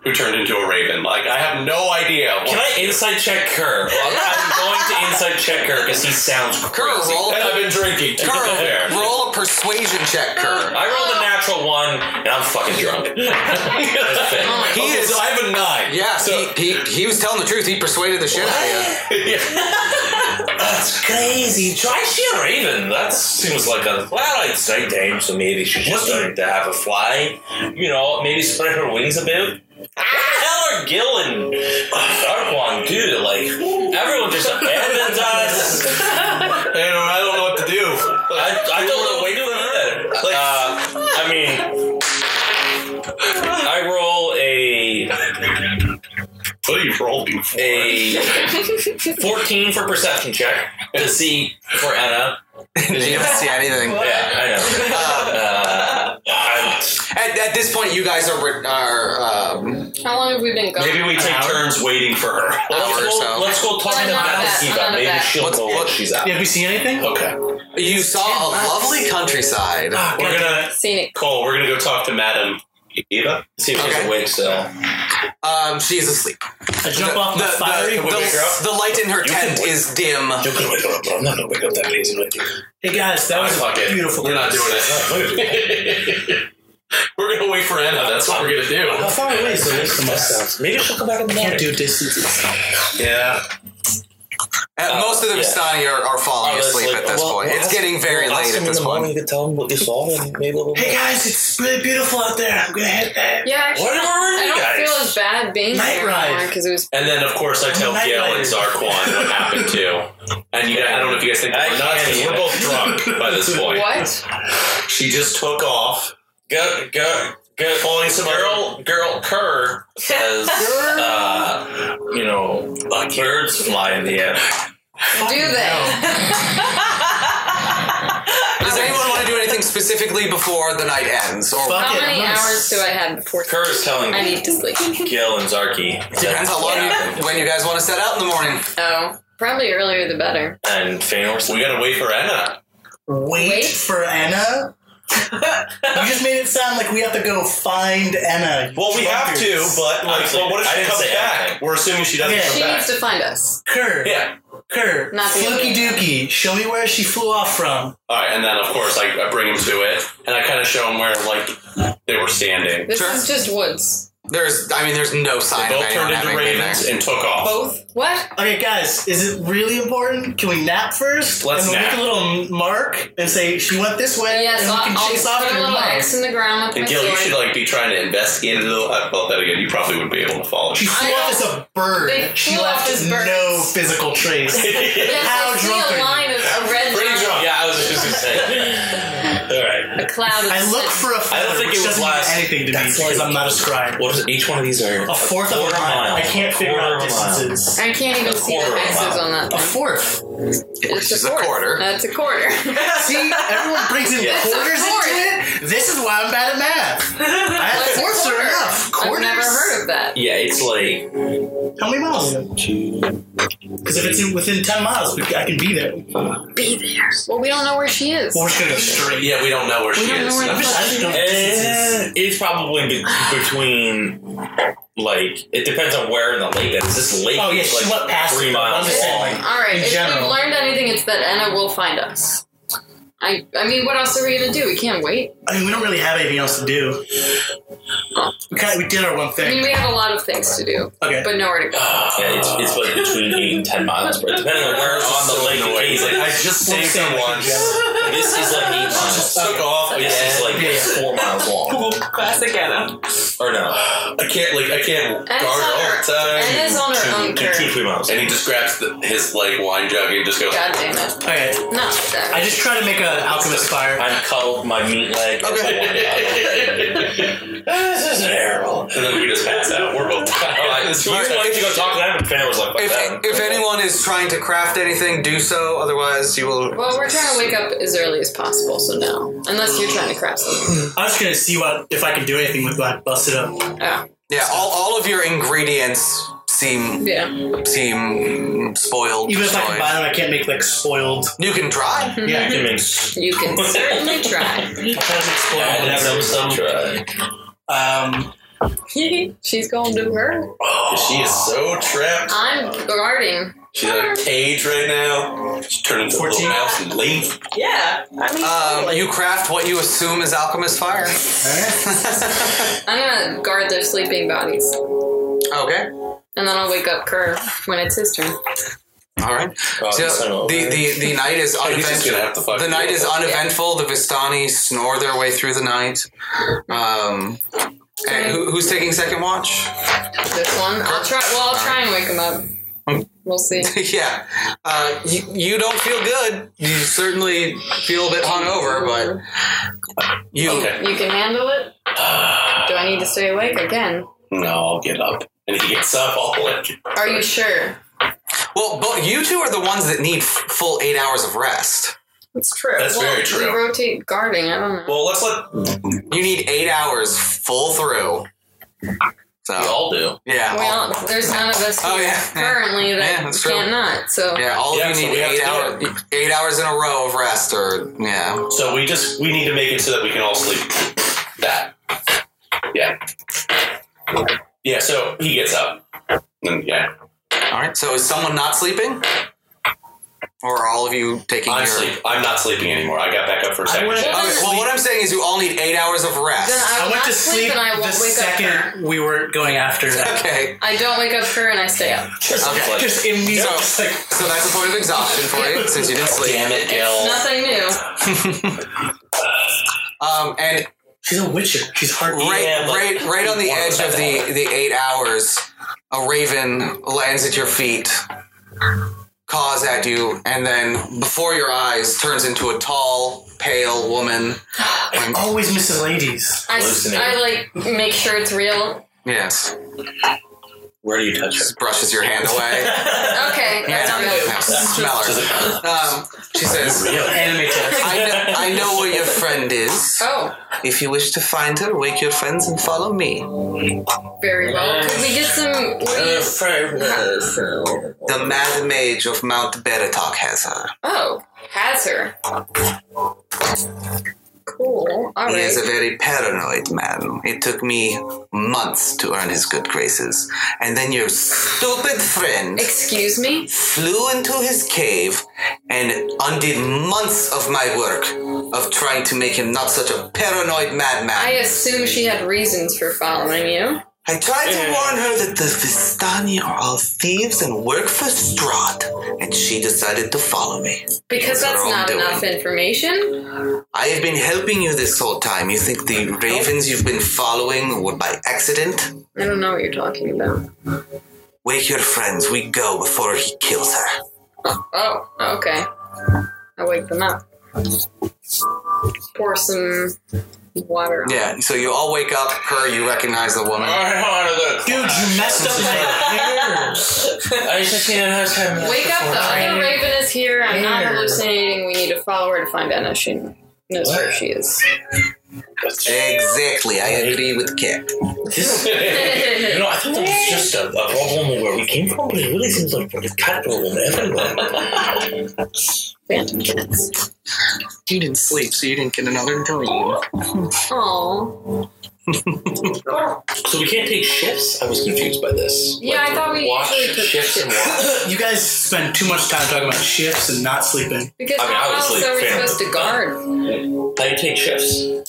Speaker 12: who turned into a raven. Like I have no idea.
Speaker 2: Can I inside check her? Well, I'm going to inside check her because he sounds
Speaker 4: Girl,
Speaker 2: crazy.
Speaker 4: roll.
Speaker 2: And I've been drinking. to be fair.
Speaker 4: Girl, roll a persuasion check, Kerr.
Speaker 2: I rolled a natural one, and I'm fucking drunk. That's fair.
Speaker 4: He
Speaker 2: Okay,
Speaker 4: is-
Speaker 2: so I have a nine.
Speaker 4: Yeah, he, he he was telling the truth. He persuaded the shit out of you.
Speaker 2: That's crazy. Try she a raven. That seems like a well, it's nighttime, so maybe she's just starting to have a fly. You know, maybe spread her wings a bit. Hell, or Gil and Darkwan do like everyone just abandons us. I don't, I don't know what to do. I, I don't know what to do either. Like, uh, I mean, I roll a.
Speaker 12: What you roll before?
Speaker 2: A 14 for perception check to see for Anna.
Speaker 4: you don't see anything.
Speaker 2: Yeah, I know. Uh, I-
Speaker 4: At, at this point, you guys are re- are um,
Speaker 17: How long have we been going?
Speaker 12: Maybe we take turns waiting for her.
Speaker 4: hour or so.
Speaker 2: let's go talk
Speaker 17: I'm
Speaker 2: to
Speaker 17: not a vet, I'm
Speaker 2: Malkiva.
Speaker 17: not a
Speaker 2: Maybe
Speaker 17: vet.
Speaker 2: she'll
Speaker 4: What's-
Speaker 2: know what
Speaker 4: what-
Speaker 2: she's at.
Speaker 5: Did we see anything?
Speaker 12: Okay.
Speaker 4: You saw a lovely countryside.
Speaker 2: We're gonna
Speaker 17: Scenic.
Speaker 12: Cole, we're gonna go talk to Madam Eva.
Speaker 2: see if she's
Speaker 4: Okay.
Speaker 2: awake
Speaker 12: uh,
Speaker 2: still.
Speaker 4: Um, she's asleep.
Speaker 5: I jump off my fiery
Speaker 4: the,
Speaker 5: wing.
Speaker 4: the, the light in her tent is dim. Uh,
Speaker 2: You can wake her up, bro. I'm not gonna wake up that lazy lady.
Speaker 5: Hey guys, that was
Speaker 12: Fuck it.
Speaker 5: beautiful.
Speaker 12: We're not doing it. we're gonna wait for Anna. That's what we're gonna
Speaker 5: How
Speaker 12: do.
Speaker 5: far away is this from us?
Speaker 2: Maybe she'll come back in the
Speaker 5: Can't
Speaker 2: morning.
Speaker 5: do distances.
Speaker 12: Yeah.
Speaker 4: Uh, most of the
Speaker 2: yeah.
Speaker 4: Vistani are, are falling
Speaker 2: Let's,
Speaker 4: asleep
Speaker 2: like,
Speaker 4: at this
Speaker 2: well,
Speaker 4: point.
Speaker 2: we'll
Speaker 4: it's
Speaker 2: ask-
Speaker 4: getting very
Speaker 2: we'll ask
Speaker 4: late
Speaker 2: him
Speaker 4: at
Speaker 2: in
Speaker 4: this
Speaker 2: the morning,
Speaker 4: point.
Speaker 2: You can tell him what you saw, and maybe we'll.
Speaker 5: Hey guys, it's really beautiful out there. I'm gonna head back.
Speaker 17: Yeah, actually,
Speaker 2: What are
Speaker 17: I
Speaker 2: you
Speaker 17: don't
Speaker 2: guys?
Speaker 17: feel as bad being
Speaker 5: Night
Speaker 17: here
Speaker 5: ride.
Speaker 17: because it was.
Speaker 12: And then of course I tell
Speaker 5: Night
Speaker 12: Gail and
Speaker 5: riders.
Speaker 12: Zarquan what happened too. And you guys, I don't know if you guys think
Speaker 2: I
Speaker 12: we're nuts because
Speaker 2: can't
Speaker 12: we're both drunk by this point.
Speaker 17: What?
Speaker 12: She just took off.
Speaker 2: Go, go, go.
Speaker 12: Calling some
Speaker 2: girl, girl, Kerr says, uh, you know, like birds fly in the air.
Speaker 17: Do they?
Speaker 4: Does anyone want to do anything specifically before the night ends? Or
Speaker 5: Fuck
Speaker 17: How
Speaker 5: it,
Speaker 17: many
Speaker 5: I'm gonna
Speaker 17: hours do I have before?
Speaker 2: Kerr is telling
Speaker 17: I need to sleep.
Speaker 2: Gil and Zarky.
Speaker 4: depends how long you, when you guys want to set out in the morning.
Speaker 17: Oh, probably earlier the better.
Speaker 2: And Feanor says,
Speaker 12: We gotta wait for Anna.
Speaker 5: Wait,
Speaker 17: Wait.
Speaker 5: for Anna? you just made it sound like we have to go find Anna.
Speaker 12: Well, we have to, but like,
Speaker 2: Absolutely.
Speaker 12: well, what if
Speaker 2: I
Speaker 12: she
Speaker 2: didn't
Speaker 12: comes
Speaker 2: say
Speaker 12: back?
Speaker 2: anything.
Speaker 12: We're assuming she doesn't
Speaker 5: Yeah.
Speaker 12: come
Speaker 17: She
Speaker 12: back.
Speaker 17: needs to find us.
Speaker 5: Kerr,
Speaker 12: yeah.
Speaker 5: Kerr,
Speaker 17: Not the
Speaker 5: Fluky Dookie, show me where she flew off from.
Speaker 12: All right, and then of course I, I bring him to it, and I kind of show him where like they were standing.
Speaker 17: This is just woods.
Speaker 4: There's, I mean, there's no sign.
Speaker 12: They
Speaker 4: of
Speaker 12: both
Speaker 4: anyone
Speaker 12: turned into
Speaker 4: having been
Speaker 12: ravens
Speaker 4: there.
Speaker 12: and took off.
Speaker 9: Both? What?
Speaker 5: Okay, guys, is it really important? Can we nap first?
Speaker 12: Let's
Speaker 5: and we'll
Speaker 12: nap.
Speaker 5: make a little mark and say she went this way.
Speaker 3: Yes,
Speaker 5: and we can
Speaker 3: I'll, I'll
Speaker 5: chase off
Speaker 3: put
Speaker 5: to
Speaker 3: a
Speaker 5: your
Speaker 3: little
Speaker 5: mom.
Speaker 3: X in the ground with
Speaker 12: And
Speaker 3: my
Speaker 12: Gil, you
Speaker 3: sword.
Speaker 12: should like be trying to investigate a little. I felt that again. You probably would not be able to follow.
Speaker 5: She flew off as a
Speaker 3: They
Speaker 5: bird. She
Speaker 3: flew off
Speaker 5: left
Speaker 3: as
Speaker 5: no
Speaker 3: birds.
Speaker 5: physical trace.
Speaker 3: yes,
Speaker 5: How
Speaker 3: I see
Speaker 5: drunk are
Speaker 3: a
Speaker 5: you?
Speaker 3: line of a red line,
Speaker 12: Yeah, I was just gonna say. All right.
Speaker 3: a cloud. Of
Speaker 5: I look for a
Speaker 2: I
Speaker 5: feather,
Speaker 2: don't think
Speaker 5: which
Speaker 2: it
Speaker 5: doesn't
Speaker 2: would
Speaker 5: mean
Speaker 2: last.
Speaker 5: anything to
Speaker 2: That's
Speaker 5: me because
Speaker 2: like-
Speaker 5: I'm not a scribe.
Speaker 2: What is each one of these are
Speaker 5: A fourth of a
Speaker 2: quarter mile.
Speaker 5: mile. I can't figure
Speaker 2: Quarter mile.
Speaker 5: out distances.
Speaker 3: I can't even see the
Speaker 2: quarter of a
Speaker 3: X's
Speaker 2: mile.
Speaker 3: on that.
Speaker 5: A
Speaker 3: thing.
Speaker 5: fourth.
Speaker 4: Which is a quarter.
Speaker 3: That's a quarter.
Speaker 5: See, everyone brings in
Speaker 3: That's a
Speaker 5: quarters
Speaker 3: fourth.
Speaker 5: into it. This is why I'm bad at math. I have
Speaker 3: What's a
Speaker 5: fourths are
Speaker 3: quarter?
Speaker 5: enough. Quarters.
Speaker 3: I've never heard of that.
Speaker 2: Yeah, it's like
Speaker 5: How many miles? Because if it's in, within ten miles, we, I can be there. Well,
Speaker 3: Be there. Well, we don't know where she is.
Speaker 5: we're just gonna go straight.
Speaker 12: Yeah, we don't know where
Speaker 3: We
Speaker 12: she
Speaker 3: don't
Speaker 12: is.
Speaker 3: know where
Speaker 12: I'm
Speaker 3: the
Speaker 12: just-
Speaker 5: I just don't know distances.
Speaker 2: Eh, it's probably be- between like it depends on where in the lake that is. This lake
Speaker 5: Oh, yeah,
Speaker 2: is
Speaker 5: she
Speaker 2: like
Speaker 5: went past
Speaker 2: three
Speaker 5: it, but I'm
Speaker 2: miles
Speaker 5: just saying,
Speaker 2: long.
Speaker 5: like-
Speaker 3: All right.
Speaker 5: In
Speaker 3: if
Speaker 5: general.
Speaker 3: we've learned anything, it's that Anna will find us. I, I mean, what else are we gonna do? We can't wait.
Speaker 5: I mean, we don't really have anything else to do. We kind we did our one
Speaker 3: I mean,
Speaker 5: thing.
Speaker 3: we have a lot of things to do,
Speaker 5: Okay.
Speaker 3: but nowhere to go.
Speaker 2: yeah, it's, it's like between eight and ten miles, but depending on where on the lake it is. Like, I just
Speaker 5: We'll
Speaker 2: saved
Speaker 5: say
Speaker 2: her
Speaker 5: like
Speaker 2: once.
Speaker 5: in general.
Speaker 2: This is like eight miles.
Speaker 12: took off.
Speaker 2: This is like
Speaker 5: Yeah.
Speaker 2: four miles long.
Speaker 9: Classic Anna.
Speaker 2: Or no.
Speaker 12: I can't like I
Speaker 3: And
Speaker 12: can't guard
Speaker 3: it's on
Speaker 12: all
Speaker 3: her-
Speaker 12: the time.
Speaker 3: and it's on her own
Speaker 2: Two, two,
Speaker 3: curve.
Speaker 2: three miles.
Speaker 12: And he just grabs the, his like wine jug and just goes.
Speaker 3: God damn it!
Speaker 5: Okay.
Speaker 3: Not that.
Speaker 5: I just try to make an alchemist fire.
Speaker 2: I'm cuddled my meat leg. this is terrible.
Speaker 12: And then we just pass out. We're both tired.
Speaker 2: you wanted to go talk to them, and Fan was like, fuck
Speaker 4: If,
Speaker 2: that.
Speaker 4: if anyone is trying to craft anything, do so. Otherwise, you will.
Speaker 3: Well, we're trying to wake up as early as possible, so no. Unless you're trying to craft something.
Speaker 5: I'm just gonna see what if I can do anything with that. Bust it up.
Speaker 3: Oh,
Speaker 4: Yeah, all, all of your ingredients seem
Speaker 3: yeah.
Speaker 4: seem spoiled.
Speaker 5: Even if I can
Speaker 4: destroyed.
Speaker 5: buy them, I can't make like spoiled.
Speaker 4: you can try.
Speaker 5: Yeah, I can make
Speaker 3: You can certainly try.
Speaker 2: I
Speaker 5: spoiled.
Speaker 2: have no some try.
Speaker 5: Um,
Speaker 3: She's going to do her.
Speaker 12: She is so trapped.
Speaker 3: I'm guarding.
Speaker 12: She's in a cage right now. She's turned into a little
Speaker 5: 14.
Speaker 12: mouse and leave.
Speaker 9: Yeah. I mean,
Speaker 4: Um,
Speaker 9: totally.
Speaker 4: you craft what you assume is alchemist fire.
Speaker 3: I'm gonna guard their sleeping bodies,
Speaker 4: okay.
Speaker 3: and then I'll wake up Kerr when it's his turn.
Speaker 4: All right.
Speaker 2: Oh,
Speaker 4: So
Speaker 2: this time over.
Speaker 4: the, the, the night is
Speaker 12: he's just gonna have to
Speaker 4: uneventful.
Speaker 12: fuck
Speaker 4: The
Speaker 12: you
Speaker 4: night
Speaker 12: up.
Speaker 4: is uneventful. The Vistani snore their way through the night. Um, and who, who's taking second watch?
Speaker 3: This one, I'll try. Well, I'll try and wake him up. We'll see.
Speaker 4: yeah, uh, you, you don't feel good. You certainly feel a bit hungover, but you.
Speaker 12: Okay.
Speaker 3: You can handle it. Do I need to stay awake again?
Speaker 12: No, I'll get up. And he gets up all like.
Speaker 3: Are you sure?
Speaker 4: Well, but you two are the ones that need f- full eight hours of rest.
Speaker 9: it's true.
Speaker 12: That's very
Speaker 3: We
Speaker 12: true.
Speaker 3: rotate guarding. I don't know.
Speaker 12: Well, let's let
Speaker 4: You need eight hours full through.
Speaker 12: we
Speaker 4: So
Speaker 12: all do.
Speaker 4: yeah, all,
Speaker 3: Well, there's none of us
Speaker 4: Oh,
Speaker 3: here
Speaker 4: yeah, yeah.
Speaker 3: currently
Speaker 4: Yeah,
Speaker 3: that
Speaker 4: that's true.
Speaker 3: can't not. So
Speaker 4: yeah, all
Speaker 12: Yeah,
Speaker 4: of
Speaker 12: so
Speaker 4: you need
Speaker 12: we have
Speaker 4: eight
Speaker 12: to do
Speaker 4: hours, eight hours in a row of rest, or yeah.
Speaker 12: So we just we need to make it so that we can all sleep. That. Yeah. Yeah. So he gets up. And yeah,
Speaker 4: All right. So is someone not sleeping, or are all of you taking
Speaker 12: I'm
Speaker 4: your?
Speaker 12: sleep. I'm not sleeping anymore. I got back up for a second.
Speaker 5: went-
Speaker 12: check.
Speaker 4: Okay, well, what I'm saying is you all need eight hours of rest.
Speaker 3: then I will
Speaker 5: I went
Speaker 3: not
Speaker 5: to sleep
Speaker 3: and I
Speaker 5: the
Speaker 3: won't wake up. Kerr.
Speaker 5: second we were going after that.
Speaker 4: okay.
Speaker 3: I don't wake up Kerr and I stay up.
Speaker 2: Just,
Speaker 4: Okay.
Speaker 2: like,
Speaker 5: Just in these,
Speaker 4: So-
Speaker 5: just like
Speaker 4: So that's a point of exhaustion for you since you didn't sleep.
Speaker 2: damn it, Gil.
Speaker 3: Nothing new.
Speaker 4: Um, and
Speaker 5: she's a witcher. She's hard.
Speaker 4: right,
Speaker 2: Yeah, but-
Speaker 4: right, right on the
Speaker 2: One of
Speaker 4: edge
Speaker 2: us
Speaker 4: of
Speaker 2: has
Speaker 4: the, the eight hours, a raven lands at your feet, caws at you, and then before your eyes turns into a tall, pale woman.
Speaker 5: Always misses ladies.
Speaker 3: I, s-
Speaker 2: Hallucinating.
Speaker 3: I like make sure it's real.
Speaker 4: Yes,
Speaker 2: Where do you touch her?
Speaker 4: just brushes your hand away.
Speaker 3: Okay,
Speaker 4: Yeah,
Speaker 3: that's
Speaker 4: no,
Speaker 3: good.
Speaker 4: smell her. Um, she says,
Speaker 5: Anime test.
Speaker 4: I know, I know where your friend is.
Speaker 3: Oh,
Speaker 4: If you wish to find her, wake your friends and follow me.
Speaker 3: very well. Could we get some? What do
Speaker 4: Uh,
Speaker 3: you,
Speaker 4: The mad mage of Mount Beratok has her.
Speaker 3: oh, has her. Cool. All
Speaker 4: He
Speaker 3: right.
Speaker 4: is a very paranoid man. It took me months to earn his good graces. And then your stupid friend
Speaker 3: Excuse me.
Speaker 4: flew into his cave and undid months of my work of trying to make him not such a paranoid madman.
Speaker 3: I assume she had reasons for following you.
Speaker 4: I tried to warn her that the Vistani are all thieves and work for Strahd, and she decided to follow me.
Speaker 3: Because
Speaker 4: Her
Speaker 3: that's
Speaker 4: own
Speaker 3: not
Speaker 4: doing.
Speaker 3: enough information.
Speaker 4: I have been helping you this whole time. You think the ravens you've been following were by accident?
Speaker 3: I don't know what you're talking about.
Speaker 4: Wake your friends. We go before he kills her.
Speaker 3: Oh, okay. I wake them up. Pour some water on.
Speaker 18: Yeah,
Speaker 4: so you all wake up. Her, you recognize the woman.
Speaker 18: Uh,
Speaker 19: Dude, you messed up my ears. I just need a nice time.
Speaker 3: Wake up, the other raven is here. I'm not
Speaker 19: Here.
Speaker 3: hallucinating. We need to follow her to find Anna. She knows where she is.
Speaker 4: Exactly. I agree with Kip.
Speaker 2: This, you know, I thought that was just a, a problem where we came from, but it really seems like the cat problem everywhere.
Speaker 3: Phantom cats.
Speaker 18: You didn't sleep, so you didn't get another dream.
Speaker 3: Aww.
Speaker 2: So we can't take shifts? I was confused by this.
Speaker 3: Yeah, I thought we
Speaker 2: watch
Speaker 3: usually took
Speaker 2: shifts and
Speaker 3: shifts.
Speaker 2: watch.
Speaker 5: You guys spend too much time talking about shifts and not sleeping.
Speaker 3: Because
Speaker 2: I mean,
Speaker 3: how else
Speaker 2: obviously,
Speaker 3: are we
Speaker 2: fair.
Speaker 3: supposed to guard?
Speaker 2: I take shifts.
Speaker 12: Uh,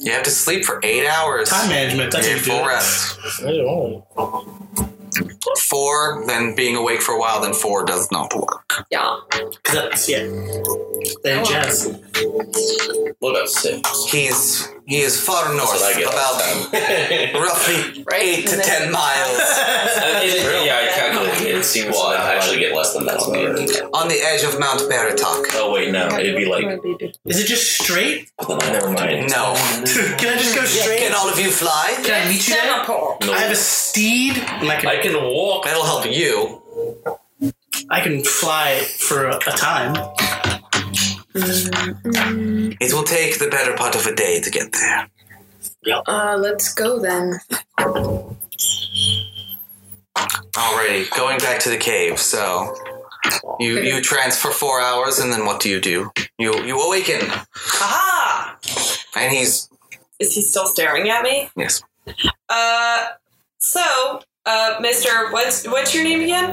Speaker 4: You have to sleep for eight hours.
Speaker 5: Time management, that's
Speaker 4: You
Speaker 5: what
Speaker 4: get
Speaker 5: you do.
Speaker 4: full rest. Four, then being awake for a while, then four does not work.
Speaker 3: Yeah.
Speaker 5: That's, yeah.
Speaker 3: Oh,
Speaker 5: Then jazz.
Speaker 4: What about six? He's he is far north, about roughly eight to ten miles
Speaker 12: yeah, I calculated. It seems well, I actually get less than that on the
Speaker 4: on the edge of Mount Baratok.
Speaker 12: Oh wait, no, it'd be like
Speaker 5: Is it just straight?
Speaker 12: never mind.
Speaker 4: No.
Speaker 5: Can I just go straight?
Speaker 4: Can all of you fly?
Speaker 5: Can I meet you there? I have a steed. And I, can, I
Speaker 2: can walk.
Speaker 4: That'll help you.
Speaker 5: I can fly for a, a time.
Speaker 4: It will take the better part of a day to get there.
Speaker 3: Uh, let's go then.
Speaker 4: Alrighty, going back to the cave. So you you trance for four hours, and then what do you do? You you awaken,
Speaker 9: Aha!
Speaker 4: and he's
Speaker 9: Is he still staring at me?
Speaker 4: yes.
Speaker 9: Uh, so, uh, Mister, what's what's your name again?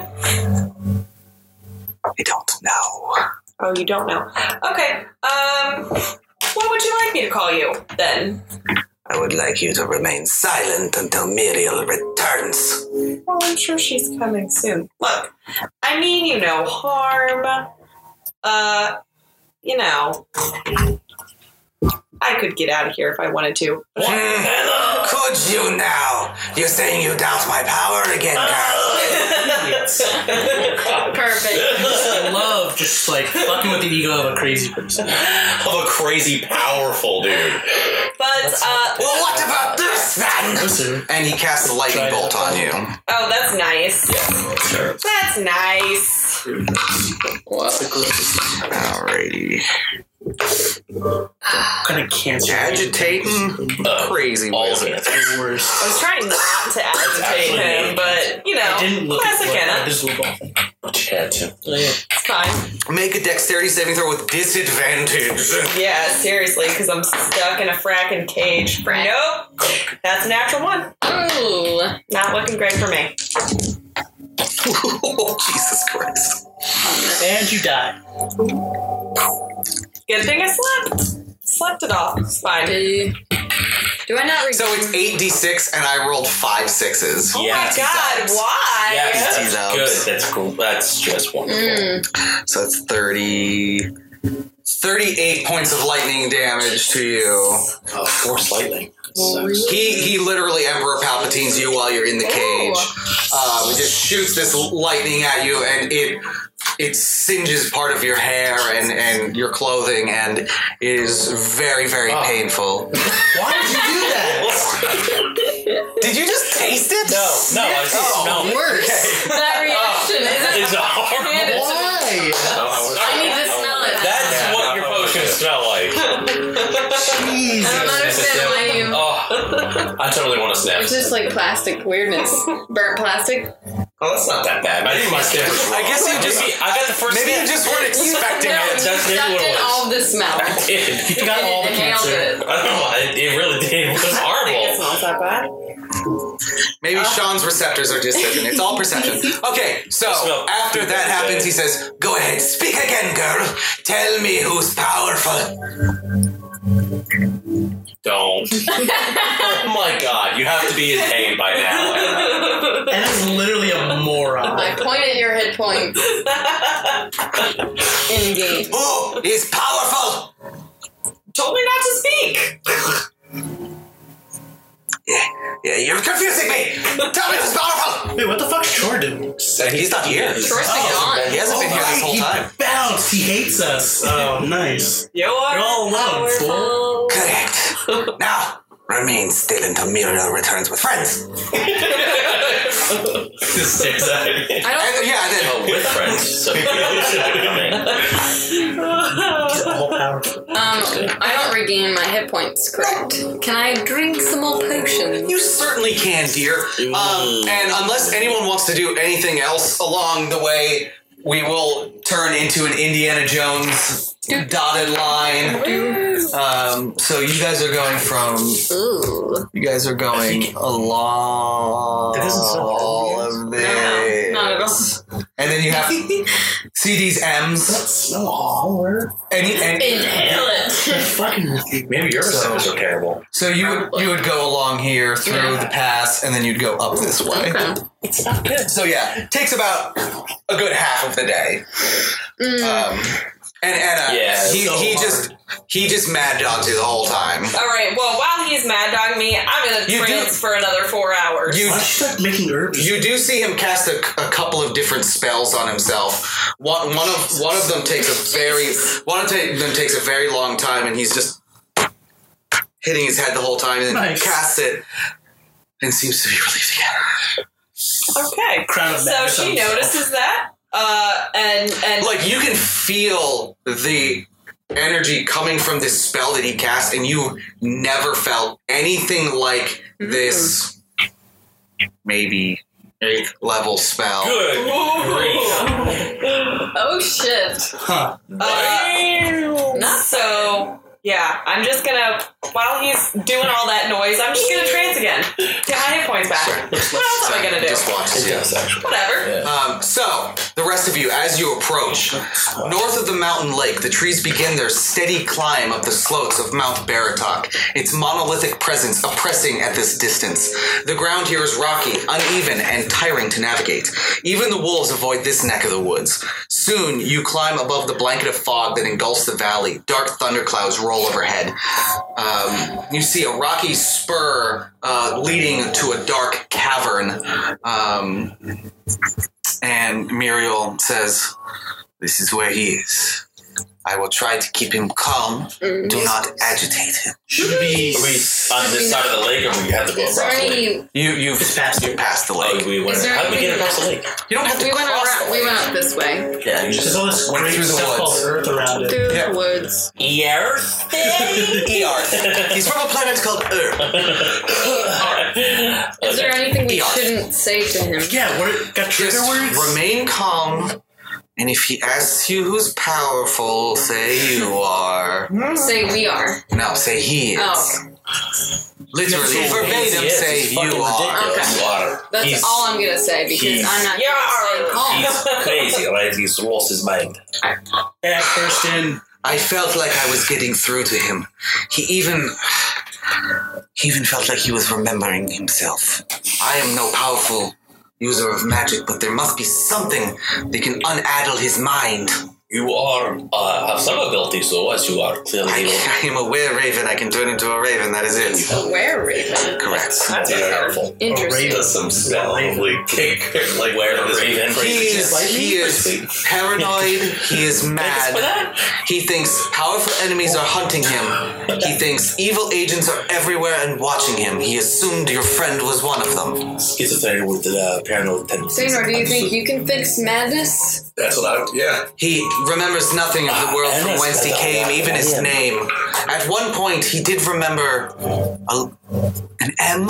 Speaker 4: I don't know.
Speaker 9: Oh, you don't know. Okay. Um, what would you like me to call you then?
Speaker 4: I would like you to remain silent until Muriel returns.
Speaker 9: Well, I'm sure she's coming soon. Look, I mean you no harm. Uh, you know, I could get out of here if I wanted to.
Speaker 4: Hmm. Could you now? You're saying you doubt my power again,
Speaker 5: I love just like fucking with the ego of a crazy person.
Speaker 12: Of a crazy, powerful dude.
Speaker 9: But uh,
Speaker 4: well, what about this then? And he casts a lightning bolt on you.
Speaker 9: Oh, that's nice. That's nice.
Speaker 4: Alrighty.
Speaker 5: kind of cancer.
Speaker 4: Agitating, crazy wizard.
Speaker 5: Worst.
Speaker 9: I was trying not to agitate him, but you know,
Speaker 5: I didn't look
Speaker 9: classic
Speaker 5: at
Speaker 9: Anna.
Speaker 5: what- this little ball thing.
Speaker 9: It's fine.
Speaker 4: Make a dexterity saving throw with disadvantage.
Speaker 9: Yeah, seriously, because I'm stuck in a fracking cage. Nope, that's a natural one.
Speaker 3: Oh,
Speaker 9: Not looking great for me.
Speaker 4: Jesus Christ.
Speaker 5: And you die.
Speaker 9: Good thing I slept. Slept it off. It's fine.
Speaker 3: Do I not? Re-
Speaker 4: So it's 8d6, and I rolled five sixes.
Speaker 9: oh my god, why?
Speaker 4: Yes, that's good.
Speaker 2: That's cool. That's just wonderful.
Speaker 9: Mm.
Speaker 4: So that's 30. 38 points of lightning damage to you.
Speaker 2: Oh, force lightning.
Speaker 4: He he literally Emperor Palpatines you while you're in the cage. Um, just shoots this lightning at you, and it it singes part of your hair and, and your clothing, and it is very very painful.
Speaker 19: Why did you do that?
Speaker 4: Did you just taste it? No,
Speaker 19: no, I didn't.
Speaker 4: Oh,
Speaker 19: No.
Speaker 4: worse.
Speaker 3: that reaction is
Speaker 19: It's a
Speaker 3: Hand it to-
Speaker 19: Why?
Speaker 3: I need to smell it.
Speaker 12: That's what your potions smell like.
Speaker 19: Jesus.
Speaker 3: I don't understand why you.
Speaker 12: Oh, I totally want to sniff.
Speaker 3: It's just like plastic weirdness, burnt plastic.
Speaker 12: Oh, that's not that bad. I think my sniff was wrong.
Speaker 4: I guess you just-
Speaker 12: Maybe- I got the first.
Speaker 4: Maybe you
Speaker 12: sniff.
Speaker 4: just weren't expecting
Speaker 3: no, you
Speaker 4: it.
Speaker 12: That's maybe
Speaker 3: sucked
Speaker 12: what it
Speaker 3: in
Speaker 12: was.
Speaker 3: all the smell.
Speaker 12: I did.
Speaker 5: You got all the
Speaker 3: Inhaled
Speaker 5: cancer.
Speaker 3: it.
Speaker 12: I don't know. It, it really did. It was
Speaker 9: It
Speaker 12: horrible.
Speaker 9: smells that bad.
Speaker 4: Maybe Sean's receptors are just different. It's all perception. Okay, so after that happens, he says, "Go ahead, speak again, girl. Tell me who's powerful."
Speaker 12: Don't. oh my god, you have to be in pain by now.
Speaker 5: And it's literally a moron.
Speaker 17: I point at your hit point. In game.
Speaker 13: Ooh, he's powerful.
Speaker 9: Told me not to speak.
Speaker 13: Yeah, you're confusing me. Tell me who's powerful.
Speaker 5: Wait, what the fuck's Chor doing?
Speaker 13: He's not here.
Speaker 5: Chor's been
Speaker 13: Oh,
Speaker 5: gone.
Speaker 13: He hasn't been
Speaker 5: Oh,
Speaker 13: here this
Speaker 5: right,
Speaker 13: whole
Speaker 5: he
Speaker 13: time.
Speaker 5: Bounced. He hates us. Oh, nice.
Speaker 9: You're,
Speaker 5: all alone, fool.
Speaker 13: Correct. Now, remain still until Muriel returns with friends.
Speaker 12: this is exciting.
Speaker 13: I don't yeah, I did.
Speaker 12: Oh, with friends. So the ocean are coming.
Speaker 17: Um, I don't regain my hit points, correct? Can I drink some more potions?
Speaker 13: You certainly
Speaker 4: can, dear. Um, and unless anyone wants to do anything else along the way, we will turn into an Indiana Jones dotted line. Um, so you guys are going from. You guys are going along all of this.
Speaker 17: Not at all.
Speaker 4: And then you have see these M's. That's
Speaker 5: no holler.
Speaker 4: Any, any,
Speaker 17: Inhale
Speaker 5: Fucking.
Speaker 12: Maybe your sounds are terrible.
Speaker 4: So you would you would go along here through the pass, and then you'd go up this way.
Speaker 5: It's not good.
Speaker 4: So yeah, it takes about a good half of the day.
Speaker 17: Mm.
Speaker 4: Um, and Anna,
Speaker 12: Yeah,
Speaker 4: he,
Speaker 12: so
Speaker 4: he
Speaker 12: hard.
Speaker 4: just he just mad dogs you the whole time.
Speaker 9: All right. Well, while he's mad dogging me, I'm in a
Speaker 4: You do-
Speaker 9: trance for another four hours.
Speaker 4: You
Speaker 5: making herbs.
Speaker 4: You do see him cast a, a couple of different spells on himself. One one of one of them takes a very one of ta- them takes a very long time, and he's just hitting his head the whole time, and
Speaker 5: Nice.
Speaker 4: casts it, and seems to be relieved again.
Speaker 9: okay.
Speaker 5: Crown of
Speaker 9: so
Speaker 5: madness
Speaker 9: she
Speaker 5: on himself.
Speaker 9: notices that, uh, and and
Speaker 4: like you can feel the energy coming from this spell that he cast and you never felt anything like this maybe eighth level spell
Speaker 12: Good.
Speaker 17: Oh shit.
Speaker 5: Huh.
Speaker 9: Uh, Not so. Yeah, I'm just gonna while he's doing all that noise, I'm just gonna trance again. Get my hit points back. What else am I gonna do?
Speaker 4: just watches you.
Speaker 9: Whatever.
Speaker 4: Um, so, the rest of you, as you approach, north of the mountain lake, the trees begin their steady climb up the slopes of Mount Baratok, its monolithic presence oppressing at this distance. The ground here is rocky, uneven, and tiring to navigate. Even the wolves avoid this neck of the woods. Soon, you climb above the blanket of fog that engulfs the valley. Dark thunderclouds roll overhead. Um, you see a rocky spur uh, leading to a dark cavern. Um, and Muriel says, This is where he is. I will try to keep him calm.
Speaker 17: Mm-hmm.
Speaker 4: Do not agitate him.
Speaker 5: Should be.
Speaker 12: Are we on this side of the lake, or we have to go
Speaker 17: Is there
Speaker 12: across the lake?
Speaker 17: any?
Speaker 4: You, you've,
Speaker 5: It's past
Speaker 4: you've passed the lake.
Speaker 12: Oh, we went.
Speaker 17: Is there
Speaker 12: How did we get
Speaker 17: anything-
Speaker 12: across the lake?
Speaker 4: You don't have to
Speaker 17: We went
Speaker 4: cross
Speaker 17: around.
Speaker 4: the
Speaker 17: We
Speaker 4: lake.
Speaker 17: went up this way
Speaker 12: Yeah, you
Speaker 5: There's all this great
Speaker 4: through the
Speaker 5: stuff called
Speaker 4: woods.
Speaker 5: earth around it.
Speaker 17: through
Speaker 4: Yeah.
Speaker 17: the woods.
Speaker 12: Earth.
Speaker 4: Earth. He's from a planet called Earth.
Speaker 17: Is there anything we
Speaker 4: Eeyore.
Speaker 17: shouldn't say to him?
Speaker 5: Yeah, word, got trigger words.
Speaker 4: Just remain calm. And if he asks you who's powerful, say you are.
Speaker 17: Say we are.
Speaker 4: No, say he is.
Speaker 17: Oh,
Speaker 4: Literally, verbatim, say you are.
Speaker 17: Okay. that's
Speaker 2: He's-
Speaker 17: all I'm gonna say because
Speaker 2: he's-
Speaker 17: I'm not.
Speaker 9: You're
Speaker 17: gonna say calm.
Speaker 2: He's crazy, right? He's lost his mind.
Speaker 5: Yeah, first in.
Speaker 4: I felt like I was getting through to him. He even. He even felt like he was remembering himself. I am no powerful user of magic, but there must be something that can unaddle his mind.
Speaker 12: You are uh, have some abilities, though, as you are clearly.
Speaker 4: I, I am a were raven. I can turn into a raven. That is it.
Speaker 17: Where Raven?
Speaker 4: Correct.
Speaker 12: That's very helpful.
Speaker 17: Interesting.
Speaker 12: Does some spell like kick like where the raven
Speaker 4: He is, he is paranoid. He is mad. He thinks powerful enemies are hunting him. He thinks evil agents are everywhere and watching him. He assumed your friend was one of them.
Speaker 12: schizophrenic with uh, paranoid tendencies.
Speaker 17: Senor, do you think you can fix madness?
Speaker 12: That's what I. Yeah.
Speaker 4: He remembers nothing of the world from whence he came, even his name. At one point, he did remember a, an M,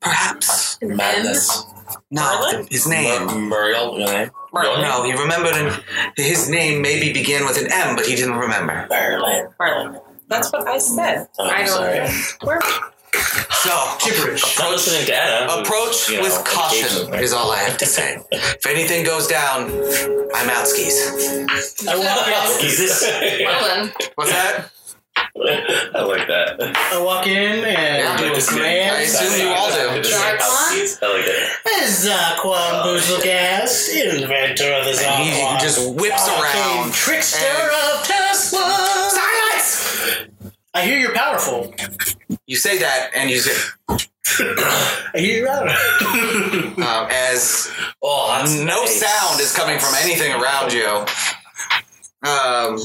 Speaker 4: perhaps?
Speaker 12: Madness.
Speaker 4: No, his
Speaker 12: Mur-
Speaker 4: name.
Speaker 12: Muriel, your name?
Speaker 4: No, he remembered an, his name maybe began with an M, but he didn't remember.
Speaker 12: Merlin.
Speaker 9: Merlin. That's what I said.
Speaker 12: Oh,
Speaker 17: I don't
Speaker 12: sorry.
Speaker 17: know.
Speaker 9: Where?
Speaker 4: So,
Speaker 5: Gibberish.
Speaker 12: Not listening to Anna. who's,
Speaker 4: approach
Speaker 12: you know,
Speaker 4: with
Speaker 12: engaged
Speaker 4: caution
Speaker 12: with me.
Speaker 4: is all I have to say. If anything goes down, I'm out skis.
Speaker 12: I love it.
Speaker 17: Well then,
Speaker 4: What's that?
Speaker 12: I like that.
Speaker 5: I walk in and
Speaker 12: I
Speaker 5: do
Speaker 12: like
Speaker 5: a
Speaker 12: this
Speaker 5: grand.
Speaker 12: name. I like that.
Speaker 5: Zarquan Boozlecast, inventor of the Zarquan. He
Speaker 4: just whips
Speaker 5: Ah,
Speaker 4: around.
Speaker 5: Uh, Trickster of Tesla. Silence! I hear you're powerful.
Speaker 4: You say that, and you say,
Speaker 5: I hear you're
Speaker 4: powerful. um, as
Speaker 2: Oh,
Speaker 4: no
Speaker 20: nice.
Speaker 4: sound is coming from anything around you. Um,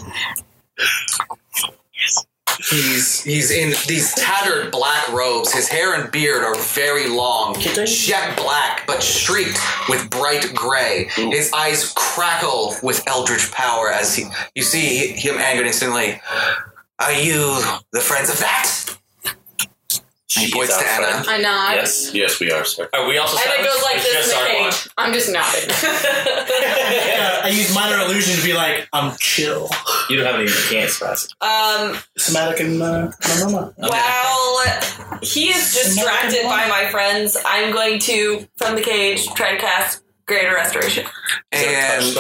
Speaker 4: he's he's in these tattered black robes. His hair and beard are very long, jet black, but streaked with bright gray. His eyes crackle with eldritch power as he, you see him angered instantly. Are you the friends of that? He points to Anna.
Speaker 3: I nod.
Speaker 12: Yes, yes, we are, sir. Are we also?
Speaker 3: And it
Speaker 12: silent?
Speaker 3: goes like
Speaker 12: It's
Speaker 3: this
Speaker 12: just our
Speaker 3: in
Speaker 12: one.
Speaker 3: the I'm just nodding.
Speaker 5: Uh, I use minor illusion to be like, I'm chill.
Speaker 2: You don't have any cancer spots.
Speaker 9: Um,
Speaker 5: Somatic and uh, my mama.
Speaker 9: While he is distracted by my friends, I'm going to, from the cage, try to cast Greater Restoration.
Speaker 4: And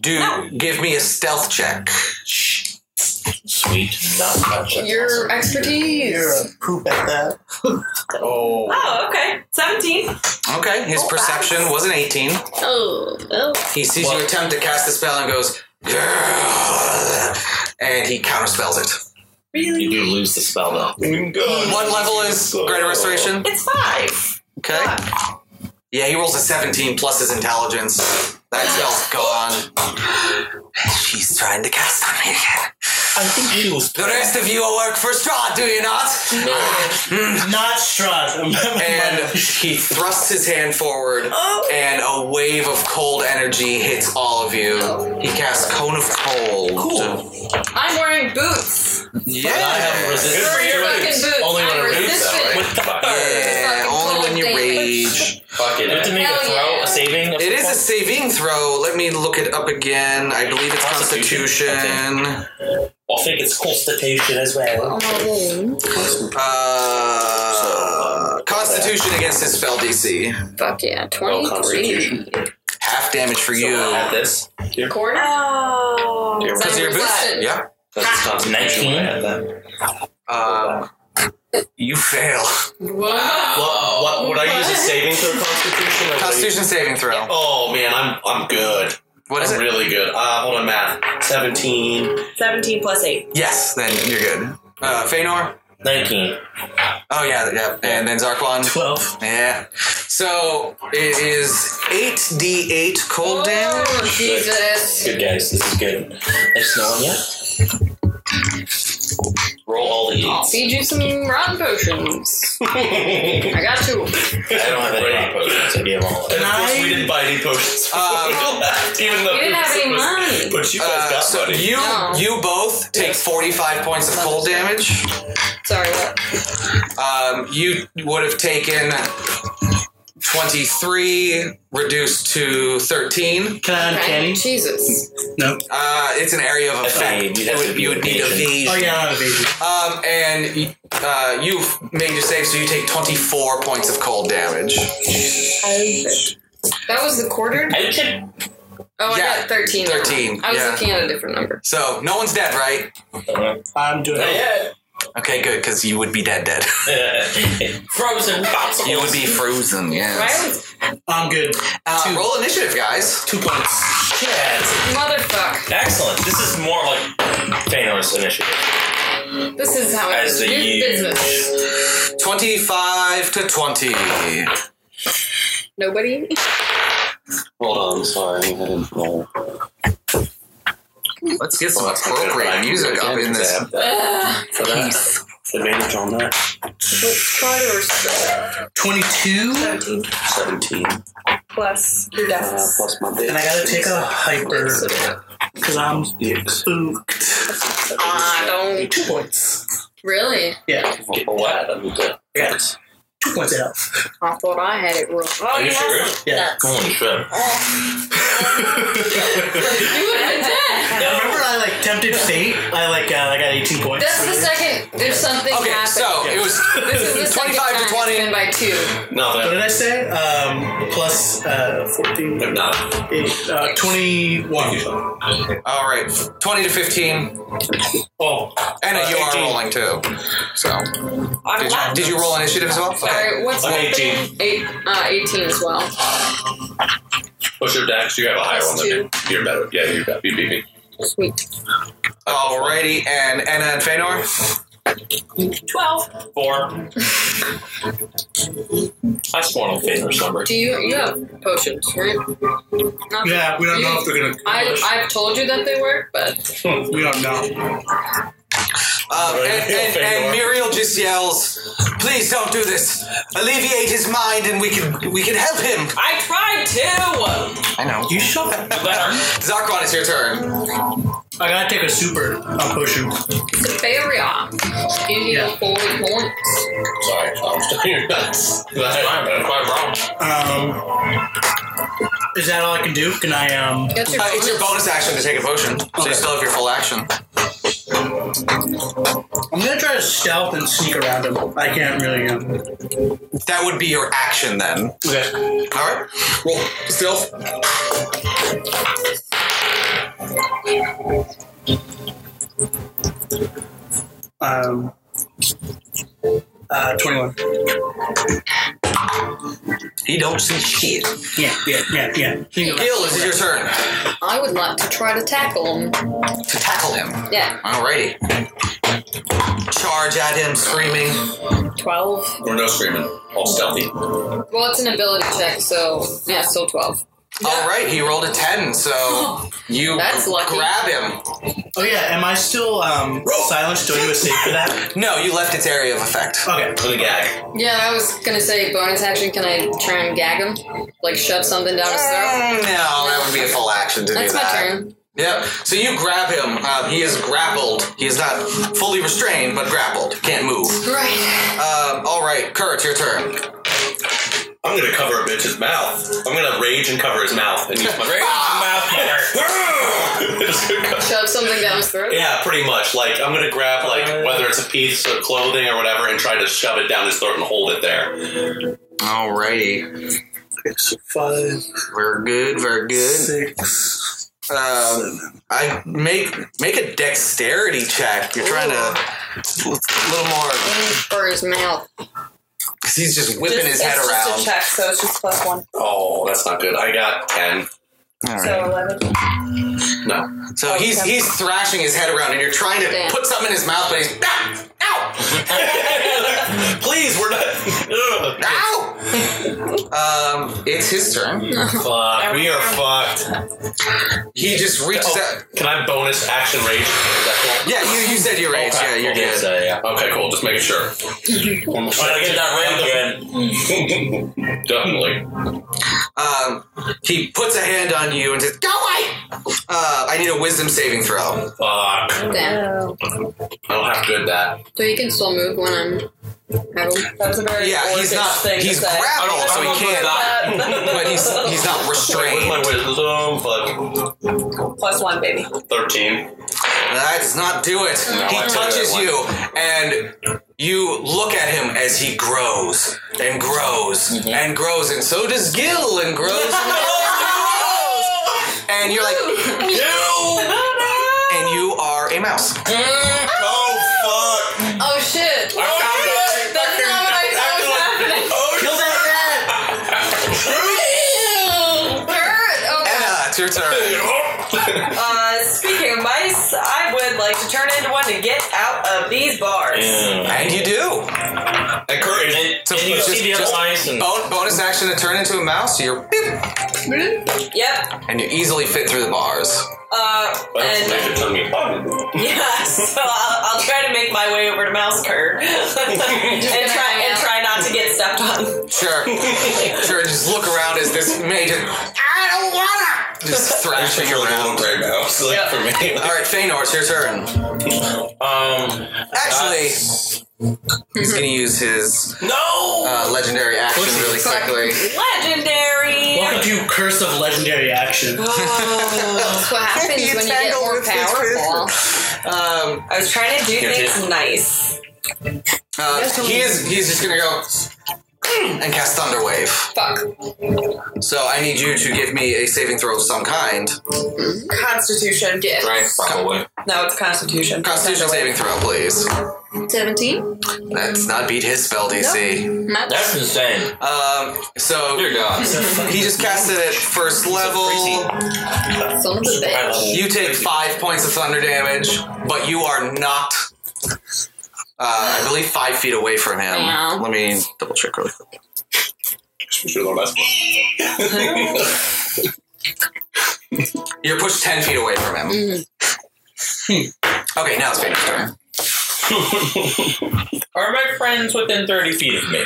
Speaker 4: do give me a stealth check.
Speaker 2: Sweet, not touch
Speaker 3: Your expertise.
Speaker 5: poop at that.
Speaker 4: Oh.
Speaker 9: Oh, okay. 17.
Speaker 4: Okay, his perception was an 18.
Speaker 3: Oh, oh.
Speaker 4: He sees you attempt to cast the spell and goes, "Grrrr," and he counterspells it.
Speaker 2: You do lose the spell though.
Speaker 4: What level is Greater Restoration?
Speaker 9: It's five.
Speaker 4: Okay. Yeah, he rolls a 17 plus his intelligence. That spell's gone. She's trying to cast on me again.
Speaker 2: I think she was.
Speaker 4: The rest of you will work for Strahd, do you not?
Speaker 5: Not Strahd.
Speaker 4: and he thrusts his hand forward, and a wave of cold energy hits all of you. He casts Cone of Cold. Oh. Cool.
Speaker 3: I'm wearing boots.
Speaker 4: Yeah.
Speaker 3: I
Speaker 4: have
Speaker 3: resistance Good for your to it. boots. Boots. Only when I'm it moves that way.
Speaker 4: Yeah, only when you rage. Fuck
Speaker 2: it. Do you have to make a Hell throw, yeah. a saving of
Speaker 4: It is
Speaker 2: some
Speaker 4: a saving throw. Let me look it up again. I believe it's Constitution.
Speaker 2: I think it's constitution as well.
Speaker 3: Oh,
Speaker 4: Uh, Constitution against his spell DC.
Speaker 3: Fuck yeah, 23.
Speaker 4: Half damage for you. At this.
Speaker 3: Quarter? Oh.
Speaker 4: Because of your boost. Yeah.
Speaker 2: That's constitution. Nineteen.
Speaker 4: Um, you fail.
Speaker 12: What, what would I use a saving throw constitution? Or
Speaker 4: Constitution saving throw.
Speaker 12: Oh man, I'm I'm good.
Speaker 4: What is
Speaker 12: I'm
Speaker 4: it?
Speaker 12: Really good. Uh, hold on, math. Seventeen.
Speaker 9: 17 plus 8.
Speaker 4: Yes, then you're good. Uh, Feanor?
Speaker 2: 19.
Speaker 4: Oh, yeah, yeah. And then Zarquan?
Speaker 2: 12.
Speaker 4: Yeah. So it is 8d8 cold damage.
Speaker 3: Jesus.
Speaker 2: Good guys, this is good. There's no one yet. Roll all the
Speaker 3: I'll
Speaker 2: eights.
Speaker 3: feed you some rotten potions. I got two. of 'em.
Speaker 2: I don't have any rock potions. I do have all.
Speaker 12: And of course, we didn't buy any potions.
Speaker 4: Um,
Speaker 12: Even though
Speaker 3: We didn't have
Speaker 12: it
Speaker 3: any
Speaker 12: was-
Speaker 3: money.
Speaker 12: But you guys
Speaker 4: Uh,
Speaker 12: got
Speaker 4: so
Speaker 12: money.
Speaker 4: you you both take 45 points of cold damage.
Speaker 3: Sorry, what?
Speaker 4: Um, you would have taken 23 reduced to 13.
Speaker 5: Can I
Speaker 3: Right? Jesus.
Speaker 5: No.
Speaker 4: Uh, it's an area of effect.
Speaker 2: you'd have
Speaker 4: It
Speaker 2: to
Speaker 4: would,
Speaker 2: be
Speaker 4: you would need
Speaker 2: evasion.
Speaker 4: evasion.
Speaker 5: Oh, yeah, I'm evasion.
Speaker 4: Um, and uh, you've made your save, so you take 24 points of cold damage.
Speaker 3: That was the quarter?
Speaker 2: I can.
Speaker 3: Oh, I
Speaker 4: Yeah,
Speaker 3: got 13. now.
Speaker 4: 13,
Speaker 3: I was
Speaker 4: yeah.
Speaker 3: looking at a different number.
Speaker 4: So no one's dead, right?
Speaker 5: I'm doing it.
Speaker 4: Okay, good, because you would be dead, dead.
Speaker 2: Frozen popsicles.
Speaker 4: You would be frozen, yes.
Speaker 5: I'm good.
Speaker 4: Uh, roll initiative, guys.
Speaker 5: Two points.
Speaker 2: Yes.
Speaker 3: Motherfuck.
Speaker 2: Excellent. This is more like Thanos initiative.
Speaker 3: This is how it
Speaker 2: As
Speaker 3: is.
Speaker 2: a
Speaker 3: Good
Speaker 2: you-
Speaker 3: business.
Speaker 4: 25 to 20.
Speaker 3: Nobody?
Speaker 12: Hold on, I'm sorry. I didn't roll.
Speaker 4: Let's get some appropriate music up in this.
Speaker 12: For that. Advantage on that.
Speaker 3: Let's try to respect.
Speaker 5: 22.
Speaker 12: 17. Uh,
Speaker 9: Plus your deaths.
Speaker 12: plus my
Speaker 5: And I gotta take a hyper. Because I'm spooked.
Speaker 3: I don't.
Speaker 5: Two points.
Speaker 3: Really?
Speaker 5: Yeah.
Speaker 2: Oh,
Speaker 12: What? I'm good.
Speaker 5: Yes. Two points out.
Speaker 3: I thought I had it real. Oh,
Speaker 2: you
Speaker 3: yeah.
Speaker 2: sure?
Speaker 5: Yeah.
Speaker 2: Holy shit.
Speaker 3: You would have been dead.
Speaker 5: Remember I like tempted fate, I like uh, I got eighteen points.
Speaker 17: That's the second. There's something
Speaker 5: Okay,
Speaker 17: happened.
Speaker 5: so it was
Speaker 17: this is the
Speaker 5: 25 to
Speaker 17: second time it's been by two.
Speaker 12: No,
Speaker 5: what did I say? Um, plus uh, fourteen.
Speaker 12: They're not.
Speaker 5: Uh, Twenty-one.
Speaker 4: All right, twenty to fifteen.
Speaker 12: Oh,
Speaker 4: and
Speaker 17: uh,
Speaker 4: you are
Speaker 17: 18.
Speaker 4: rolling too. So, did you, did you roll initiative as well?
Speaker 17: Sorry, what's the thing? Eight, uh, 18 as well.
Speaker 12: What's your dex? You have a higher one than me. You're better. Yeah, you better. You beat me.
Speaker 17: Sweet.
Speaker 4: Alrighty, and Anna and Fëanor. Um,
Speaker 17: Twelve.
Speaker 12: Four. I swore on Feanor's number.
Speaker 17: Do you you have potions, right? Not-
Speaker 14: Yeah, we don't know if they're gonna.
Speaker 17: I I've told you that they work, but
Speaker 14: we don't know.
Speaker 4: Um, and, and, and Muriel just yells, "Please don't do this! Alleviate his mind, and we can we can help him."
Speaker 9: I tried to.
Speaker 4: I know. You shut up. Zarkon, it's your turn.
Speaker 5: I gotta take a super uh, potion.
Speaker 17: it's a barrier. You need forty points.
Speaker 12: Sorry, I'm still here. That's that's fine, but I'm quite wrong.
Speaker 5: Um, is that all I can do? Can I um?
Speaker 4: Uh, it's your bonus action to take a potion, so you still have your full action.
Speaker 5: I'm gonna try to stealth and sneak around him. I can't really. Um,
Speaker 4: That would be your action then. Okay. All right. Roll stealth.
Speaker 5: um uh, 21.
Speaker 4: He don't see shit.
Speaker 5: Yeah, yeah, yeah, yeah.
Speaker 4: Gil, this is your turn
Speaker 17: I would like to try to tackle him.
Speaker 4: to tackle him.
Speaker 17: Yeah,
Speaker 4: Alrighty. Charge at him, screaming.
Speaker 17: twelve.
Speaker 12: Or no screaming. All stealthy.
Speaker 17: Well, it's an ability check, so yeah, still twelve.
Speaker 4: All right, he rolled a ten, so you
Speaker 17: That's lucky.
Speaker 4: grab him.
Speaker 5: Oh yeah, am I still um silenced? Do I do a save for that?
Speaker 4: No, you left its area of effect.
Speaker 5: Okay.
Speaker 12: With a gag.
Speaker 17: Yeah, I was gonna say bonus action. Can I try and gag him? Like shove something down his
Speaker 4: Mm, No,
Speaker 17: throat?
Speaker 4: that would be a full action to
Speaker 17: That's
Speaker 4: do
Speaker 17: my
Speaker 4: that.
Speaker 17: turn.
Speaker 4: Yep. So you grab him. Um, he is grappled. He is not fully restrained, but grappled. Can't move.
Speaker 17: Right.
Speaker 4: Um, all right, Kurt, your turn.
Speaker 12: I'm gonna cover a bitch's mouth. I'm gonna rage and cover his mouth and use my rage mouth cover.
Speaker 17: Shove something down his throat.
Speaker 12: Yeah, pretty much. Like I'm gonna grab like whether it's a piece of clothing or whatever and try to shove it down his throat and hold it there.
Speaker 4: Alrighty.
Speaker 5: It's five.
Speaker 4: We're good. We're good.
Speaker 5: Six.
Speaker 4: Um, I make make a dexterity check. You're trying to a little more
Speaker 17: Or his mouth.
Speaker 4: because he's just whipping his head
Speaker 9: it's
Speaker 4: around.
Speaker 9: Just a check, so it's just plus one.
Speaker 12: Oh, that's not good. I got ten.
Speaker 9: So eleven.
Speaker 12: No.
Speaker 4: So he's he's thrashing his head around, and you're trying to
Speaker 9: Damn.
Speaker 4: put something in his mouth, but he's ah, ow.
Speaker 12: Please, we're not.
Speaker 4: ow. um, it's his turn.
Speaker 12: Fuck, Uh, we are fucked.
Speaker 4: He just reaches out.
Speaker 12: Can I bonus action rage? Is that cool?
Speaker 4: Yeah, you, you said your rage.
Speaker 12: Okay,
Speaker 4: Yeah, you're
Speaker 12: cool.
Speaker 4: good.
Speaker 12: Yeah, yeah. Okay, cool. Just making sure. Trying to get that rage again. Definitely.
Speaker 4: Um, he puts a hand on you and says, "Go away." Uh, I need a wisdom saving throw.
Speaker 12: Fuck.
Speaker 17: Damn.
Speaker 12: I don't have good at that.
Speaker 17: So you can still move when I'm. That was a very
Speaker 4: Yeah, he's not. He's grappled, so he can't. uh, But he's he's not restrained.
Speaker 12: My wisdom, but
Speaker 9: Plus one, baby.
Speaker 12: thirteen.
Speaker 4: That's not do it.
Speaker 12: No,
Speaker 4: he
Speaker 12: I tell you
Speaker 4: touches
Speaker 12: that
Speaker 4: you, and you look at him as he grows and grows
Speaker 21: Mm-hmm.
Speaker 4: and grows, and so does Gil and grows and grows and grows. And you're like, you, and you are a mouse.
Speaker 12: Oh fuck!
Speaker 17: Oh shit! That's not what I thought was happening.
Speaker 4: Kill that
Speaker 17: Ew, Kurt, okay.
Speaker 4: Anna, it's your turn.
Speaker 9: Uh, speaking of mice, I would like to turn into one to get out of these bars.
Speaker 4: And you do.
Speaker 12: And Kurt, and,
Speaker 4: So
Speaker 21: and you
Speaker 4: just-
Speaker 21: see the other
Speaker 4: just
Speaker 21: eyes and-
Speaker 4: bon- bonus action to turn into a mouse. You're beep,
Speaker 9: Yep.
Speaker 4: and you easily fit through the bars.
Speaker 9: Uh,
Speaker 12: That's
Speaker 9: and
Speaker 12: magic me.
Speaker 9: yeah, so I'll, I'll try to make my way over to Mouse Cur and try and try not to get stepped on.
Speaker 4: Sure, sure. Just look around as this mage is I don't wanna. just thrashing around.
Speaker 12: Right now, it's like for me.
Speaker 4: All right, Feanor, it's your turn.
Speaker 21: Um,
Speaker 4: Actually, he's gonna use his
Speaker 21: no.
Speaker 4: uh, legendary action really quickly.
Speaker 9: Legendary.
Speaker 21: Welcome
Speaker 5: do curse of legendary action.
Speaker 22: that's what happens
Speaker 9: You
Speaker 22: when you get
Speaker 9: tangle
Speaker 22: more
Speaker 9: with this
Speaker 22: powerful.
Speaker 9: Um, I was trying to do
Speaker 4: Here,
Speaker 9: things
Speaker 4: take-
Speaker 9: nice.
Speaker 4: Uh, he is, he's just gonna go and cast Thunder Wave. Fuck. So I need you to give me a saving throw of some kind.
Speaker 9: Constitution. Yes.
Speaker 4: Right? Probably.
Speaker 9: No, it's Constitution.
Speaker 4: Constitution saving throw, please.
Speaker 3: 17?
Speaker 4: Let's not beat his spell DC.
Speaker 3: Not
Speaker 4: That's insane. Um, so he just casted it first level.
Speaker 3: Son of a bitch.
Speaker 4: You take five points of thunder damage, but you are not. Uh, I believe five feet away from him.
Speaker 3: Meow.
Speaker 4: Let me double check really quick. You're pushed ten feet away from him. Okay, now it's Vader's turn.
Speaker 23: Are my friends within 30 feet of me?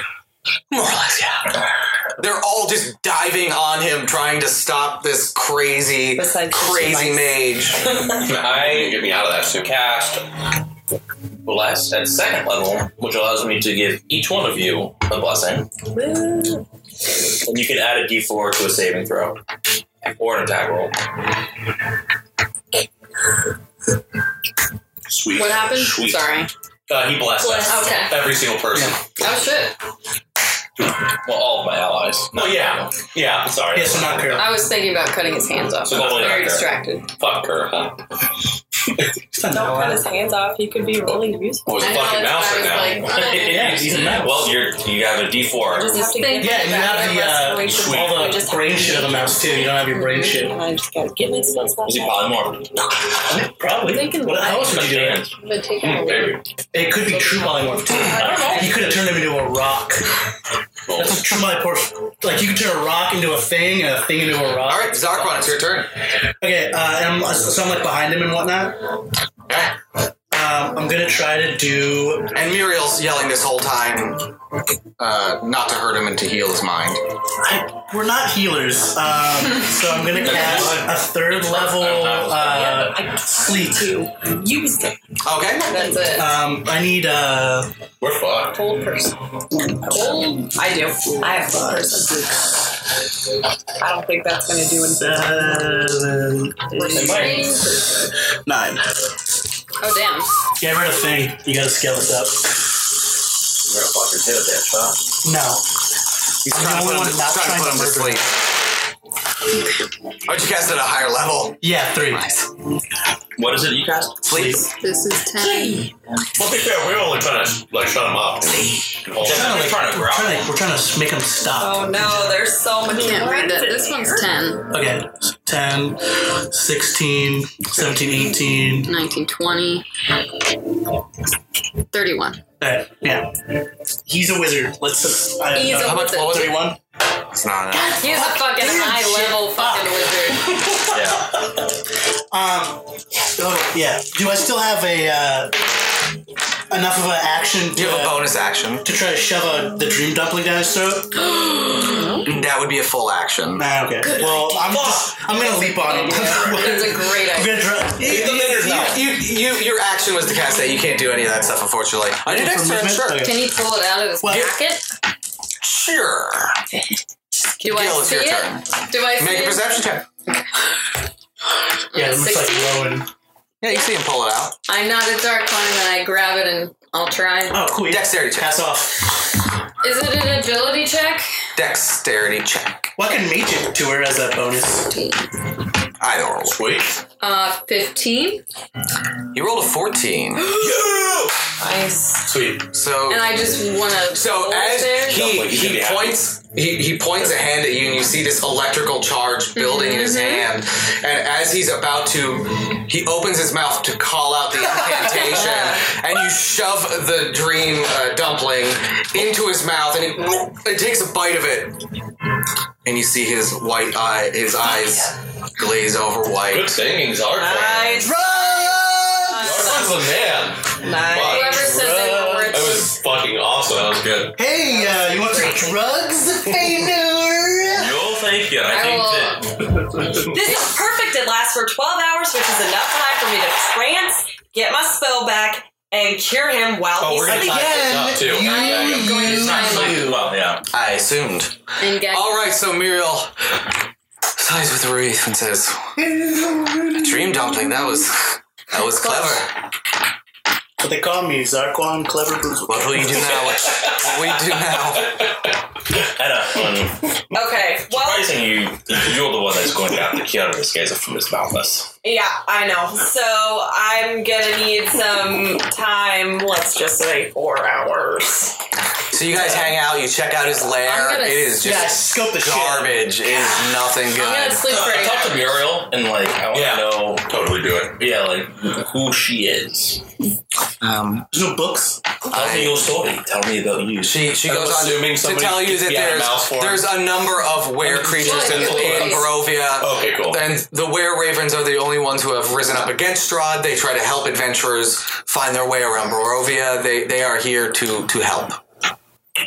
Speaker 4: More or less, yeah. They're all just diving on him, trying to stop this crazy, crazy mage.
Speaker 2: I get me out of that soon. Cast bless at second level, which allows me to give each one of you a blessing, and you can add a d4 to a saving throw or an attack roll. Sweet.
Speaker 3: What happened?
Speaker 2: Sweet.
Speaker 3: Sorry.
Speaker 2: Uh, he blessed
Speaker 3: Bless,
Speaker 2: us.
Speaker 3: okay.
Speaker 2: every single person.
Speaker 3: Oh shit.
Speaker 2: Well, all of my allies. Oh yeah, yeah. Sorry.
Speaker 5: Yes, I'm not Carol.
Speaker 3: I was thinking about cutting his hands off.
Speaker 2: So
Speaker 3: I was
Speaker 2: hopefully
Speaker 3: very
Speaker 2: not Carol.
Speaker 3: distracted.
Speaker 2: Fuck her, huh?
Speaker 9: Don't cut his hands off. He could be really useful.
Speaker 2: Well, it's a fucking mouse right now.
Speaker 5: Yeah, he's a mouse.
Speaker 2: Well, you're you have a D4.
Speaker 9: Just have to
Speaker 5: yeah,
Speaker 9: get
Speaker 5: and you have the uh,
Speaker 9: Restoration
Speaker 5: all
Speaker 9: ball.
Speaker 5: the brain shit of the mouse too. You don't have your brain shit.
Speaker 4: Mm-hmm.
Speaker 9: I just gotta get my spells back.
Speaker 2: Is he polymorph?
Speaker 5: Probably.
Speaker 3: Thinking
Speaker 5: What
Speaker 3: like-
Speaker 5: else would you do?
Speaker 3: But take
Speaker 2: Hmm,
Speaker 3: him away.
Speaker 5: It could be true polymorph too. You could have turned him into a rock. That's what true polymorph. Like you could turn a rock into a thing and a thing into a rock.
Speaker 4: All right, Zarquan, it's your turn.
Speaker 5: Okay, uh, and I'm, so I'm like behind him and whatnot. Um, I'm gonna try to do.
Speaker 4: And Muriel's yelling this whole time, uh, not to hurt him and to heal his mind.
Speaker 5: I, we're not healers, um, so I'm gonna cast a third level uh, sleep.
Speaker 9: Use it.
Speaker 4: Okay.
Speaker 9: That's it.
Speaker 5: Um, I need. Uh,
Speaker 2: We're fucked.
Speaker 9: Old person. Old. I do. I have old person. I don't think that's gonna do
Speaker 5: Seven, eight, nine.
Speaker 3: Oh damn.
Speaker 5: Get rid of thing. You gotta scale this up.
Speaker 2: You're gonna fucking hit a bitch, huh?
Speaker 5: No.
Speaker 4: He's
Speaker 5: I'm
Speaker 4: trying
Speaker 5: the
Speaker 4: to, put
Speaker 5: only
Speaker 4: him,
Speaker 5: one not
Speaker 4: trying to put
Speaker 5: trying
Speaker 4: him to
Speaker 5: to murder
Speaker 4: sleep. Aren't you cast at a higher level?
Speaker 5: Yeah, three.
Speaker 2: What is it you cast?
Speaker 4: Sleep.
Speaker 3: This is 10.
Speaker 2: Well, to be fair, we're only trying to like shut him up. We're trying to
Speaker 5: We're
Speaker 2: growl.
Speaker 5: trying to, we're trying to make him stop.
Speaker 9: Oh no, there's so much.
Speaker 3: Can't read that. This
Speaker 9: one's
Speaker 3: one's 10.
Speaker 5: Okay, 10, 16, 17, 18.
Speaker 3: 19, 20. 31.
Speaker 5: Alright, yeah. He's a wizard. Let's. I don't
Speaker 3: He's
Speaker 5: know.
Speaker 3: a
Speaker 5: How much?
Speaker 3: wizard.
Speaker 5: What was it? 31?
Speaker 4: It's not enough.
Speaker 3: He's a fucking high level fucking wizard.
Speaker 2: Yeah.
Speaker 5: Um, oh, yeah. Do I still have a. Uh, enough of an action to, uh,
Speaker 4: You have a bonus action.
Speaker 5: to try to shove a, the dream dumpling down his throat?
Speaker 4: That would be a full action.
Speaker 5: Nah, okay. well, I'm just. I'm gonna leap on him.
Speaker 3: That's a great
Speaker 5: I'm
Speaker 3: idea.
Speaker 5: gonna try.
Speaker 4: You, you, you, you- your action was to cast that. You can't do any of that stuff, unfortunately. On your
Speaker 5: For
Speaker 4: next turn,
Speaker 5: movement?
Speaker 4: sure.
Speaker 5: Okay.
Speaker 3: Can he pull it out of his
Speaker 5: Well-
Speaker 3: pocket?
Speaker 4: Sure.
Speaker 3: Do I
Speaker 4: Gil, it's
Speaker 3: see
Speaker 4: your
Speaker 3: it?
Speaker 4: turn.
Speaker 3: Do I see
Speaker 4: Make a
Speaker 3: it?
Speaker 4: perception check.
Speaker 5: Yeah, it looks like glowing.
Speaker 4: Yeah, you see him pull it out.
Speaker 3: I'm not a dark one and I grab it and I'll try.
Speaker 5: Oh, cool. yeah.
Speaker 4: Dexterity check.
Speaker 5: Pass off.
Speaker 3: Is it an agility check?
Speaker 4: Dexterity check.
Speaker 5: Well, I can magic to her as a bonus.
Speaker 4: Either roll.
Speaker 2: Sweet.
Speaker 3: Uh, 15.
Speaker 4: You rolled a 14.
Speaker 3: Nice.
Speaker 2: Sweet.
Speaker 4: So
Speaker 3: And I just want to.
Speaker 4: So as
Speaker 3: there.
Speaker 4: he,
Speaker 2: Like, he should
Speaker 4: he
Speaker 2: be happy.
Speaker 4: points he, he points a hand at you and you see this electrical charge building in his
Speaker 3: Mm-hmm.
Speaker 4: hand and as he's about to he opens his mouth to call out the incantation and you shove the dream uh, dumpling into his mouth and he it takes a bite of it and you see his white eye his eyes glaze over
Speaker 2: Good
Speaker 4: white
Speaker 2: singing, Zarkon.
Speaker 9: Nice.
Speaker 2: Zarkon's
Speaker 12: Oh,
Speaker 2: a man.
Speaker 9: Nice.
Speaker 3: Whoever says they were
Speaker 2: That was fucking awesome. That was good.
Speaker 5: Hey, uh, you want some drugs, Feynor?
Speaker 2: No, thank you.
Speaker 3: I
Speaker 2: I
Speaker 3: will-
Speaker 2: think
Speaker 9: This is perfect. It lasts for 12 hours, which is enough time for me to trance, get my spell back, and cure him while
Speaker 2: Oh,
Speaker 9: he's
Speaker 2: we're gonna
Speaker 9: sleeping.
Speaker 2: tie this up, too.
Speaker 9: You-
Speaker 2: Yeah, yeah, yeah.
Speaker 9: going to
Speaker 2: Not
Speaker 9: time
Speaker 2: sleep. Well, yeah.
Speaker 4: I assumed.
Speaker 17: And
Speaker 4: All right, so Muriel sighs with relief and says, "Dream dumpling. That was that was clever.
Speaker 5: But they call me Zarquan Clever Oh, Boozle.
Speaker 4: What will you do now? What will you do now?"
Speaker 21: I don't.
Speaker 9: Okay. Well,
Speaker 21: Surprising you, you're the one that's going to have to cure this guy's from his mouth.
Speaker 9: yeah, I know. So I'm gonna need some time. Let's just say four hours.
Speaker 4: So you guys hang out. You check out his lair.
Speaker 9: I'm gonna-
Speaker 4: It is just
Speaker 9: Yeah,
Speaker 4: scope the garbage. It is nothing good.
Speaker 2: I
Speaker 4: Uh,
Speaker 2: talked to Muriel and like I want to know totally do it. Yeah, like who she is.
Speaker 4: Um,
Speaker 2: no books. Tell me your story. Tell me about you.
Speaker 4: She she goes on to, to tell you that there's there's a number of were creatures in, in Barovia.
Speaker 2: Okay, cool.
Speaker 4: And the were ravens are the only ones who have risen up against Strahd. They try to help adventurers find their way around Barovia. They they are here to to help.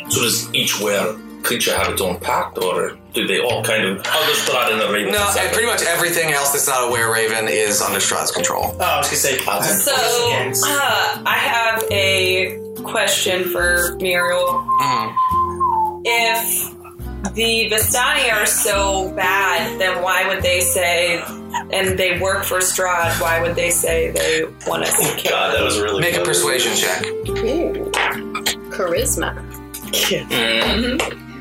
Speaker 2: So does each were creature have its own pact, or do they all kind of? How does Strahd and the Raven?
Speaker 4: No, and pretty much everything else that's not a were raven is under Strahd's control.
Speaker 5: Oh, I was gonna say.
Speaker 9: So uh, I have a question for Muriel. If the Vistani are so bad, then why would they say? And they work for Strahd. Why would they say they want us to kill?
Speaker 21: God, that was really
Speaker 4: Make a persuasion check.
Speaker 17: Charisma.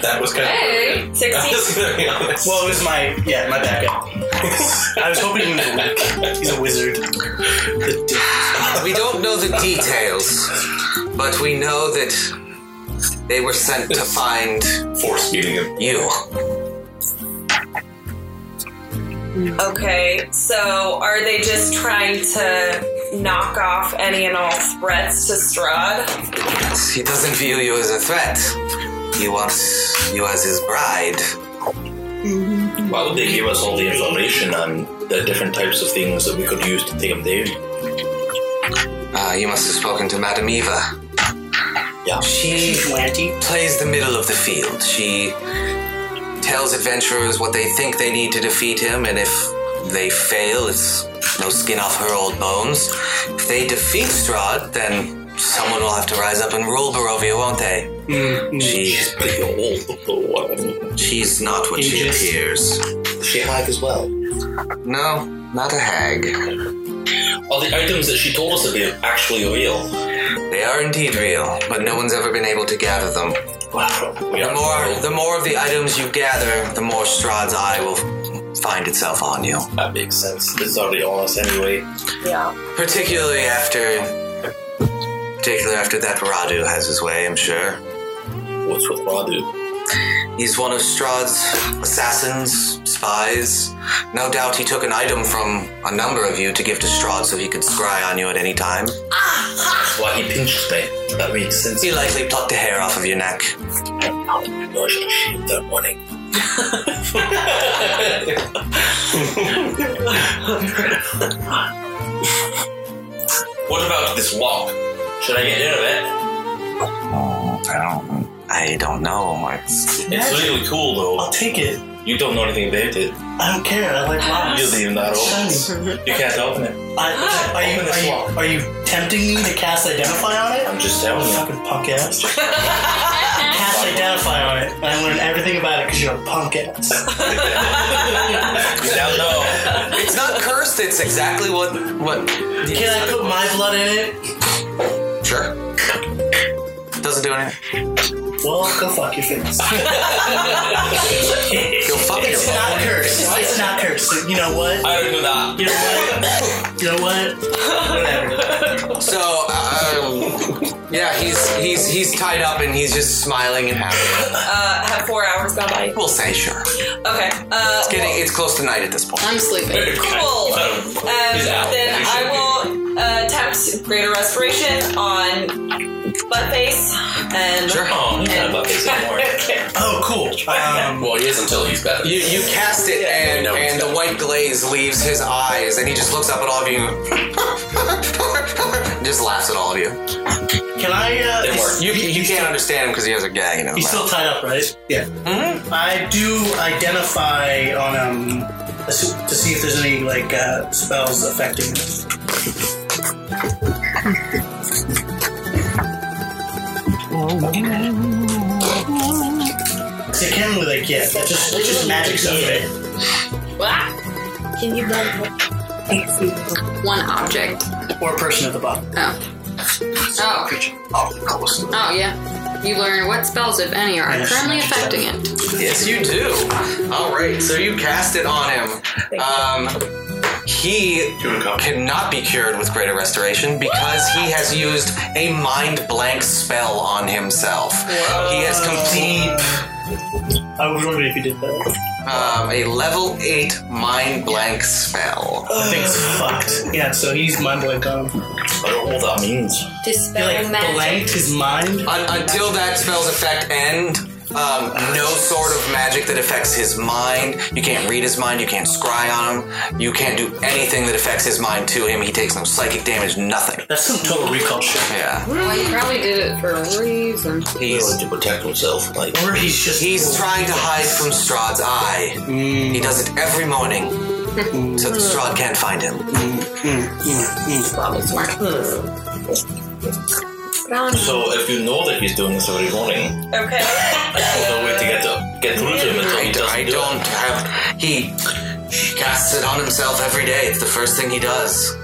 Speaker 21: That was kind
Speaker 17: Hey,
Speaker 21: of.
Speaker 17: 16.
Speaker 5: Well, it was my yeah, my backup. I was hoping he was a wizard. He's a wizard.
Speaker 4: we don't know the details, but we know that they were sent to find
Speaker 12: force feeding him.
Speaker 4: you.
Speaker 9: Okay, so are they just trying to knock off any and all threats to Strahd?
Speaker 4: He doesn't view you as a threat. He wants you as his bride.
Speaker 2: Why would they give us all the information on the different types of things that we could use to take them down?
Speaker 4: Ah, you must have spoken to Madame Eva.
Speaker 2: Yeah.
Speaker 4: She plays the middle of the field. She tells adventurers what they think they need to defeat him, and if they fail, it's no skin off her old bones. If they defeat Strahd, then someone will have to rise up and rule Barovia, won't they? She's pretty old. She's not what she
Speaker 2: Aegis.
Speaker 4: appears.
Speaker 2: Is she a hag as well?
Speaker 4: No, not a hag.
Speaker 2: Are the items that she told us about actually real?
Speaker 4: They are indeed real, but no one's ever been able to gather them. The more, the more of the items you gather, the more Strahd's eye will find itself on you.
Speaker 2: That makes sense. This is already on us anyway.
Speaker 9: Yeah.
Speaker 4: Particularly after, particularly after that Radu has his way, I'm sure.
Speaker 2: What's with Radu?
Speaker 4: He's one of Strahd's assassins, spies. No doubt he took an item from a number of you to give to Strahd so he could scry on you at any time.
Speaker 2: That's why he pinched me. That makes sense.
Speaker 4: He likely plucked the hair off of your neck.
Speaker 2: Oh my gosh, I shaved that morning.
Speaker 12: What about this walk? Should I get rid of it?
Speaker 4: I don't, I don't know. It's,
Speaker 12: It's really cool though.
Speaker 5: I'll take it.
Speaker 12: You don't know anything about it.
Speaker 5: I don't care. I like locks.
Speaker 12: You're leaving that
Speaker 5: Shiny.
Speaker 12: open. You can't open it.
Speaker 5: I, are, you, are, you, are you tempting me to cast identify on it?
Speaker 12: I'm just telling you.
Speaker 5: Fucking punk ass. cast identify on it. I learned everything about it because you're a punk ass.
Speaker 12: You don't know.
Speaker 4: it's not cursed. It's exactly what what.
Speaker 5: Can I put my blood in it?
Speaker 4: Sure. Doesn't do anything.
Speaker 5: Well, go fuck your face.
Speaker 4: Go fuck
Speaker 5: It's
Speaker 4: yourself.
Speaker 5: not cursed. It's not cursed. You know what?
Speaker 12: I don't know that.
Speaker 5: You know what? You know what? Whatever.
Speaker 4: So, um, yeah, he's he's he's tied up and he's just smiling and happy.
Speaker 9: Uh, have four hours gone by.
Speaker 4: We'll say sure.
Speaker 9: Okay. Uh,
Speaker 4: It's
Speaker 9: well-
Speaker 4: getting it's close to night at this point.
Speaker 17: I'm sleeping.
Speaker 9: Cool. Um, then
Speaker 12: You
Speaker 9: I will uh, attempt greater restoration on Buttface and.
Speaker 4: Sure.
Speaker 12: Oh, he's not about this anymore.
Speaker 5: Oh, cool. Um,
Speaker 12: Well, he is until he's better.
Speaker 4: You, you cast it and
Speaker 12: No, it's
Speaker 4: and the white glaze leaves his eyes and he just looks up at all of you, and just laughs at all of you.
Speaker 5: can I? Uh,
Speaker 12: Didn't
Speaker 5: is-
Speaker 12: work.
Speaker 4: You you can't understand him because he has a gag in his
Speaker 5: He's
Speaker 4: mouth.
Speaker 5: still tied up, right? Yeah. I do identify on um to see to see if there's any like uh, spells affecting. him. They can with a gift. Just, just magic stuff, right?
Speaker 17: What? Can you buy one object?
Speaker 5: Or a person at the bottom.
Speaker 17: Oh. Oh. Oh, yeah. You learn what spells, if any, are currently affecting it.
Speaker 4: Yes, you do. All right, so you cast it on him. Um, he cannot be cured with greater restoration because he has used a mind blank spell on himself. He has complete.
Speaker 5: I was wondering if you did that.
Speaker 4: Um, a level eight mind blank spell.
Speaker 5: That thing's fucked. Yeah, so he's mind blank on him. I
Speaker 2: don't know what that means.
Speaker 17: Dispel
Speaker 5: like blanked his mind.
Speaker 4: Un- until that spell's effect end, um, no sort of magic that affects his mind. You can't read his mind. You can't scry on him. You can't do anything that affects his mind to him. He takes no psychic damage. Nothing.
Speaker 5: That's some total recall shit.
Speaker 4: Yeah.
Speaker 17: Well, he probably did it for a reason.
Speaker 4: He's
Speaker 2: to protect himself. Like,
Speaker 5: or he's just
Speaker 4: he's trying to hide from Strahd's eye. He does it every morning, so that Strahd can't find him.
Speaker 17: Probably smart.
Speaker 2: So if you know that he's doing this every morning,
Speaker 9: Okay.
Speaker 2: there's no way to get to get through to him until he doesn't
Speaker 4: I
Speaker 2: do
Speaker 4: don't have. He casts it on himself every day. It's the first thing he does.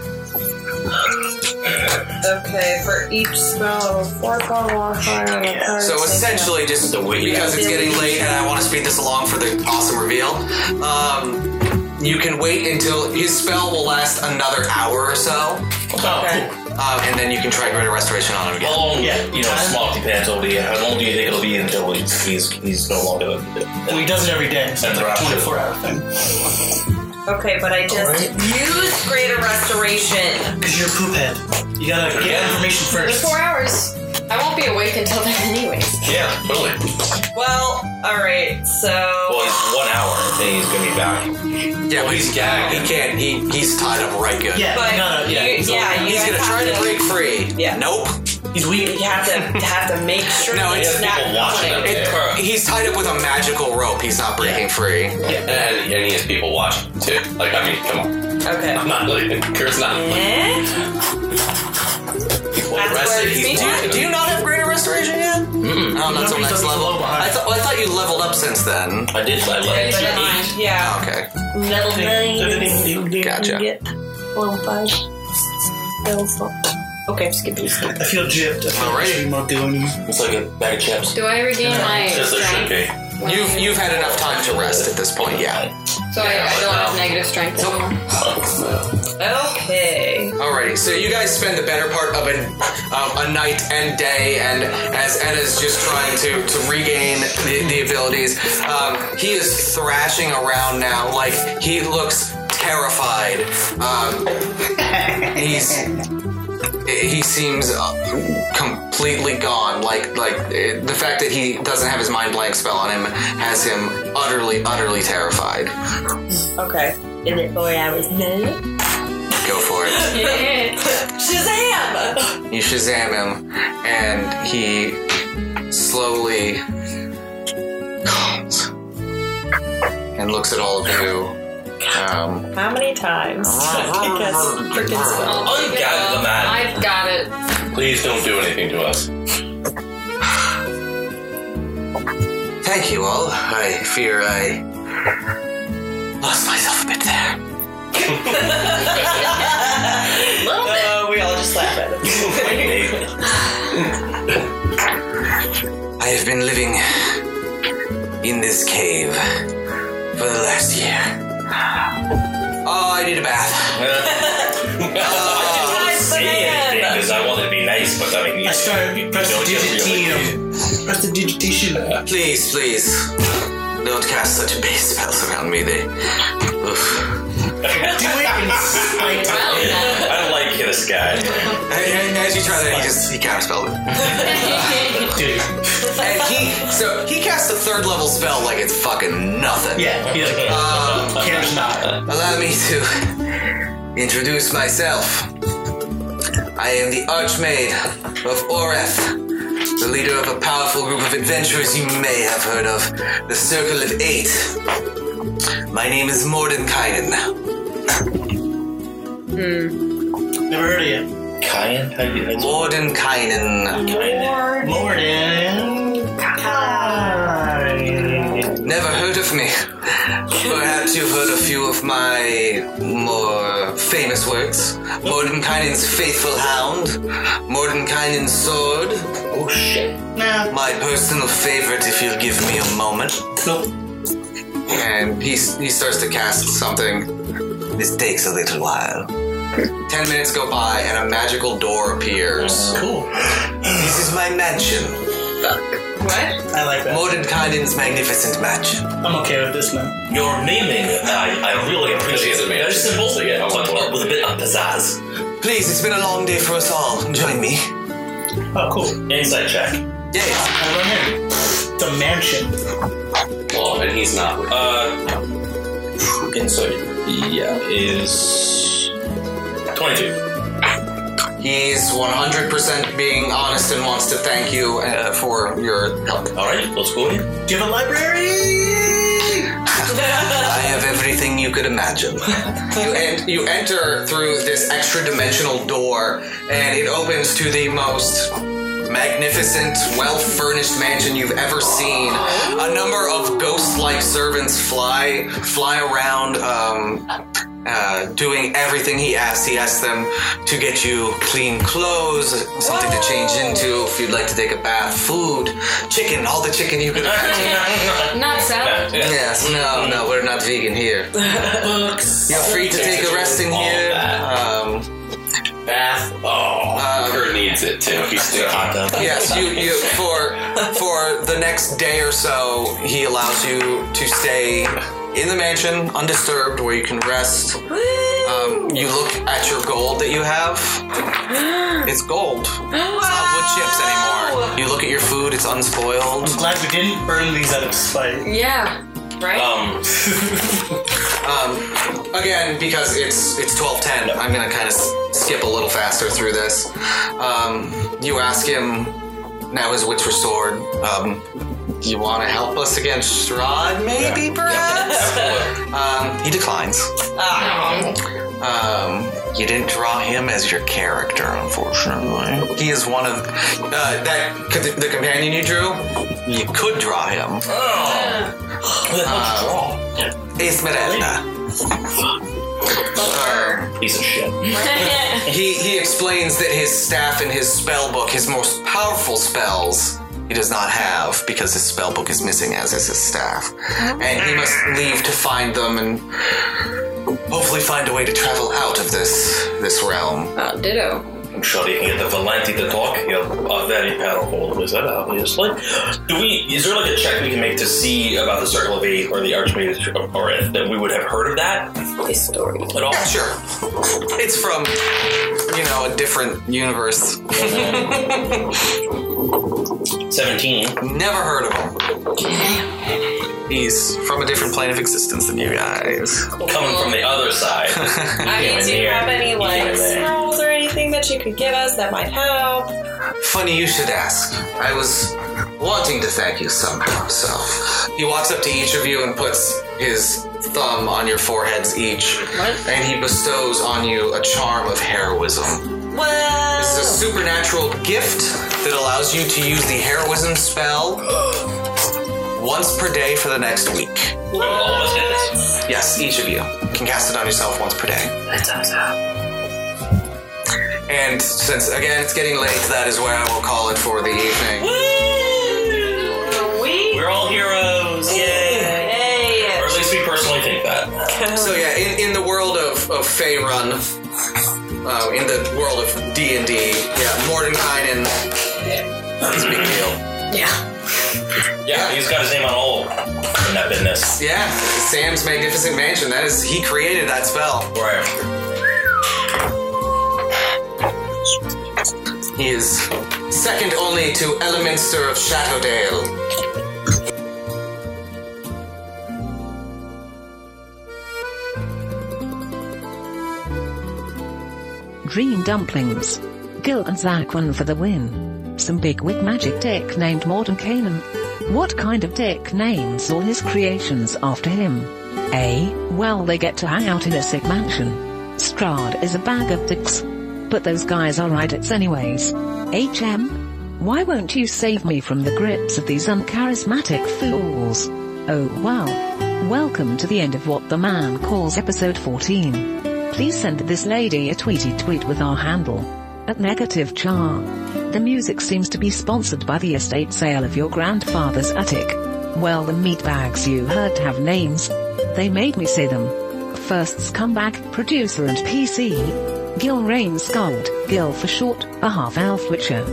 Speaker 9: Okay, for each spell, work on wildfire on a card.
Speaker 4: So essentially, just because it's getting late and I want to speed this along for the awesome reveal, um, you can wait until his spell will last another hour or so.
Speaker 2: Okay.
Speaker 4: Um, and then you can try greater restoration on him
Speaker 2: it.
Speaker 4: again.
Speaker 2: How long, you know, small depends on the. How long do you think it'll be until he's he's, he's no longer?
Speaker 5: Well, he does it every day. So
Speaker 2: it's like
Speaker 5: 24 hour thing.
Speaker 9: Okay, but I just used Greater Restoration.
Speaker 5: Because you're a poop head. You gotta get information
Speaker 17: There's
Speaker 5: first.
Speaker 17: four hours. I won't be awake until then, anyways.
Speaker 2: Yeah, totally.
Speaker 9: Well, alright, so.
Speaker 2: Well, it's one hour, and then he's gonna be back.
Speaker 4: Yeah, but he's gagged. He can't. He he's tied up right good.
Speaker 5: Yeah,
Speaker 9: But
Speaker 5: no, no,
Speaker 9: you-
Speaker 5: yeah.
Speaker 9: yeah, you
Speaker 4: he's
Speaker 9: guys
Speaker 4: gonna
Speaker 9: have
Speaker 4: try to
Speaker 9: to-
Speaker 4: break free.
Speaker 9: Yeah.
Speaker 4: Nope.
Speaker 5: He's weak.
Speaker 9: You have to have to make sure
Speaker 4: No,
Speaker 9: that
Speaker 4: it's-
Speaker 9: it's not going.
Speaker 4: It- he's tied up with a magical rope. He's not breaking free.
Speaker 12: And, and he has people watching too. Like, I mean, come on.
Speaker 9: Okay.
Speaker 12: I'm not really. Kurt's not.
Speaker 9: Eh?
Speaker 12: Well, rested,
Speaker 9: it's
Speaker 12: he's
Speaker 9: been.
Speaker 12: watching.
Speaker 4: Do you not have greater restoration yet?
Speaker 12: Mm-mm.
Speaker 4: Oh, not till
Speaker 12: Nobody's
Speaker 4: next
Speaker 12: up
Speaker 4: level. I thought I thought you leveled up since then.
Speaker 2: I did. I
Speaker 9: Yeah, but I- Yeah.
Speaker 4: Okay.
Speaker 9: Metal
Speaker 4: Gotcha.
Speaker 9: Well, five. Okay, skip it.
Speaker 5: I feel gypped. I feel
Speaker 4: Alright.
Speaker 5: I'm not doing
Speaker 2: It's like a bag of chips.
Speaker 17: Do I regain my
Speaker 2: Says there should
Speaker 17: strength?
Speaker 2: be.
Speaker 4: You've you've had enough time to rest at this point. Yeah.
Speaker 17: So I, I don't have negative strength anymore.
Speaker 9: Okay.
Speaker 4: Alrighty. So you guys spend the better part of a um, a night and day, and as Enna's just trying to to regain the, the abilities, um, he is thrashing around now. Like he looks terrified. Um, he's he seems uh, completely gone. Like like uh, the fact that he doesn't have his mind blank spell on him has him utterly utterly terrified.
Speaker 9: Okay. Is it four hours? No.
Speaker 4: Go for it.
Speaker 9: Shazam!
Speaker 4: You Shazam him, and he slowly calms and looks at all of you. Um,
Speaker 9: How many times? Because freaking spell.
Speaker 2: Ungather the man.
Speaker 17: I've got it.
Speaker 2: Please don't do anything to us.
Speaker 4: Thank you all. I fear I lost myself a bit there.
Speaker 9: Uh, we all just laugh at it.
Speaker 4: I have been living in this cave for the last year. Oh, I need a bath.
Speaker 2: I didn't want to
Speaker 9: Oh,
Speaker 2: say anything
Speaker 9: banana.
Speaker 2: because I wanted to be nice, but
Speaker 9: Uh,
Speaker 2: I mean, you
Speaker 5: I started press the
Speaker 2: know, just really-
Speaker 5: digitation. Press the digitation.
Speaker 4: Please, please, don't cast such base spells around me. They. Oof.
Speaker 5: Do it in spite of
Speaker 2: I like this guy.
Speaker 4: And as you try that, he just he counterspelled it.
Speaker 5: Dude.
Speaker 4: And he so he cast a third level spell like it's fucking nothing.
Speaker 5: Yeah, he like,
Speaker 4: Um,
Speaker 5: cares not.
Speaker 4: Allow me to introduce myself. I am the Archmaid of Oreth, the leader of a powerful group of adventurers you may have heard of, the Circle of Eight. My name is Mordenkainen.
Speaker 5: Never heard of you.
Speaker 2: Kayan? How do you,
Speaker 4: Mordenkainen. Never heard of me. Perhaps you've heard a few of my more famous works. Mordenkainen's Faithful Hound, Mordenkainen's Sword. Oh shit. My personal favorite, if you'll give me a moment. And he, he starts to cast something. This takes a little while. Ten minutes go by, and a magical door appears. Cool. This is my mansion. What?
Speaker 5: I like that.
Speaker 4: Mordenkainen's magnificent mansion.
Speaker 5: I'm okay with this now.
Speaker 2: Your naming, I, I really appreciate it. Very simple, but uh, with a bit of pizzazz.
Speaker 4: Please, it's been a long day for us all. Join me.
Speaker 5: Oh, cool.
Speaker 24: Insight check.
Speaker 4: Yeah.
Speaker 5: I run in. It's a mansion.
Speaker 2: Oh,
Speaker 24: Well, and he's not. Uh,
Speaker 2: insight. Yeah, is twenty-two.
Speaker 4: He's 100% being honest and wants to thank you uh, for your help.
Speaker 2: All right, let's go.
Speaker 5: Do you have a library?
Speaker 4: I have everything you could imagine. you, en- you enter through this extra dimensional door, and it opens to the most magnificent, well furnished mansion you've ever seen. A number of ghost like servants fly fly around. Um, uh, doing everything he asks. He asks them to get you clean clothes, something to change into if you'd like to take a bath, food, chicken, all the chicken you could imagine.
Speaker 3: Not salad.
Speaker 4: Yes, no, no, we're not vegan here.
Speaker 3: Books.
Speaker 4: You're free to take a rest in here. Um,
Speaker 24: Bath. Oh, Kurt needs it too. He's still hot up.
Speaker 4: um, yes, you, you for for the next day or so, he allows you to stay in the mansion undisturbed, where you can rest. Um, you look at your gold that you have; it's gold. It's not wood chips anymore. You look at your food; it's unspoiled.
Speaker 5: I'm glad we didn't burn these out of spite.
Speaker 3: Yeah. Right?
Speaker 4: Um, um, again, because it's it's twelve ten, I'm gonna kind of s- skip a little faster through this. Um, you ask him now his wits restored. Um, you want to help us against Strahd, maybe, perhaps? um, he declines.
Speaker 9: Ah,
Speaker 4: Um, you didn't draw him as your character, unfortunately. He is one of uh, that c- the companion you drew. You could draw him.
Speaker 2: um,
Speaker 4: Oh, draw Esmeralda.
Speaker 2: Piece of shit.
Speaker 4: he he explains that his staff and his spell book, his most powerful spells, he does not have because his spell book is missing, as is his staff, and he must leave to find them and hopefully find a way to travel out of this this realm.
Speaker 3: Oh, ditto.
Speaker 2: I'm sure you can get the Valenti to talk. You're a very powerful wizard, obviously. Do we? Is there like a check we can make to see about the Circle of Eight or the Archmage's or if that we would have heard of that?
Speaker 3: story.
Speaker 2: At all?
Speaker 4: Yeah, Uh, sure. It's from you know a different universe.
Speaker 2: Seventeen.
Speaker 4: Never heard of him. He's from a different plane of existence than you guys.
Speaker 2: Coming from the other side.
Speaker 9: I mean, do you have any
Speaker 4: Yeah,
Speaker 9: like
Speaker 4: man.
Speaker 9: scrolls or anything that you could give us that might help?
Speaker 4: Funny you should ask. I was wanting to thank you somehow, so. He walks up to each of you and puts his thumb on your foreheads each, and he bestows on you a charm of heroism.
Speaker 9: Well,
Speaker 25: Oh.
Speaker 4: This is a supernatural gift that allows you to use the heroism spell once per day for the next week. Yes, each of you can cast it on yourself once per day.
Speaker 25: That's awesome.
Speaker 4: And since, again, it's getting late, that is where I will call it for the evening.
Speaker 24: We're all heroes. Yay.
Speaker 9: Hey.
Speaker 24: Or at least we personally think that.
Speaker 4: So yeah, in, in the world of of Faerun, uh, in the world of D and D, yeah, Mordenkainen is a big deal.
Speaker 3: Yeah.
Speaker 24: Yeah, he's got his name on all in that business.
Speaker 4: Yeah, Sam's magnificent mansion. That is, he created that spell.
Speaker 24: Right.
Speaker 4: He is second only to Elminster of Shadowdale.
Speaker 1: Dream Dumplings. Gil and Zach won for the win. Some big wig magic deck named Mordenkainen. What kind of deck names all his creations after him? A. Well, they get to hang out in a sick mansion. Strad is a bag of dicks. But those guys are idiots anyways. HM? Why won't you save me from the grips of these uncharismatic fools? Oh wow. Welcome to the end of what the man calls episode 14. Please send this lady a tweety tweet with our handle. At negative char. The music seems to be sponsored by the estate sale of your grandfather's attic. Well, the meatbags you heard have names. They made me say them. First Scumbag, Producer and PC. Gil Rain Scald, Gil for short, a half elf witcher.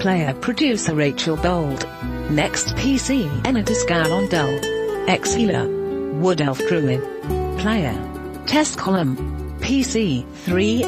Speaker 1: Player Producer Rachel Bold. Next PC, Enidus Galondel. Ex Healer. Wood Elf Druid. Player. Test Column. PC 3.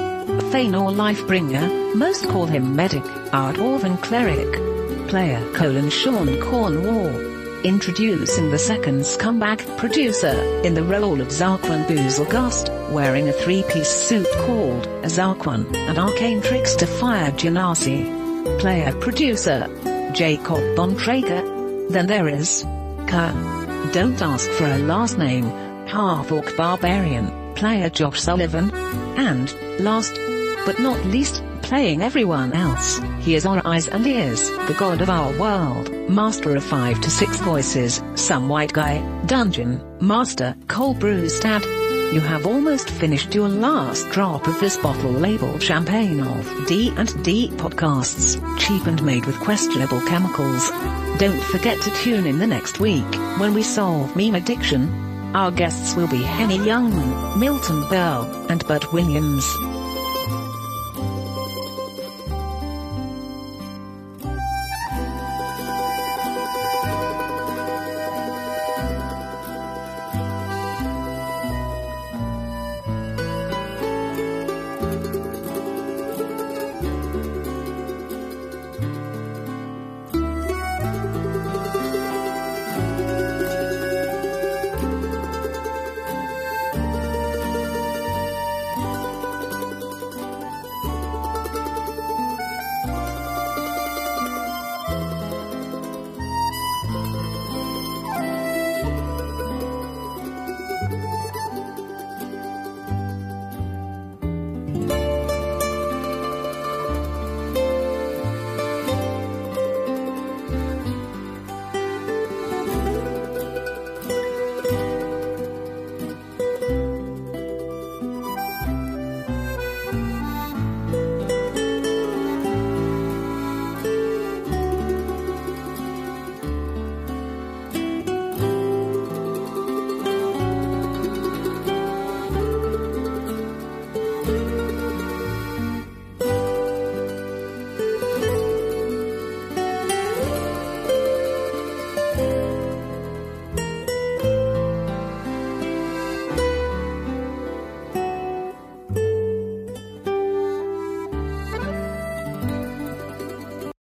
Speaker 1: Feanor Lifebringer, most call him Medic, Art Orvan Cleric. Player colon Sean Cornwall. Introducing the second scumbag producer, in the role of Zarquan Boozelgast, wearing a three-piece suit called a Zarquan, an arcane trickster fire genasi. Player producer, Jacob Bontrager. Then there is, Ka. Don't ask for a last name, half-orc barbarian, player Josh Sullivan. And, last, but not least, playing everyone else. He is our eyes and ears, the god of our world, master of five to six voices, some white guy, dungeon, master, cold brewstad. You have almost finished your last drop of this bottle labeled champagne of D&D podcasts, cheap and made with questionable chemicals. Don't forget to tune in the next week, when we solve meme addiction. Our guests will be Henny Youngman, Milton Bell, and Bud Williams.